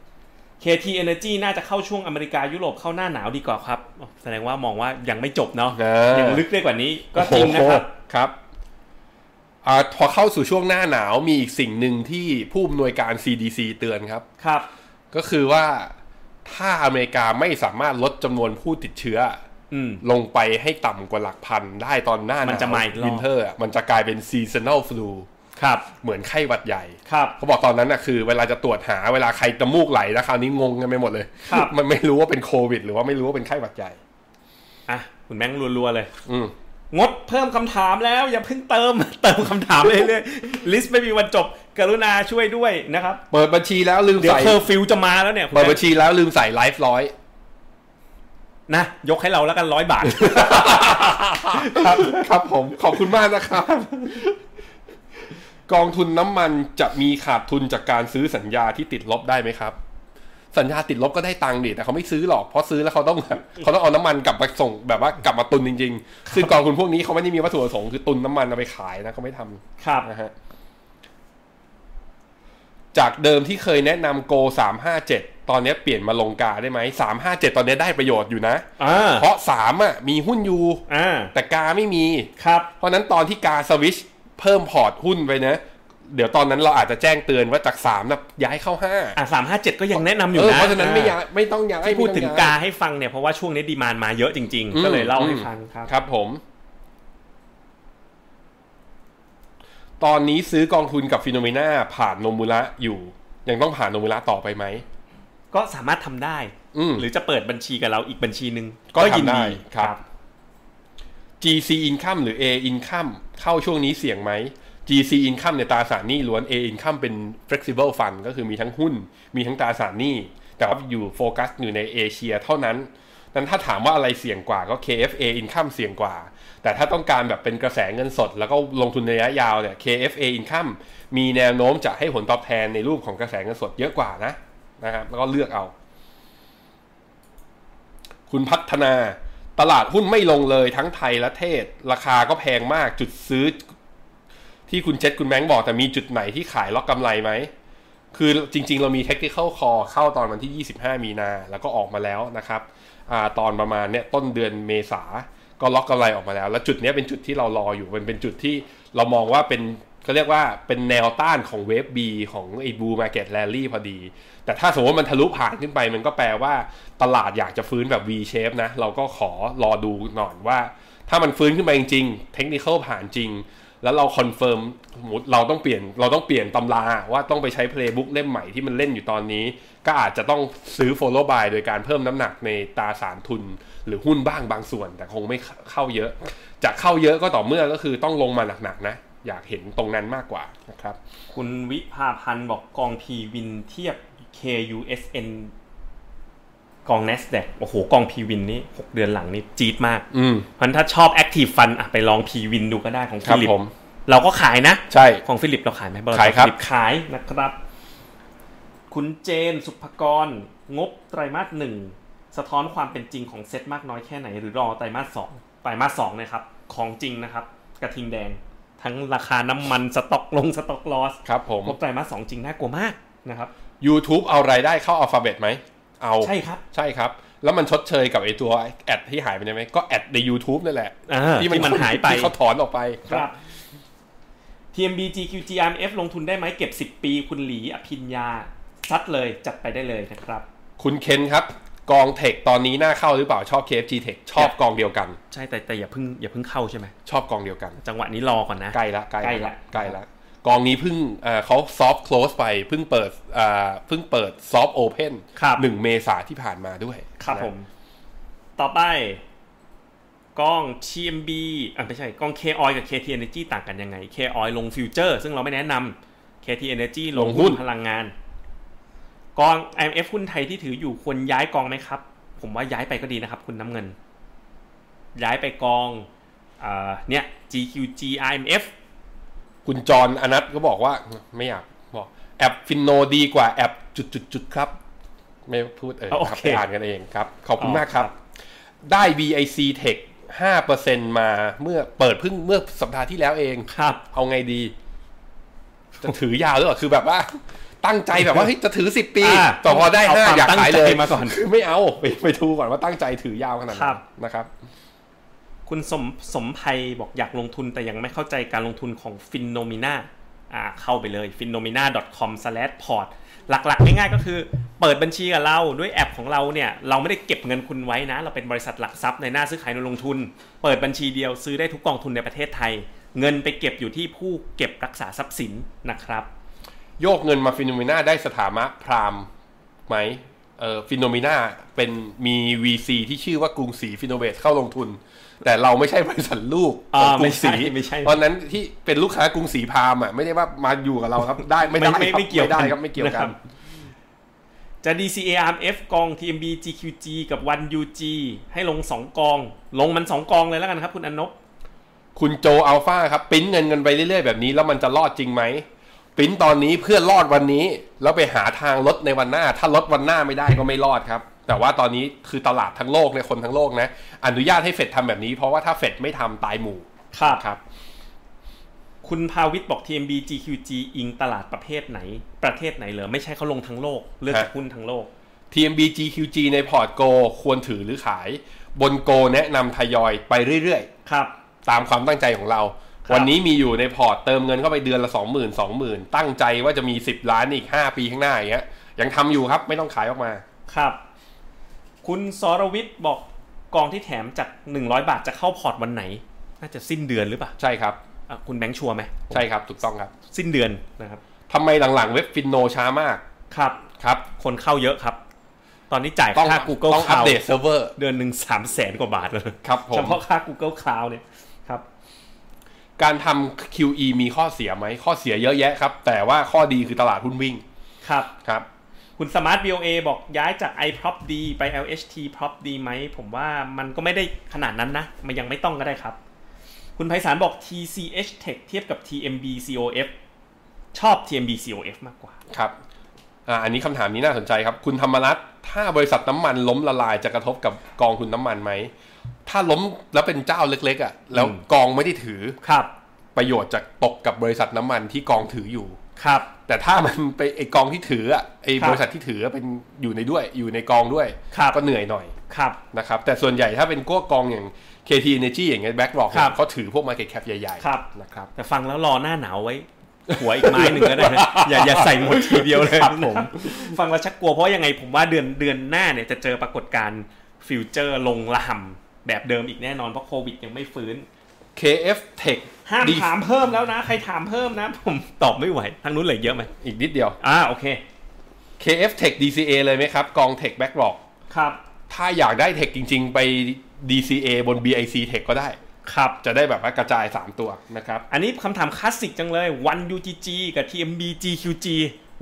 KT Energy น่าจะเข้าช่วงอเมริกายุโรปเข้าหน้าหนาวดีกว่าครับอ๋อแสดงว่ามองว่ายังไม่จบเนาะ เออ ยังลึกได้กว่านี้ก็จริงนะครับ โอ้โหครับอ่าพอเข้าสู่ช่วงหน้าหนาวมีอีกสิ่งหนึ่งที่ผู้อำนวยการ CDC เตือนครับ ครับ ก็คือว่าถ้าอเมริกาไม่สามารถลดจำนวนผู้ติดเชื้อ อืม ลงไปให้ต่ำกว่าหลักพันได้ตอนหน้าหนาว มันจะมาอีกรอบ วินเทอร์มันจะกลายเป็นซีซัน a ลฟลู ครับ เหมือนไข้หวัดใหญ่ ครับ เขาบอกตอนนั้นน่ะคือเวลาจะตรวจหาเวลาใครจมูกไหลนะคราวนี้งงกันไปหมดเลย ครับ มันไม่รู้ว่าเป็นโควิด หรือว่าไม่รู้ว่าเป็นไข้หวัดใหญ่ อ่ะคุณแม่งรัวๆเลย อืม งดเพิ่มคำถามแล้วอย่าเพิ่งเติม [laughs] เติมคำถามเรื่อยๆลิสต์ไม่มีวันจบ กรุณาช่วยด้วยนะครับ เปิดบัญชีแล้วลืม เดี๋ยว ใส่ เคอร์ฟิวจะมาแล้วเนี่ยคุณ เปิด แม่ บัญชีแล้วลืมใส่ไลฟ์ร้อย นะ ยกให้เราแล้วกันร้อยบา [laughs] ท ครับครับผมขอบคุณมากนะครับ กองทุนน้ำมันจะมีขาดทุนจากการซื้อสัญญาที่ติดลบได้ไหมครับ สัญญาติดลบก็ได้ตังค์ดิแต่เขาไม่ซื้อหรอกเพราะซื้อแล้วเขาต้อง [laughs] แบบเขาต้องเอาน้ำมันกลับมาส่งแบบว่ากลับมาตุนจริงๆซึ่งกองทุนพวกนี้เขาไม่ได้มีวัตถุประสงค์คือตุนน้ำมันเอาไปขายนะเขาไม่ทำ ครับ นะฮะจากเดิมที่เคยแนะนำ Go สามห้าเจ็ดตอนนี้เปลี่ยนมาลงกาได้ไหมสามห้าเจ็ดตอนนี้ได้ประโยชน์อยู่นะ อ่า เพราะสามอ่ะมีหุ้นอยู่ อ่า แต่กาไม่มี ครับ เพราะฉะนั้นตอนที่กาสวิชเพิ่มพอร์ตหุ้นไปนะ เดี๋ยวตอนนั้นเราอาจจะแจ้งเตือนว่าจากสามนะย้ายเข้าห้า อ่ะสามห้าเจ็ดก็ยังแนะนำอยู่ เออ นะ เพราะฉะนั้นไม่ย้ายไม่ต้องย้าย ที่พูดถึง ไม่อก าย ให้ฟังเนี่ยเพราะว่าช่วงนี้ดีมานมาเยอะจริง อืม ๆ ก็เลยเล่าให้ อืม ฟังครับ ครับผม ตอนนี้ซื้อกองทุนกับฟิโนเมนาผ่านโนมูระอยู่ ยังต้องผ่านโนมูระต่อไปไหม ก็สามารถทำได้ อืม หรือจะเปิดบัญชีกับเราอีกบัญชีหนึ่ง ก็ทำ ยินดี ได้ครับ GC Income หรือ A Income เข้าช่วงนี้เสี่ยงไหม GC Income เนี่ยตราสารหนี้ล้วน A Income เป็น flexible fund ก็คือมีทั้งหุ้น มีทั้งตราสารหนี้ แต่ว่าอยู่โฟกัสอยู่ในเอเชียเท่านั้น นั้นถ้าถามว่าอะไรเสี่ยงกว่าก็ KFA Income เสี่ยงกว่า แต่ถ้าต้องการแบบเป็นกระแสเงินสด แล้วก็ลงทุนในระยะยาวเนี่ย KFA Income มีแนวโน้มจะให้ผลตอบแทนในรูปของกระแสเงินสดเยอะกว่านะนะครับ แล้วก็เลือกเอา คุณพัฒนาตลาดหุ้นไม่ลงเลยทั้งไทยและเทศ ราคาก็แพงมากจุดซื้อ ที่คุณเจษคุณแบงค์บอกแต่มีจุดไหนที่ขายล็อกกำไรไหม คือจริง ๆ เรามี technical call เข้าตอนวันที่ 25 มีนา แล้วก็ออกมาแล้วนะครับอาตอนประมาณเนี่ยต้นเดือนเมษาก็ล็อกกำไรออกมาแล้ว แล้วจุดเนี้ยเป็นจุดที่เรารออยู่มันเป็นจุดที่เรามองว่าเป็นเขาเรียกว่าเป็นแนวต้านของเวฟ B ของไอ้บูมาเก็ตแรลลี่พอดี แต่ถ้าสมมติว่ามันทะลุผ่านขึ้นไป มันก็แปลว่าตลาดอยากจะฟื้นแบบ V shape นะ เราก็ขอรอดูหน่อยว่า ถ้ามันฟื้นขึ้นไปจริงๆ เทคนิคผ่านจริง แล้วเราคอนเฟิร์มสมมติเราต้องเปลี่ยนเราต้องเปลี่ยนตำราว่าต้องไปใช้เพลย์บุ๊กเล่มใหม่ที่มันเล่นอยู่ตอนนี้ ก็อาจจะต้องซื้อ follow by โดยการเพิ่มน้ำหนักในตราสารทุน หรือหุ้นบ้างบางส่วน แต่คงไม่เข้าเยอะ จะเข้าเยอะก็ต่อเมื่อก็คือต้องลงมาหนักๆนะ อยากเห็นตรงนั้นมากกว่านะครับ คุณวิภาพันธ์บอกกองพีวินเทียบ KUSN กอง NASDAQ โอ้โห กองพีวินนี่ 6 เดือนหลังนี่จี๊ดมาก อืม เพราะฉะนั้นถ้าชอบ Active Fund อ่ะไปลองพีวินดูก็ได้ของ ครั ฟิ บ ลิป ผม เราก็ขายนะ ใช่ ของฟิลิปเราขายไหมบริษัท ขายครับ ฟิลิปขายนะครับ คุณเจนสุภกร งบไตรมาสหนึ่งสะท้อนความเป็นจริงของเซ็ตมากน้อยแค่ไหน หรือรอไตรมาสสองไตรมาสสองนะครับ ของจริงนะครับ กระทิงแดง ทั้งราคาน้ำมันสต็อกลงสต็อกลอส ครับผม งบไตรมาสสองจริงน่ากลัวมากนะครับ YouTube เอารายได้เข้าอัลฟาเบตไหมเอา ใช่ครับ ใช่ครับ แล้วมันชดเชยกับไอตัวแอดที่หายไปได้ไหมก็แอดใน YouTube นั่นแหละ อ่าที่มันหายไป ที่เขาถอนออกไป ครับ TMB GQG RMF ลงทุนได้ไหมเก็บ 10 ปี คุณหลีอภิญญาซัดเลยจัดไปได้เลยนะครับ คุณเคนครับ กองเทคตอนนี้น่าเข้าหรือเปล่าชอบ KFG Tech ชอบกองเดียวกัน ใช่แต่แต่อย่าเพิ่งอย่าเพิ่งเข้าใช่ไหม ชอบกองเดียวกัน จังหวะนี้รอก่อนนะ ใกล้ละใกล้ ใกล้ละ ละใกล้ละกองนี้เพิ่งเอ่อเขาซอฟ t ์ l o s e ไปเพิ่งเปิดเอ่อเพิ่งเปิดซอฟ t ์โอเพน ครับ หนึ่งเมษาที่ผ่านมาด้วย ครับ นะ ผม ต่อไป กล้อง TMB อ่ะไม่ใช่กล้อง K o i กับ KT Energy ต่างกันยังไง K o i ลงฟิวเจอร์ ซึ่งเราไม่แนะนำ KT Energy ลง ลงหุ้ หุ้น น พลังงาน กอง IMF หุ้นไทยที่ถืออยู่ควรย้ายกองไหมครับ ผมว่าย้ายไปก็ดีนะครับ คุณน้ำเงิน ย้ายไปกองเอ่อเนี่ย GQG IMF คุณจรอนัทก็บอกว่าไม่อยากบอกแอปฟินโนดีกว่าแอปจุดจุดจุดๆๆครับ ไม่พูดเอ่ย โอเค ครับไปอ่านกันเองครับ ขอบคุณ อ๋อ มากครับ ครับ ได้ VIC Tech 5%มาเมื่อเปิดเพิ่งเมื่อสัปดาห์ที่แล้วเอง ครับ เอาไงดี จะถือยาวหรือเปล่าคือแบบว่า ตั้งใจแบบ [laughs] ว่าเฮ้ยจะถือสิบปี อ่า แต่พอได้ เอา ห้า ความ อยากขาย ตั้งใจ เลย มาก่อน คือไม่ [laughs] เอาไปไปดูก่อนว่าตั้งใจถือยาวขนาดไห ครั น บ นะครับ คุณสมสมภัยบอกอยากลงทุนแต่ยังไม่เข้าใจการลงทุนของฟินโนมิน่าอ่าเข้าไปเลย phenomena.com/port หลักๆ ง่ายๆก็คือ เปิดบัญชีกับเราด้วยแอปของเราเนี่ย เราไม่ได้เก็บเงินคุณไว้นะ เราเป็นบริษัทหลักทรัพย์ในหน้าซื้อขายในลงทุน เปิดบัญชีเดียวซื้อได้ทุกกองทุนในประเทศไทย เงินไปเก็บอยู่ที่ผู้เก็บรักษาทรัพย์สินนะครับ โยกเงินมาฟิโนเมนาได้สถามะพราหมณ์ไหมเออฟิโนเมนาเป็นมี VC ที่ชื่อว่ากรุงศรีฟิโนเวทเข้าลงทุน แต่เราไม่ใช่บริษัทลูก [laughs] อ่า ของกรุงศรี ไม่ใช่ไม่ใช่ เพราะฉะนั้นที่เป็นลูกค้ากรุงศรีพราหมณ์อ่ะไม่ได้ว่ามาอยู่กับเราครับ ได้ไม่ได้ ไม่ไม่ ครับ ไม่เกี่ยว ได้ กัน ครับไม่เกี่ยว นะคกัรั น บ จะ DCA RMF กอง TMB GQG กับ One UG ให้ลงสองกอง ลงมันสองกองเลยแล้วกันครับ คุณอนบ คุณโจอัลฟาครับปริ้นเงินกันไปเรื่อยๆแบบนี้แล้วมันจะรอดจริงไหมปริ้นตอนนี้เพื่อรอดวันนี้แล้วไปหาทางลดในวันหน้า ถ้าลดวันหน้าไม่ได้ก็ไม่รอดครับ แต่ว่าตอนนี้คือตลาดทั้งโลกเนี่ยคนทั้งโลกนะ อนุญาตให้เฟดทำแบบนี้เพราะว่าถ้าเฟดไม่ทำตายหมู่ ครับ ครับ คุณภาวิทย์บอก TMB GQG อิงตลาดประเภทไหน ประเทศไหนเหรอ ไม่ใช่เขาลงทั้งโลก เลือก ฮะ จากหุ้นทั้งโลก TMB GQG ในพอร์ตโกควรถือหรือขาย บนโกแนะนำทยอยไปเรื่อยๆ ครับ ตามความตั้งใจของเรา ครับ วันนี้มีอยู่ในพอร์ตเติมเงินเข้าไปเดือนละสองหมื่นสองหมื่นตั้งใจว่าจะมีสิบล้านอีกห้าปีข้างหน้าอย่างเงี้ยยังทำอยู่ครับไม่ต้องขายออกมา ครับ คุณสรวิทย์บอกกองที่แถมจาก 100 บาทจะเข้าพอร์ตวันไหน น่าจะสิ้นเดือนหรือเปล่า ใช่ครับ อ่ะคุณแบงค์ชัวร์ไหม ใช่ครับถูกต้องครับ สิ้นเดือนนะครับ ทำไมหลังๆเว็บฟินโนช้ามาก ครับ ครับ คนเข้าเยอะครับ ตอนนี้จ่าย ต้อง ค่า Google ต้องอัป Cloud เดตเซิร์ฟเวอร์ เดือนหนึ่งสามแสนกว่าบาทเลย ครับผม เฉพาะค่า Google Cloud เนี่ยครับ การทำ QE มีข้อเสียไหม ข้อเสียเยอะแยะครับ แต่ว่าข้อดีคือตลาดหุ้นวิ่ง ครับ ครับ คุณสมาร์ท BOA บอกย้ายจาก iProp D ไป LHT Prop D ไหม ผมว่ามันก็ไม่ได้ขนาดนั้นนะ มันยังไม่ต้องก็ได้ครับ คุณไพศาลบอก TCH Tech เทียบกับ TMB COF ชอบ TMB COF มากกว่า ครับอ่าอันนี้คำถามนี้น่าสนใจครับ คุณธรรมรัตน์ถ้าบริษัทน้ำมันล้มละลายจะกระทบกับกองทุนน้ำมันไหม ถ้าล้มแล้วเป็นเจ้าเล็กๆอะ่ะ แล้วกองไม่ได้ถือ ครับ ประโยชน์จะตกกับบริษัทน้ำมันที่กองถืออยู่ ครับ แต่ถ้ามันไปไอกองที่ถืออ่ะไอ ครับ บริษัทที่ถืออะเป็นอยู่ในด้วยอยู่ในกองด้วย ครับ ก็เหนื่อยหน่อย ครับ นะครับ แต่ส่วนใหญ่ถ้าเป็นพวกกองอย่าง KT Energy อย่างเงี้ยแบ็กหลอก ครับ เขาถือพวก Market Cap ใหญ่ ครับ ๆนะครับ แต่ฟังแล้วรอหน้าหนาวไว้ หัวอีกไม้หนึ่งก็ได้ [laughs] นะ อย่าอย่าใส่หมดทีเดียวเลย ครับผม ฟังแล้วชักกลัวเพราะยังไงผมว่าเดือนเดือนหน้าเนี่ยจะเจอปรากฏการณ์ฟิวเจอร์ลงลำแบบเดิมอีกแน่นอนเพราะโควิดยังไม่ฟื้น KF Tech ห้าม ดี ถามเพิ่มแล้วนะ ใครถามเพิ่มนะ ผมตอบไม่ไหว ทางนู้นเหลือเยอะไหม อีกนิดเดียว อ่าโอเค KF Tech DCA เลยไหมครับกอง Tech Back Rock ครับ ถ้าอยากได้เทคจริง ๆ ไป DCA บน BIC Tech ก็ได้ ครับ จะได้แบบว่ากระจาย 3 ตัวนะครับ อันนี้คำถามคลาสสิกจังเลย one UGG กับ TMB GQG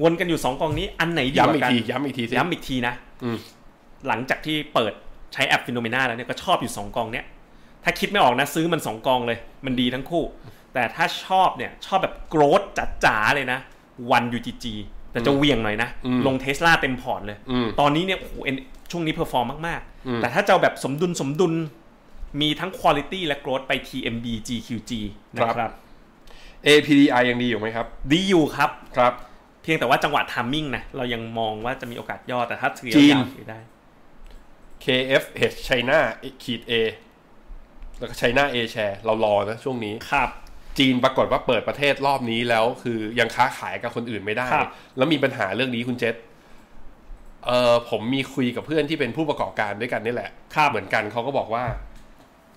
วนกันอยู่ 2กองนี้อันไหนดีก ย้ำอี ว่ากกัน ที ย้ำอีกทีสิ ย้ำอีกทีนะ อืม หลังจากที่เปิดใช้แอปฟิโนเมนาแล้วเนี่ยก็ชอบอยู่ 2 กองเนี่ย ถ้าคิดไม่ออกนะซื้อมัน 2 กองเลย มันดีทั้งคู่ แต่ถ้าชอบเนี่ย ชอบแบบโกรธจ๋าๆเลยนะวันยูจีจีแต่จะเหวียงหน่อยนะ ลงเทสลาเต็มพอร์ตเลย อืม ตอนนี้เนี่ยโอ้โห N- ช่วงนี้เพอร์ฟอร์มมากๆ แต่ถ้าจะเอาแบบสมดุลสมดุลมีทั้งคุณ i t y และโกรธไป TMB GQG นะค ครั รับ บ APDI ยังดีอยู่ไหมครับ ดีอยู่ครับ ครับ เพียงแต่ว่าจังหวะทามมิ่งนะเรายังมองว่าจะมีโอกาสย่อแต่ถ้าถือ จีน ยาวๆถือได้ KFH China ขีด A แล้วก็ China A share เรารอนะช่วงนี้ ครับ จีนปรากฏว่าเปิดประเทศรอบนี้แล้ว คือยังค้าขายกับคนอื่นไม่ได้ ครับ แล้วมีปัญหาเรื่องนี้คุณเจษเออผมมีคุยกับเพื่อนที่เป็นผู้ประกอบการด้วยกันนี่แหละ ครับ เหมือนกันเขาก็บอกว่า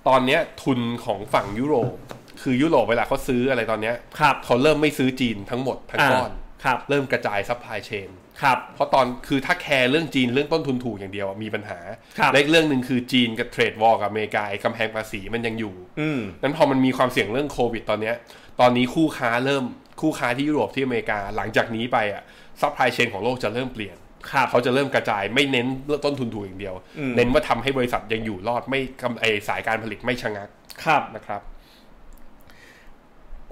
ตอนเนี้ยทุนของฝั่งยุโรป คือยุโรปเวลาเขาซื้ออะไรตอนเนี้ย ครับ เขาเริ่มไม่ซื้อจีนทั้งหมดทั้งก้อน า ครับ เริ่มกระจายซัพพลายเชน ครับ เพราะตอนคือถ้าแคร์เรื่องจีนเรื่องต้นทุนถูกอย่างเดียวอะมีปัญหา ครับ และอีกเรื่องหนึ่งคือจีนกับเทรดวอลกับอเมริกาไอ้กำแพงภาษีมันยังอยู่ อืม นั้นพอมันมีความเสี่ยงเรื่องโควิดตอนเนี้ยตอนนี้คู่ค้าเริ่มคู่ค้าที่ยุโรปที่อเมริกาหลังจากนี้ไปอ่ะซัพพลายเชนของโลกจะเริ่มเปลี่ยน ครับ เขาจะเริ่มกระจายไม่เน้นเรื่องต้นทุนถูกอย่างเดียว อืม เน้นว่าทำให้บริษัทยังอยู่รอดไม่กำไอสายการผลิตไม่ชะงัก ครับ นะครับ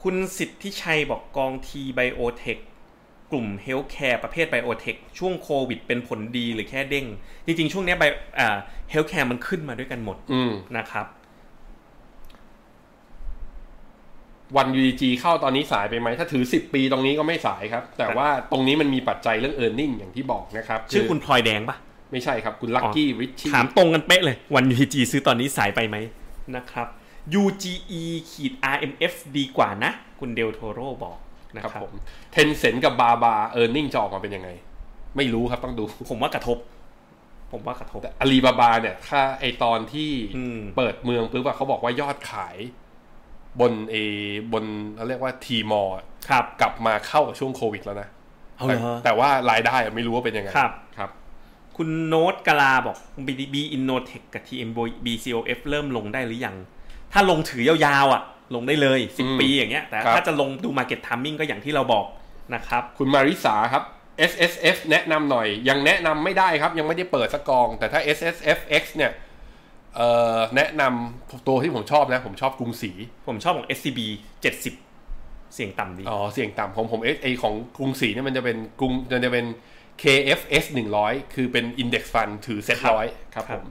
คุณสิทธิชัยบอกกองทีไบโอเทคกลุ่มเฮลท์แคร์ประเภทไบโอเทคช่วงโควิดเป็นผลดีหรือแค่เด้ง จริงๆ ช่วงเนี้ยไบอ่าเฮลท์แคร์มันขึ้นมาด้วยกันหมด อืม นะครับ วัน UDG เข้าตอนนี้สายไปไหม ถ้าถือ 10 ปีตรงนี้ก็ไม่สายครับ แต่ว่าตรงนี้มันมีปัจจัยเรื่อง e a r n i n g อย่างที่บอกนะครับ ชื่อคุณพลอยแดงปะ ไม่ใช่ครับคุณลักกี้ริชชี่ ถามตรงกันเป๊ะเลย วัน UGE ซื้อตอนนี้สายไปไหมนะครับ UGE ขีด RMF ดีกว่านะ คุณเดลโทโรบอกนะ ค ค รั รั บบ ผมเทนเซ็นกับบาบาเออร์เน็งจะออกมาเป็นยังไง ไม่รู้ครับต้องดู ผมว่ากระทบ ผมว่ากระทบ อาลีบาบาเนี่ย ถ้าไอตอนที่ อืม เปิดเมืองปุ๊บอะเขาบอกว่ายอดขาย บนเอบนเขาเรียกว่าทีมอ ครับ กลับมาเข้ากับช่วงโควิดแล้วนะ เอาเหรอ แต่แต่ว่ารายได้อะไม่รู้ว่าเป็นยังไง ครับ ครับ คุณโน้ตกลาบอก B Innotech กับ TM BCOF เริ่มลงได้หรือยัง ถ้าลงถือยาวๆอ่ะ ลงได้เลย อืม 10 ปีอย่างเงี้ย แต่ ครับ ถ้าจะลงดู Market Timing ก็อย่างที่เราบอกนะครับ คุณมาริสาครับ S S F แนะนำหน่อย ยังแนะนำไม่ได้ครับ ยังไม่ได้เปิดสักกอง แต่ถ้า S S F X เนี่ยเอ่อแนะนำตัวที่ผมชอบนะ ผมชอบกรุงศรี ผมชอบของ SCB 70 เสียงต่ำดี อ๋อเสียงต่ำของผมเอไอของกรุงศรีเนี่ยมันจะเป็นกรุงมันจะเป็น K F S 100 คือเป็น Index Fund ถือเซ็ตร้อยครับ ค ผ รับ ม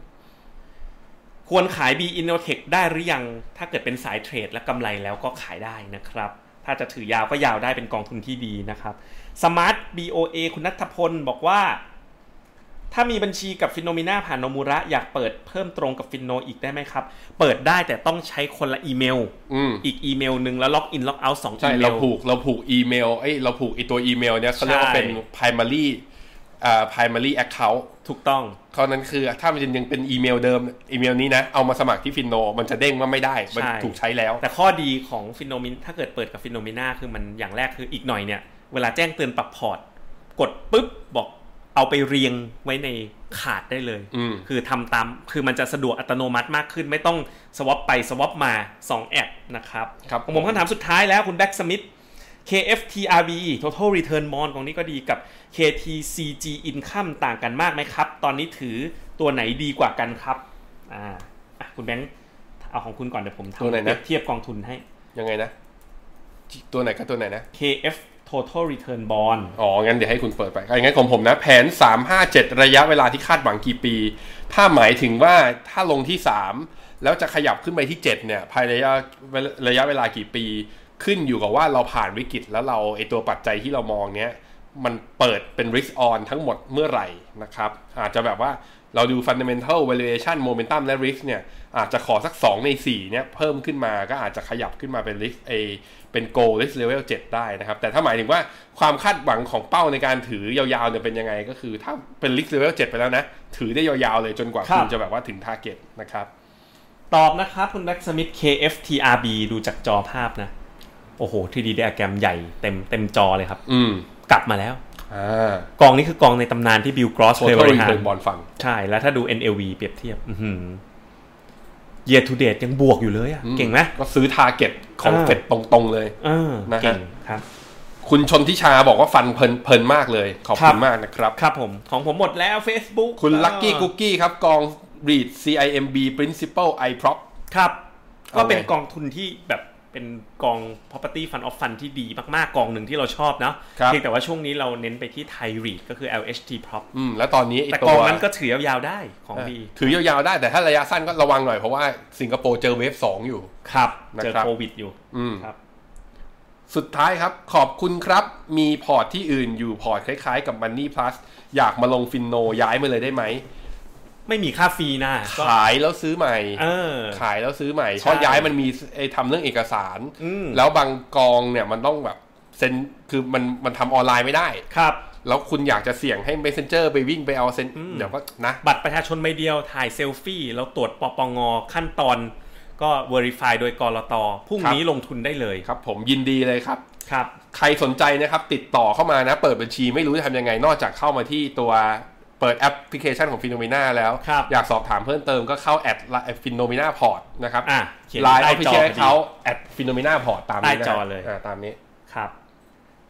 ควรขาย B Innotech ได้หรือยัง ถ้าเกิดเป็นสายเทรดและกำไรแล้วก็ขายได้นะครับ ถ้าจะถือยาวก็ยาวได้เป็นกองทุนที่ดีนะครับ Smart BOA คุณนัทพลบอกว่า ถ้ามีบัญชีกับฟินโนมิน่าผ่านโนมูระอยากเปิดเพิ่มตรงกับฟินโนอีกได้ไหมครับ เปิดได้แต่ต้องใช้คนละอีเมล อืม อีกอีเมลหนึ่งแล้วล็อกอินล็อกเอาท์สอง ใช่ อีเม เรา ล ผูกเราผูกอีเมลเอ้ยเราผูกไอตัวอีเมลเนี่ยเขาเรียกว่าเป็น ใช่ primary อ่า primary account ถูกต้อง ข้อนั้นคือถ้ามันยังเป็นอีเมลเดิมอีเมลนี้นะเอามาสมัครที่ฟินโน มันจะเด้งว่าไม่ได้ มัน ใช่ ถูกใช้แล้ว แต่ข้อดีของฟินโนมินถ้าเกิดเปิดกับฟินโนมิน่าคือมันอย่างแรกคืออีกหน่อยเนี่ย เวลาแจ้งเตือนปรับพอร์ต กดปุ๊บบอกเอาไปเรียงไว้ในขาดได้เลย อืม คือทำตามคือมันจะสะดวกอัตโนมัติมากขึ้น ไม่ต้องสวอปไปสวอปมา2แอดนะครับ ครับ ผมผมคำถามสุดท้ายแล้วคุณแบ็กสมิธ KFTRB Total Return Bond ของนี้ก็ดีกับ KTCG Income ต่างกันมากไหมครับ ตอนนี้ถือตัวไหนดีกว่ากันครับ อ่าอ่ะคุณแบงค์เอาของคุณก่อนเดี๋ยวผมทำ ตัวไหนนะ เปรียบเทียบกองทุนให้ ยังไงนะ ตัวไหนกับตัวไหนนะ KF Total Return Bond อ๋อ งั้นเดี๋ยวให้คุณเปิดไปอ่ะงั้นของผมนะ แผน 357 ระยะเวลาที่คาดหวังกี่ปี ถ้าหมายถึงว่าถ้าลงที่ 3 แล้วจะขยับขึ้นไปที่ 7 เนี่ย ภายระยะระยะเวลากี่ปี ขึ้นอยู่กับว่าเราผ่านวิกฤตแล้วเราไอตัวปัจจัยที่เรามองเนี้ย มันเปิดเป็น risk on ทั้งหมดเมื่อไหร่นะครับ อาจจะแบบว่าเราดู fundamental valuation momentum และ risk เนี่ย อาจจะขอสัก 2 ใน 4 เนี่ย เพิ่มขึ้นมาก็อาจจะขยับขึ้นมาเป็น risk เอเป็น goal risk level 7 ได้นะครับ แต่ถ้าหมายถึงว่าความคาดหวังของเป้าในการถือยาวๆเนี่ยเป็นยังไงก็คือถ้าเป็น risk level 7 ไปแล้วนะ ถือได้ยาวๆเลยจนกว่า ครับ คุณจะแบบว่าถึง target นะครับ ตอบนะครับ คุณแบ็กสมิธ KFTRB ดูจากจอภาพนะ โอ้โห 3D diagram ใหญ่เต็มเต็มจอเลยครับ อืม กลับมาแล้ว อ่าก องนี้คือกองในตำนานที่บิลกรอส โท เคยบ ษ ริ ที หาร เป็นบอลฟัง ใช่ แล้วถ้าดู NLV เปรียบเทียบ อือหือ year to date ยังบวกอยู่เลยอะเก่งไหม ก็ซื้อ target ของ อ่า เฟดตรงๆเลย เออ นะฮะ เก่งครับ คุณชนทิชาบอกว่าฟันเพลินเพลินมากเลย ขอบคุณ ครับ มากนะครับ ครับผม ของผมหมดแล้ว Facebook คุณลักกี้กุ๊กกี้ครับ กอง read CIMB principal i prop ครับ ก็เป็น เอาไง กองทุนที่แบบเป็นกอง property fund of fund ที่ดีมาก ๆ กองหนึ่งที่เราชอบนะครับ เพียงแต่ว่าช่วงนี้เราเน้นไปที่ไทยรีดก็คือ LHT prop อืม แล้วตอนนี้ไอ้ แต่ ตั ก ว องนั้นก็ถือยาวๆได้ของ อ่ะ ดี ถือยาวๆได้แต่ถ้าระยะสั้นก็ระวังหน่อยเพราะว่าสิงคโปร์เจอเวฟสองอยู่ ครับ นะ เจอ ครับ โควิดอยู่ อืม ครับ สุดท้ายครับ ขอบคุณครับ มีพอร์ตที่อื่นอยู่พอร์ตคล้ายๆกับ Money Plus อยากมาลงฟินโนย้ายมาเลยได้ไหม ไม่มีค่าฟรีนะก็ ขายแล้วซื้อใหม่ เออ ขายแล้วซื้อใหม่ ใช่ เพราะย้ายมันมีไอ้ทำเรื่องเอกสาร อืม แล้วบางกองเนี่ยมันต้องแบบเซ็นคือมันมันทำออนไลน์ไม่ได้ ครับ แล้วคุณอยากจะเสี่ยงให้ messenger ไปวิ่งไปเอาเซ็นเดี๋ยวก็นะ บัตรประชาชนใบเดียวถ่ายเซลฟี่ แล้วตรวจปปงขั้นตอนก็ Verify โดยกรตพรุ่งนี้ลงทุนได้เลย ครับผมยินดีเลยครับ ครับ ใครสนใจนะครับติดต่อเข้ามานะ เปิดบัญชีไม่รู้จะทำยังไง นอกจากเข้ามาที่ตัวเปิดแอปพลิเคชันของฟิโนเมนาแล้ว ครับ อยากสอบถามเพิ่มเติมก็เข้าแอดฟิโนเมนาพอร์ตนะครับ อ่ะเขียน ไลน์ ใต้ ออฟฟิ จอ เชีพยลอดี เขาแอดฟิโนเมนาพอร์ตตามนี้ ใต้ นะ จอเลย ตามนี้ ครับ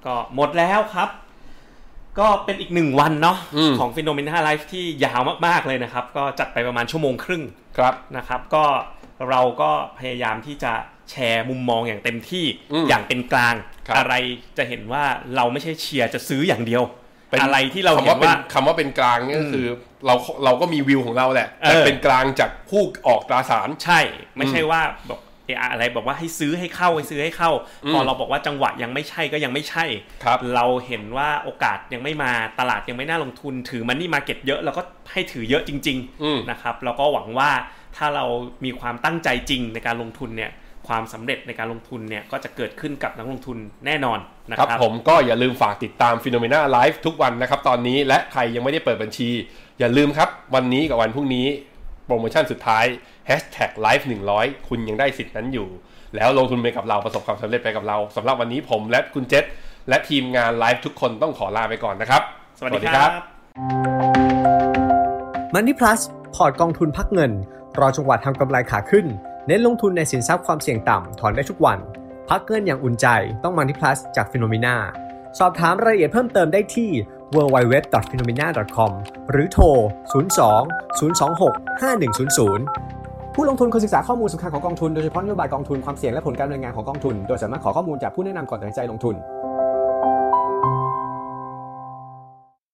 ก็หมดแล้วครับ ก็เป็นอีกหนึ่งวันเนาะ อืม ของฟิโนเมนาไลฟ์ที่ยาวมากๆเลยนะครับ ก็จัดไปประมาณชั่วโมงครึ่ง ครับ นะครับก็เราก็พยายามที่จะแชร์มุมมองอย่างเต็มที่ อืม อย่างเป็นกลาง ครับ อะไรจะเห็นว่าเราไม่ใช่เชียร์จะซื้ออย่างเดียว ป็น อะไรที่เรา คำ เห็น ป็ ว่า คำว่าเป็นกลางเนี่ยก็คือเราเราก็มีวิวของเราแหละ แต่ เออ เป็นกลางจากผู้ออกตราสาร ใช่ไม่ใช่ว่าบอกเอออะไรบอกว่าให้ซื้อให้เข้าให้ซื้อให้เข้า พอเราบอกว่าจังหวะยังไม่ใช่ก็ยังไม่ใช่ ครับ เราเห็นว่าโอกาสยังไม่มาตลาดยังไม่น่าลงทุนถือมันนี่มาเก็ตเยอะเราก็ให้ถือเยอะจริง อืม นะครับเราก็หวังว่าถ้าเรามีความตั้งใจจริงในการลงทุนเนี่ยความสำเร็จในการลงทุนเนี่ยก็จะเกิดขึ้นกับนักลงทุนแน่นอนนะ ค ครั รับ บผมก็อย่าลืมฝากติดตามฟิโนเมนาไลฟ์ทุกวันนะครับ ตอนนี้และใครยังไม่ได้เปิดบัญชี อย่าลืมครับ วันนี้กับวันพรุ่งนี้ โปรโมชั่นสุดท้าย Hashtag Live 100 คุณยังได้สิทธิ์นั้นอยู่ แล้วลงทุนไปกับเราประสบความสำเร็จไปกับเราสำหรับวันนี้ผมและคุณเจษและทีมงานไลฟ์ทุกคนต้องขอลาไปก่อนนะครับ สวัสดีครับ Money Plus พอร์ตกองทุนพักเงิน รอจังหวะทำกำไรขาขึ้น เน้นลงทุนในสินทรัพย์ความเสี่ยงต่ำถอนได้ทุกวัน พักเงินอย่างอุ่นใจต้อง Money Plus จาก p h e n o m e n a สอบถามรายละเอียดเพิ่มเติมได้ที่ www.phenomena.com หรือโทร 02 026 5100 ผู้ลงทุนควรศึกษาข้อมูลสำคัญของกองทุนโดยเฉพาะนโยบายกองทุนความเสี่ยงและผลการดำเนินงานของกองทุน โดยสามารถขอข้อมูลจากผู้แนะนำก่อนตัดสินใจลงทุน